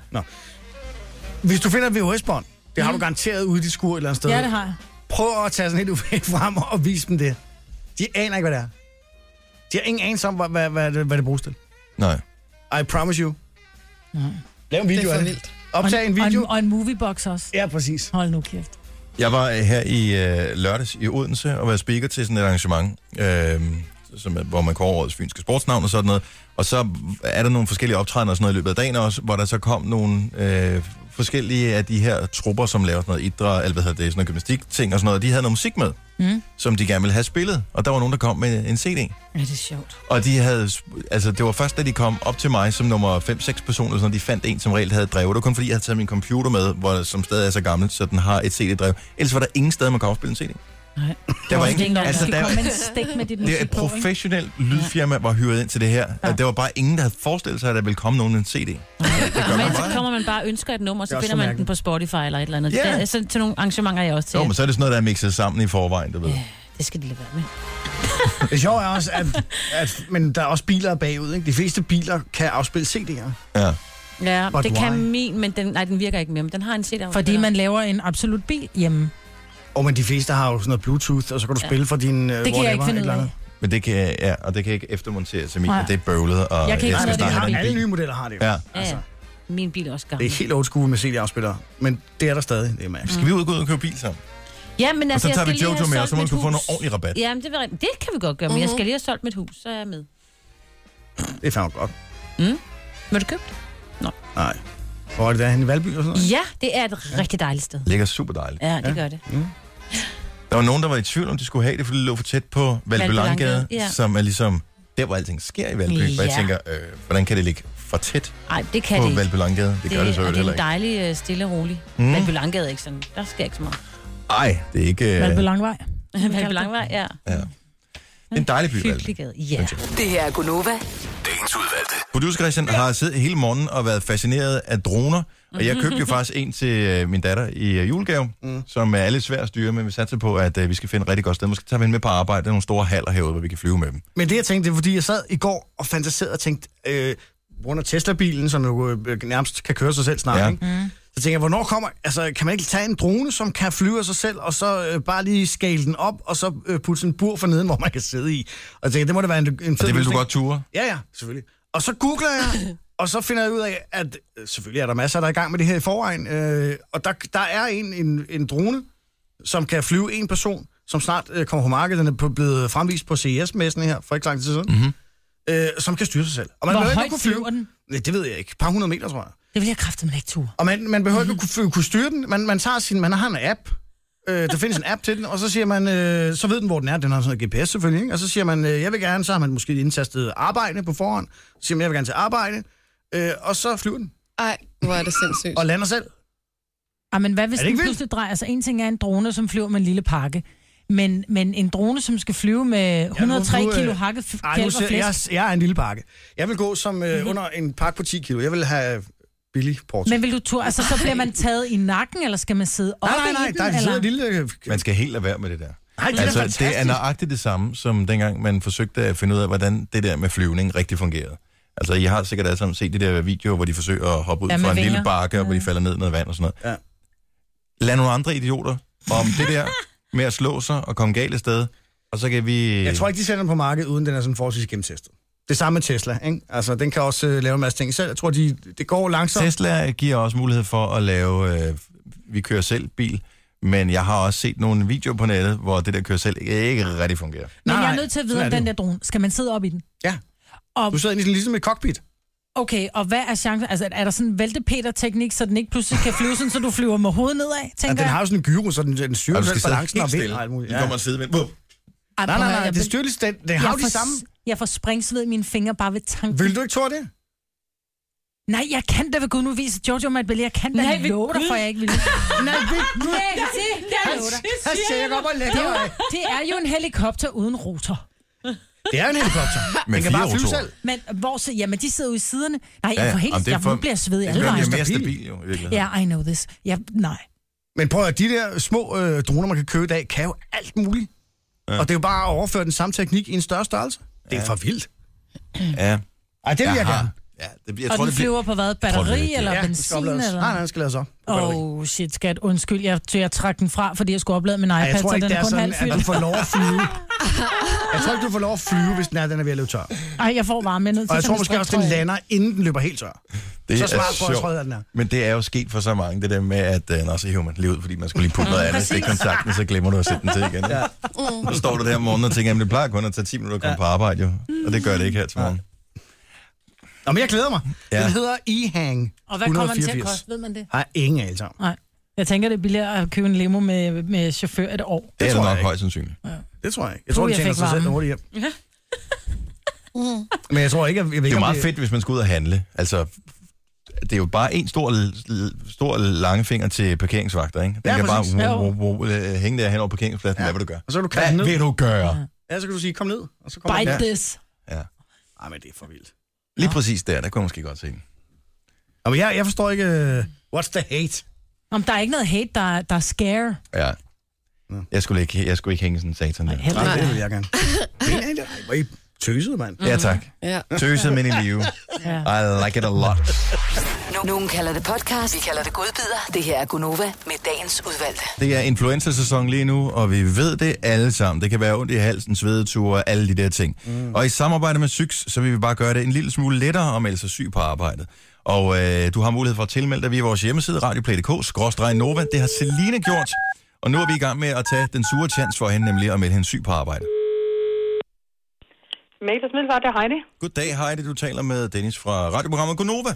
Speaker 2: Hvis du finder et VHS-bånd, det har du garanteret ude i dit skur et eller andet sted.
Speaker 4: Mm. Ja, det har jeg.
Speaker 2: Prøv at tage sådan et uvæg frem og vise dem det. De aner ikke, hvad det er. De har ingen anelse om, hvad, hvad, hvad, det, hvad det bruges til.
Speaker 1: Nej.
Speaker 2: I promise you. Lav en
Speaker 3: Det
Speaker 2: video
Speaker 3: er
Speaker 2: af
Speaker 3: for
Speaker 2: det.
Speaker 3: vildt.
Speaker 2: Optag
Speaker 4: Og
Speaker 2: en
Speaker 4: en,
Speaker 2: video.
Speaker 4: og en moviebox også.
Speaker 2: Ja, præcis.
Speaker 4: Hold nu kæft.
Speaker 1: Jeg var øh, her i øh, lørdags i Odense og var speaker til sådan et arrangement, øh, som, er- hvor man kårer årets fynske sportsnavn og sådan noget. Og så er der nogle forskellige optrædener og sådan noget i løbet af dagen også, hvor der så kom nogle øh, forskellige af de her trupper, som laver sådan noget idræt, eller hvad hedder det, sådan noget gymnastik-ting og sådan noget. De havde noget musik med,
Speaker 4: Mm.
Speaker 1: som de gerne ville have spillet, og der var nogen, der kom med en CD.
Speaker 5: Ja, det er sjovt.
Speaker 1: Og de havde, sp- altså det var først, da de kom op til mig som nummer 5-6 personer, sådan, de fandt en, som reelt havde et drev. Det var kun fordi, jeg havde taget min computer med, hvor, som stadig er så gammel, så den har et CD-drev. Ellers var der ingen steder, man kan afspille en CD.
Speaker 5: Nej.
Speaker 1: Der var
Speaker 4: Det er
Speaker 1: ingen,
Speaker 4: nok, altså,
Speaker 1: altså,
Speaker 4: der...
Speaker 1: der,
Speaker 4: komme med en stik med dit musik
Speaker 1: det er et
Speaker 4: på, ikke?
Speaker 1: professionelt lydfirma, var hyret ind til det her. Ja. Der var bare ingen, der havde forestillet sig, at der ville komme nogen med en CD.
Speaker 5: Men så kommer man bare og ønsker et nummer,
Speaker 2: Det er
Speaker 5: så
Speaker 2: også
Speaker 5: finder man den
Speaker 2: mærkeligt.
Speaker 5: på Spotify eller et eller andet.
Speaker 1: Ja.
Speaker 5: Yeah. Det er, så, til nogle arrangementer er jeg også til.
Speaker 1: Jo, men så er det sådan noget, der er mixet sammen i forvejen, du ved.
Speaker 5: Ja, det skal de lade være med.
Speaker 2: Det sjove er også, at, at men der er også biler bagud. Ikke? De fleste biler kan afspille CD'er.
Speaker 1: Ja.
Speaker 5: Ja,
Speaker 2: But
Speaker 5: det
Speaker 2: why?
Speaker 5: kan min, men den, nej, den virker ikke mere. Men den har en cd
Speaker 4: Fordi man laver en absolut bil hjemme.
Speaker 2: Og men de fleste har jo sådan noget Bluetooth, og så kan du
Speaker 5: Ja.
Speaker 2: spille for din... øh,
Speaker 4: Det kan jeg ikke finde ud af.
Speaker 1: Men det kan, jeg- ja, og det kan jeg ikke eftermontere til min,
Speaker 4: Nej.
Speaker 1: og det er bøvlet, og
Speaker 4: Jeg kan ikke finde
Speaker 1: skal
Speaker 4: ud af det.
Speaker 1: snakke med
Speaker 2: Alle
Speaker 1: en bil.
Speaker 2: nye modeller Altså, har det jo.
Speaker 1: Ja.
Speaker 5: Altså.
Speaker 2: Altså.
Speaker 5: Ja, min bil er også
Speaker 2: Det
Speaker 5: gammel.
Speaker 2: er helt old school med CD-afspillere, men det er der stadig. Det er mærkeligt.
Speaker 1: Skal vi ud og gå ud og købe bil sammen?
Speaker 5: Ja, men
Speaker 1: Og
Speaker 5: altså,
Speaker 1: så
Speaker 5: jeg
Speaker 1: tager vi
Speaker 5: skal lige
Speaker 1: Jojo
Speaker 5: have
Speaker 1: med, og
Speaker 5: solgt
Speaker 1: så må hun
Speaker 5: mit
Speaker 1: kunne få
Speaker 5: hus.
Speaker 1: noget ordentlig rabat.
Speaker 5: Jamen, det, var, det kan vi godt gøre, men jeg skal lige have solgt mit hus, så er jeg med.
Speaker 1: Mm.
Speaker 2: Det er fandme godt.
Speaker 5: Må du købe det?
Speaker 2: Nej. Hvor er det der? Han i Valby og sådan noget?
Speaker 5: Ja, det er et rigtig dejligt sted.
Speaker 1: Ligger super dejligt.
Speaker 5: Ja, det gør det.
Speaker 1: Der var nogen, der var i tvivl, om de skulle have det, fordi det lå for tæt på Valby
Speaker 5: Valby Langgade,
Speaker 1: Langgade,
Speaker 5: ja.
Speaker 1: som er ligesom der, hvor alting sker i Valby. Ja. Og jeg
Speaker 5: Ja.
Speaker 1: tænker, øh, hvordan kan det ligge for tæt
Speaker 5: Nej, det kan
Speaker 1: på
Speaker 5: det ikke.
Speaker 1: Valby Langgade? Det, det gør det så
Speaker 5: og
Speaker 1: jo
Speaker 5: det er
Speaker 1: heller
Speaker 5: en
Speaker 1: ikke.
Speaker 5: dejlig, øh, stille og rolig.
Speaker 1: Mm.
Speaker 5: Mm. Valby Langgade er ikke sådan. Der sker ikke så meget.
Speaker 1: Nej, det er ikke... Øh,
Speaker 4: Valby
Speaker 1: det
Speaker 4: Langvej.
Speaker 5: Valby Langvej, ja.
Speaker 1: er en dejlig by, Valby.
Speaker 5: Hyggelig gade. Ja.
Speaker 1: Synes jeg.
Speaker 6: Det her er Gunova.
Speaker 7: Dagens udvalgte.
Speaker 1: Producer Christian har siddet hele morgenen og været fascineret af droner. Og jeg
Speaker 5: Mhm.
Speaker 1: købte jo faktisk en til øh, min datter i øh, julegave, mm. som er lidt svær at styre, men vi satser på, at øh, vi skal finde et rigtig godt sted. Måske tager vi en med på arbejde. Der er nogle store haller herude, hvor vi kan flyve med dem.
Speaker 2: Men det, jeg tænkte, det er, fordi jeg sad i går og fantaserede og tænkte, øh, på grund af Tesla-bilen, som jo øh, nærmest kan køre sig selv snart,
Speaker 1: Ja. Mm.
Speaker 2: ja. ikke? Så tænker jeg, hvornår kommer... Altså, kan man ikke tage en drone, som kan flyve af sig selv, og så øh, bare lige skale den op, og så øh, putte sådan en bur for neden, hvor man kan sidde i? Og jeg tænker, det må da være en, en fed
Speaker 1: Og det vil du
Speaker 2: løsning.
Speaker 1: godt ture.
Speaker 2: Ja, ja, selvfølgelig. Og så googler jeg, og så finder jeg ud af, at øh, selvfølgelig er der masser, der er i gang med det her i forvejen. Øh, og der, der er en, en, en drone, som kan flyve en person, som snart øh, kommer på markedet. Den er på- blevet fremvist på CES-messen her for ikke så lang tid siden. Mm-hmm. øh, som kan styre sig selv. Og man
Speaker 4: Hvor
Speaker 2: behøver ikke
Speaker 4: højt
Speaker 2: at kunne flyve.
Speaker 4: flyver den?
Speaker 2: Nej, det ved jeg ikke. Et par hundrede meter, tror jeg.
Speaker 4: Det vil jeg kræfte, man ikke turde.
Speaker 2: Og man, man behøver ikke at kunne, flyve- kunne styre den. Man, man, tager sin, man har en app. Øh, der findes en app til den, og så siger man, øh, så ved den, hvor den er. Den har sådan noget GPS selvfølgelig, ikke? Og så siger man, øh, jeg vil gerne, så har man måske indtastet arbejde på forhånd. Så siger man, jeg vil gerne til arbejde. Øh, og så flyver den.
Speaker 3: Ej, hvor er det sindssygt.
Speaker 2: Og lander selv.
Speaker 4: Ej, Ah, men hvad hvis
Speaker 2: Er det
Speaker 4: den
Speaker 2: ikke vildt?
Speaker 4: pludselig drejer sig? En ting er en drone, som flyver med en lille pakke. Men, men en drone, som skal flyve med 103
Speaker 2: nu,
Speaker 4: ja,
Speaker 2: øh,
Speaker 4: kilo hakket f-
Speaker 2: Ej, nu
Speaker 4: kalv og
Speaker 2: siger, jeg,
Speaker 4: flæsk. Mhm.
Speaker 2: jeg er en lille pakke. Jeg vil gå som øh, under en pakke på 10 kilo. Jeg vil have billig porto.
Speaker 4: Men vil du tur? Altså, så bliver man taget i nakken, eller skal man sidde oppe
Speaker 2: Nej, nej, nej,
Speaker 4: i den?
Speaker 2: der er
Speaker 4: eller?
Speaker 2: sidder en lille...
Speaker 1: Man skal helt lade være med det der.
Speaker 2: Nej, det er
Speaker 1: altså,
Speaker 2: fantastisk.
Speaker 1: det er nøjagtigt det samme, som dengang man forsøgte at finde ud af, hvordan det der med flyvning rigtig fungerede. Altså, I har sikkert alle sammen set de der videoer, hvor de forsøger at hoppe ud
Speaker 4: Ja,
Speaker 1: ja,
Speaker 4: med
Speaker 1: fra en vinger.
Speaker 4: vinger.
Speaker 1: lille bakke, og hvor de falder ned i noget vand og sådan noget. Ja. Lad nogle andre idioter om det der med at slå sig og komme galt af sted, og så kan vi...
Speaker 2: Jeg tror ikke, de sælger den på markedet, uden den er sådan forholdsvis gennemtestet. Det samme med Tesla, ikke? Altså, den kan også øh, lave en masse ting selv. Jeg tror, de, det går langsomt.
Speaker 1: Tesla giver også mulighed for at lave, øh, vi kører selv bil, men jeg har også set nogle videoer på nettet, hvor det der kører selv ikke rigtig fungerer.
Speaker 4: Men
Speaker 2: Nej,
Speaker 4: jeg er
Speaker 2: nej,
Speaker 4: nødt til at
Speaker 2: sådan
Speaker 4: vide,
Speaker 2: er
Speaker 4: om
Speaker 2: det
Speaker 4: den
Speaker 2: jo.
Speaker 4: der drone, skal man sidde op i den?
Speaker 2: Ja.
Speaker 4: Og,
Speaker 2: Du sidder inde i sådan, ligesom et cockpit.
Speaker 4: okay, og hvad er chancen? Altså, er der sådan en væltepeter-teknik, så den ikke pludselig kan flyve sådan, så du flyver med hovedet nedad,
Speaker 2: Ja,
Speaker 4: tænker
Speaker 2: Altså, den
Speaker 4: jeg?
Speaker 2: har jo sådan en gyro, så den, den styrer
Speaker 1: Og
Speaker 2: ja,
Speaker 1: du skal sidde
Speaker 2: balancen og
Speaker 1: helt
Speaker 2: vind
Speaker 1: stille.
Speaker 2: og alt muligt.
Speaker 1: Du
Speaker 2: Ja.
Speaker 1: kommer og sidder med... Wup.
Speaker 4: Ej,
Speaker 2: Nej,
Speaker 4: prøv
Speaker 2: nej,
Speaker 4: at høre,
Speaker 2: nej,
Speaker 4: jeg
Speaker 2: det
Speaker 4: vil-
Speaker 2: styrer lige den. Den har
Speaker 4: Jeg
Speaker 2: jo de
Speaker 4: får-
Speaker 2: samme.
Speaker 4: Jeg får springsved i mine fingre bare ved tanken.
Speaker 2: Vil du ikke tro det?
Speaker 4: Nej, jeg kan da ved Gud nu vise Jojo mig et billede. Jeg kan da
Speaker 5: Nej,
Speaker 4: ikke
Speaker 5: ved
Speaker 4: love dig,
Speaker 5: Gud.
Speaker 4: for jeg ikke vil.
Speaker 2: Nej, det,
Speaker 4: Nej, det kan jeg love dig.
Speaker 2: jeg siger, jeg kommer og lægger mig.
Speaker 4: Det er jo en helikopter uden rotor.
Speaker 2: Det er en helikopter.
Speaker 1: Med
Speaker 2: Den kan
Speaker 1: fire
Speaker 2: bare flyve
Speaker 1: rotorer.
Speaker 2: selv.
Speaker 4: Men hvor så, jamen, de sidder jo i siderne. Nej,
Speaker 1: Ja,
Speaker 4: jeg
Speaker 1: ja.
Speaker 4: får helt,
Speaker 1: Jamen, det er
Speaker 4: jeg
Speaker 1: for-
Speaker 4: bliver sved i
Speaker 1: Det
Speaker 4: alle
Speaker 1: gør
Speaker 4: vejen.
Speaker 1: den jo mere
Speaker 2: Stabil.
Speaker 1: stabil, jo, i virkeligheden.
Speaker 4: Ja, I know this. Ja, nej.
Speaker 2: Men prøv at høre, de der små øh, droner, man kan købe i dag, kan jo alt muligt. Ja. Og det er jo bare at overføre den samme teknik i en større størrelse. Det er for vildt.
Speaker 1: ja.
Speaker 2: Ej, det vil jeg
Speaker 1: har-
Speaker 2: gerne.
Speaker 1: Ja, det bliver, jeg
Speaker 4: Og
Speaker 1: tror,
Speaker 4: den
Speaker 1: det bliver...
Speaker 4: flyver på hvad?
Speaker 1: tror, det
Speaker 4: Batteri
Speaker 1: er-
Speaker 4: eller
Speaker 2: den
Speaker 4: benzin?
Speaker 2: skal oplades. Nej, nej,
Speaker 4: Eller?
Speaker 2: den skal lades op. på batteri.
Speaker 4: Oh shit, skat. Undskyld, jeg, jeg trak den fra, fordi jeg skulle oplade min
Speaker 2: Ej,
Speaker 4: iPad,
Speaker 2: jeg tror ikke,
Speaker 4: så den
Speaker 2: det
Speaker 4: er
Speaker 2: er
Speaker 4: kun
Speaker 2: sådan, at du
Speaker 4: halvfyldt.
Speaker 2: får lov at flyve. Jeg tror ikke, du får lov at flyve, hvis den er, den er ved at løbe tør.
Speaker 4: Ej, jeg får varme. Jeg er nødt til
Speaker 2: Og jeg
Speaker 4: at
Speaker 2: tror
Speaker 4: tage
Speaker 2: måske
Speaker 4: min
Speaker 2: også, den
Speaker 4: striktrøje af.
Speaker 2: lander, inden den løber helt tør.
Speaker 1: Det
Speaker 2: Så
Speaker 1: er
Speaker 2: smart tror jeg,
Speaker 1: sjovt.
Speaker 2: tror jeg, den er.
Speaker 1: Men det er jo sket for så mange, det der med, at øh, når så hiver man lige ud, fordi man skulle lige putte noget andet i kontakten, så glemmer du at sætte den til igen. Ja. Så står du der om morgenen og tænker, at det plejer kun at tage 10 minutter at komme ja. på arbejde, jo. og det gør det ikke her til morgen.
Speaker 2: Nå, men jeg glæder mig.
Speaker 1: Ja.
Speaker 2: Den hedder E-Hang
Speaker 4: Og hvad kommer den til at
Speaker 2: 184.
Speaker 4: koste? Ved man det?
Speaker 2: Har ingen altså.
Speaker 4: Nej. Jeg tænker, det er billigere at købe en limo med, med chauffør et år.
Speaker 1: Det er
Speaker 2: tror
Speaker 1: det
Speaker 2: jeg
Speaker 1: nok
Speaker 2: ikke.
Speaker 1: højst sandsynligt. Det
Speaker 2: Det tror jeg ikke. Jeg tror,
Speaker 4: Puh,
Speaker 2: den
Speaker 4: jeg
Speaker 2: tjener
Speaker 4: fik
Speaker 2: sig selv
Speaker 4: varmen.
Speaker 2: hurtigt hjem. Men jeg tror ikke, at jeg ved
Speaker 1: er
Speaker 2: ikke,
Speaker 1: jo
Speaker 2: om
Speaker 1: meget fedt, hvis man skal ud og handle. Altså, det er jo bare en stor, l- stor lange finger til parkeringsvagter, ikke? Den
Speaker 2: Ja,
Speaker 1: kan
Speaker 2: præcis.
Speaker 1: bare
Speaker 4: Jo.
Speaker 1: wow, wow, wow, øh, hænge der hen over parkeringspladsen. Ja. Hvad vil du gøre?
Speaker 2: Og så kan du kaste den
Speaker 1: Hvad
Speaker 2: ned.
Speaker 1: vil du gøre?
Speaker 2: Ja, så kan du sige, kom ned. Og så kommer
Speaker 4: Bite
Speaker 2: den.
Speaker 1: Ja.
Speaker 4: this.
Speaker 1: Ja.
Speaker 2: Nej, men det er for vildt.
Speaker 1: Lige præcis der, der kunne jeg måske godt se den.
Speaker 2: Nå, men jeg, jeg forstår ikke... øh, What's the hate?
Speaker 4: Om der er ikke noget hate, der, er- der er scare.
Speaker 1: Ja. Jeg skulle ikke, jeg skulle ikke hænge sådan en satan der.
Speaker 4: Heller
Speaker 2: Nej,
Speaker 4: ikke.
Speaker 2: det vil jeg gerne. Men, øh, Hvor I tøsede, mand.
Speaker 1: Ja, tak.
Speaker 3: Ja.
Speaker 1: Tøset men i live.
Speaker 4: Ja.
Speaker 1: I like it a lot.
Speaker 6: Nu- Nogen kalder det podcast, vi kalder det godbider. Det her er Gunova med dagens udvalgte.
Speaker 1: Det er influenza-sæson lige nu, og vi ved det alle sammen. Det kan være ondt i halsen, svedeture og alle de der ting. Mm. Og i samarbejde med Syks, så vil vi bare gøre det en lille smule lettere at melde sig syg på arbejdet. Og øh, du har mulighed for at tilmelde dig via vores hjemmeside, radioplay.dk-nova. Det har Selina gjort, og nu er vi i gang med at tage den sure chance for hende, nemlig at melde hende syg på arbejde.
Speaker 12: Mægler Smiddelfar, det er Heidi.
Speaker 1: Goddag, Heidi. Du taler med Dennis fra radioprogrammet Gonova.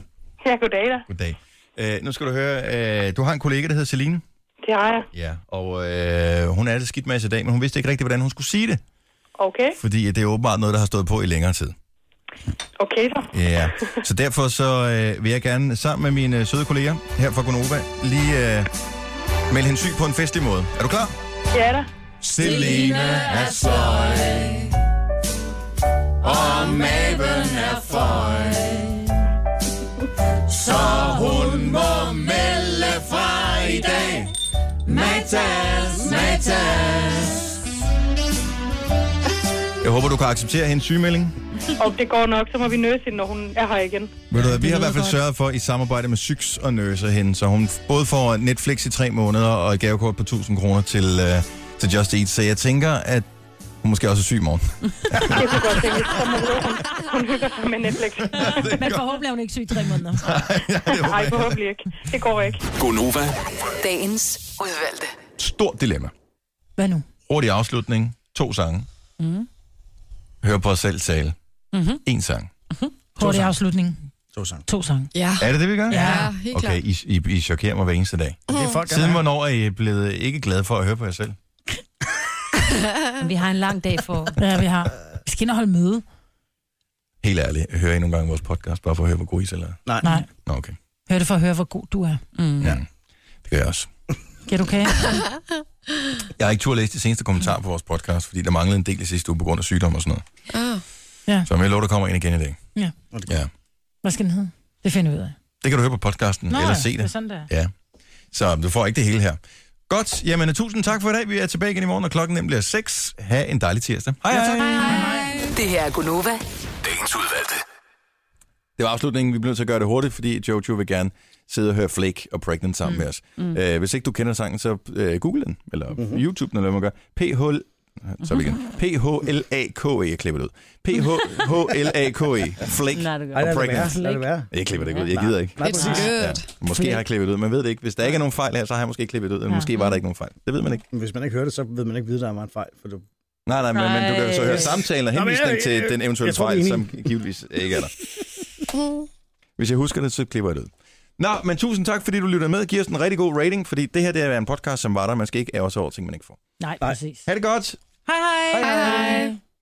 Speaker 12: Ja, goddag da.
Speaker 1: Goddag. Øh, nu skal du høre, øh, du har en kollega, der hedder Celine.
Speaker 12: Det har jeg.
Speaker 1: Ja, og øh, hun er det skidt med os i dag, men hun vidste ikke rigtigt, hvordan hun skulle sige det.
Speaker 12: Okay,
Speaker 1: Fordi det er åbenbart noget, der har stået på i længere tid.
Speaker 12: okay så.
Speaker 1: Ja, så derfor så øh, vil jeg gerne sammen med mine øh, søde kolleger her fra Gonova lige øh, melde hende syg på en festlig måde. Er du klar?
Speaker 12: Ja da.
Speaker 1: Selina er sløj, og maven er føj, så hun må melde fra i dag. Matas, Matas. Jeg håber, du kan acceptere hendes sygemelding.
Speaker 12: Og det går nok, så må vi nøse hende, når hun er her igen.
Speaker 1: Ved du, hvad, vi har i hvert fald sørget for i samarbejde med Syks og Nurse hende, så hun både får Netflix i tre måneder og et gavekort på 1000 kroner til, øh, til Just Eat. Så jeg tænker, at hun måske også er syg i morgen.
Speaker 12: Det kunne godt tænke, så må hun, hun hygger sig med Netflix.
Speaker 4: Men forhåbentlig er hun ikke syg i tre måneder.
Speaker 1: ja, det var
Speaker 12: Nej, forhåbentlig ikke. Det går ikke.
Speaker 7: Gonova,
Speaker 6: Dagens udvalgte.
Speaker 1: et stort dilemma.
Speaker 4: Hvad nu?
Speaker 1: Hurtig afslutning. To sange. Mm. Hør på os selv tale.
Speaker 4: Mm-hmm.
Speaker 1: En sang.
Speaker 4: Hurtig afslutning.
Speaker 2: To sange.
Speaker 4: To sange.
Speaker 3: Ja.
Speaker 1: Er det det, vi gør?
Speaker 4: Ja, helt
Speaker 1: okay,
Speaker 4: klart.
Speaker 1: I, I, I chokerer mig hver eneste dag.
Speaker 4: Det er folk, der
Speaker 1: Siden
Speaker 4: er.
Speaker 1: hvornår er I blevet ikke glade for at høre på jer selv?
Speaker 5: Men vi har en lang dag for.
Speaker 4: Ja, vi har. Vi skal ind og holde møde.
Speaker 1: Helt ærligt, hører I nogle gange vores podcast, bare for at høre, hvor gode I selv er?
Speaker 2: Nej.
Speaker 4: Nej.
Speaker 1: Nå, okay.
Speaker 4: Hør det for at høre, hvor god du er. Mm.
Speaker 1: Ja. Det gør jeg også.
Speaker 4: Get okay?
Speaker 1: Jeg har ikke tur læst de seneste kommentarer på vores podcast, fordi der manglede en del i sidste uge på grund af sygdom og sådan noget.
Speaker 4: Ah. Ja.
Speaker 1: Så jeg lover, der kommer en igen i dag.
Speaker 4: ja.
Speaker 1: Ja.
Speaker 4: Hvad skal den hedde? Det finder vi ud af.
Speaker 1: Det kan du høre på podcasten,
Speaker 4: Nå,
Speaker 1: eller
Speaker 4: ja,
Speaker 1: se det.
Speaker 4: det er sådan, det er.
Speaker 1: Ja. Så du får ikke det hele her. Godt, jamen tusind tak for i dag. Vi er tilbage igen i morgen, og klokken nemlig er 6. Ha' en dejlig tirsdag. Hej, hej.
Speaker 6: Det her er Gunova.
Speaker 7: Dagens udvalgte.
Speaker 1: Det var afslutningen. Vi blev nødt til at gøre det hurtigt, fordi Jojo vil gerne sidde og høre Flake og Pregnant sammen mm. med os. Mm.
Speaker 7: Mm.
Speaker 1: Øh, hvis ikke du kender sangen, så øh, google den, eller
Speaker 2: Mhm.
Speaker 1: mm-hmm. YouTube den, eller hvad man gør. PH... Så er vi igen. P-H-L-A-K-E. E. Jeg klipper det ud. P-H-H-L-A-K-E. E. Flake Nej,
Speaker 2: Nej, det gør
Speaker 1: og
Speaker 2: jeg. Lad det
Speaker 1: Pregnant.
Speaker 2: være. Lad det være.
Speaker 1: Jeg klipper det ikke ud. Jeg gider ikke.
Speaker 2: Nej, It's præcis. good.
Speaker 1: Måske har jeg klippet det ud. Man ved det ikke. Hvis der ikke er nogen fejl her, så har jeg måske klippet det ud. Eller
Speaker 2: Ja.
Speaker 1: måske var der ikke nogen fejl. Det ved man ikke.
Speaker 2: Men Hvis man ikke hører det, så ved man ikke, vide, der var en fejl. For det...
Speaker 1: Nej, nej, men, men du kan jo så
Speaker 2: Nej.
Speaker 1: høre samtalen og
Speaker 2: Nå, men jeg-
Speaker 1: henvisning til
Speaker 2: jeg-
Speaker 1: den eventuelle
Speaker 2: jeg tror, vi er
Speaker 1: fejl, som
Speaker 2: enige.
Speaker 1: givetvis øh, ikke er der.
Speaker 3: Mm.
Speaker 1: Hvis jeg husker det, så klipper jeg det ud. Nå, men tusind tak, fordi du lytter med. Giv os en rigtig god rating, fordi det her det er en podcast, som var der. Man skal ikke ære sig over ting, man ikke får.
Speaker 4: Nej, præcis.
Speaker 1: Ha' det godt.
Speaker 4: Hej hej. hej, hej.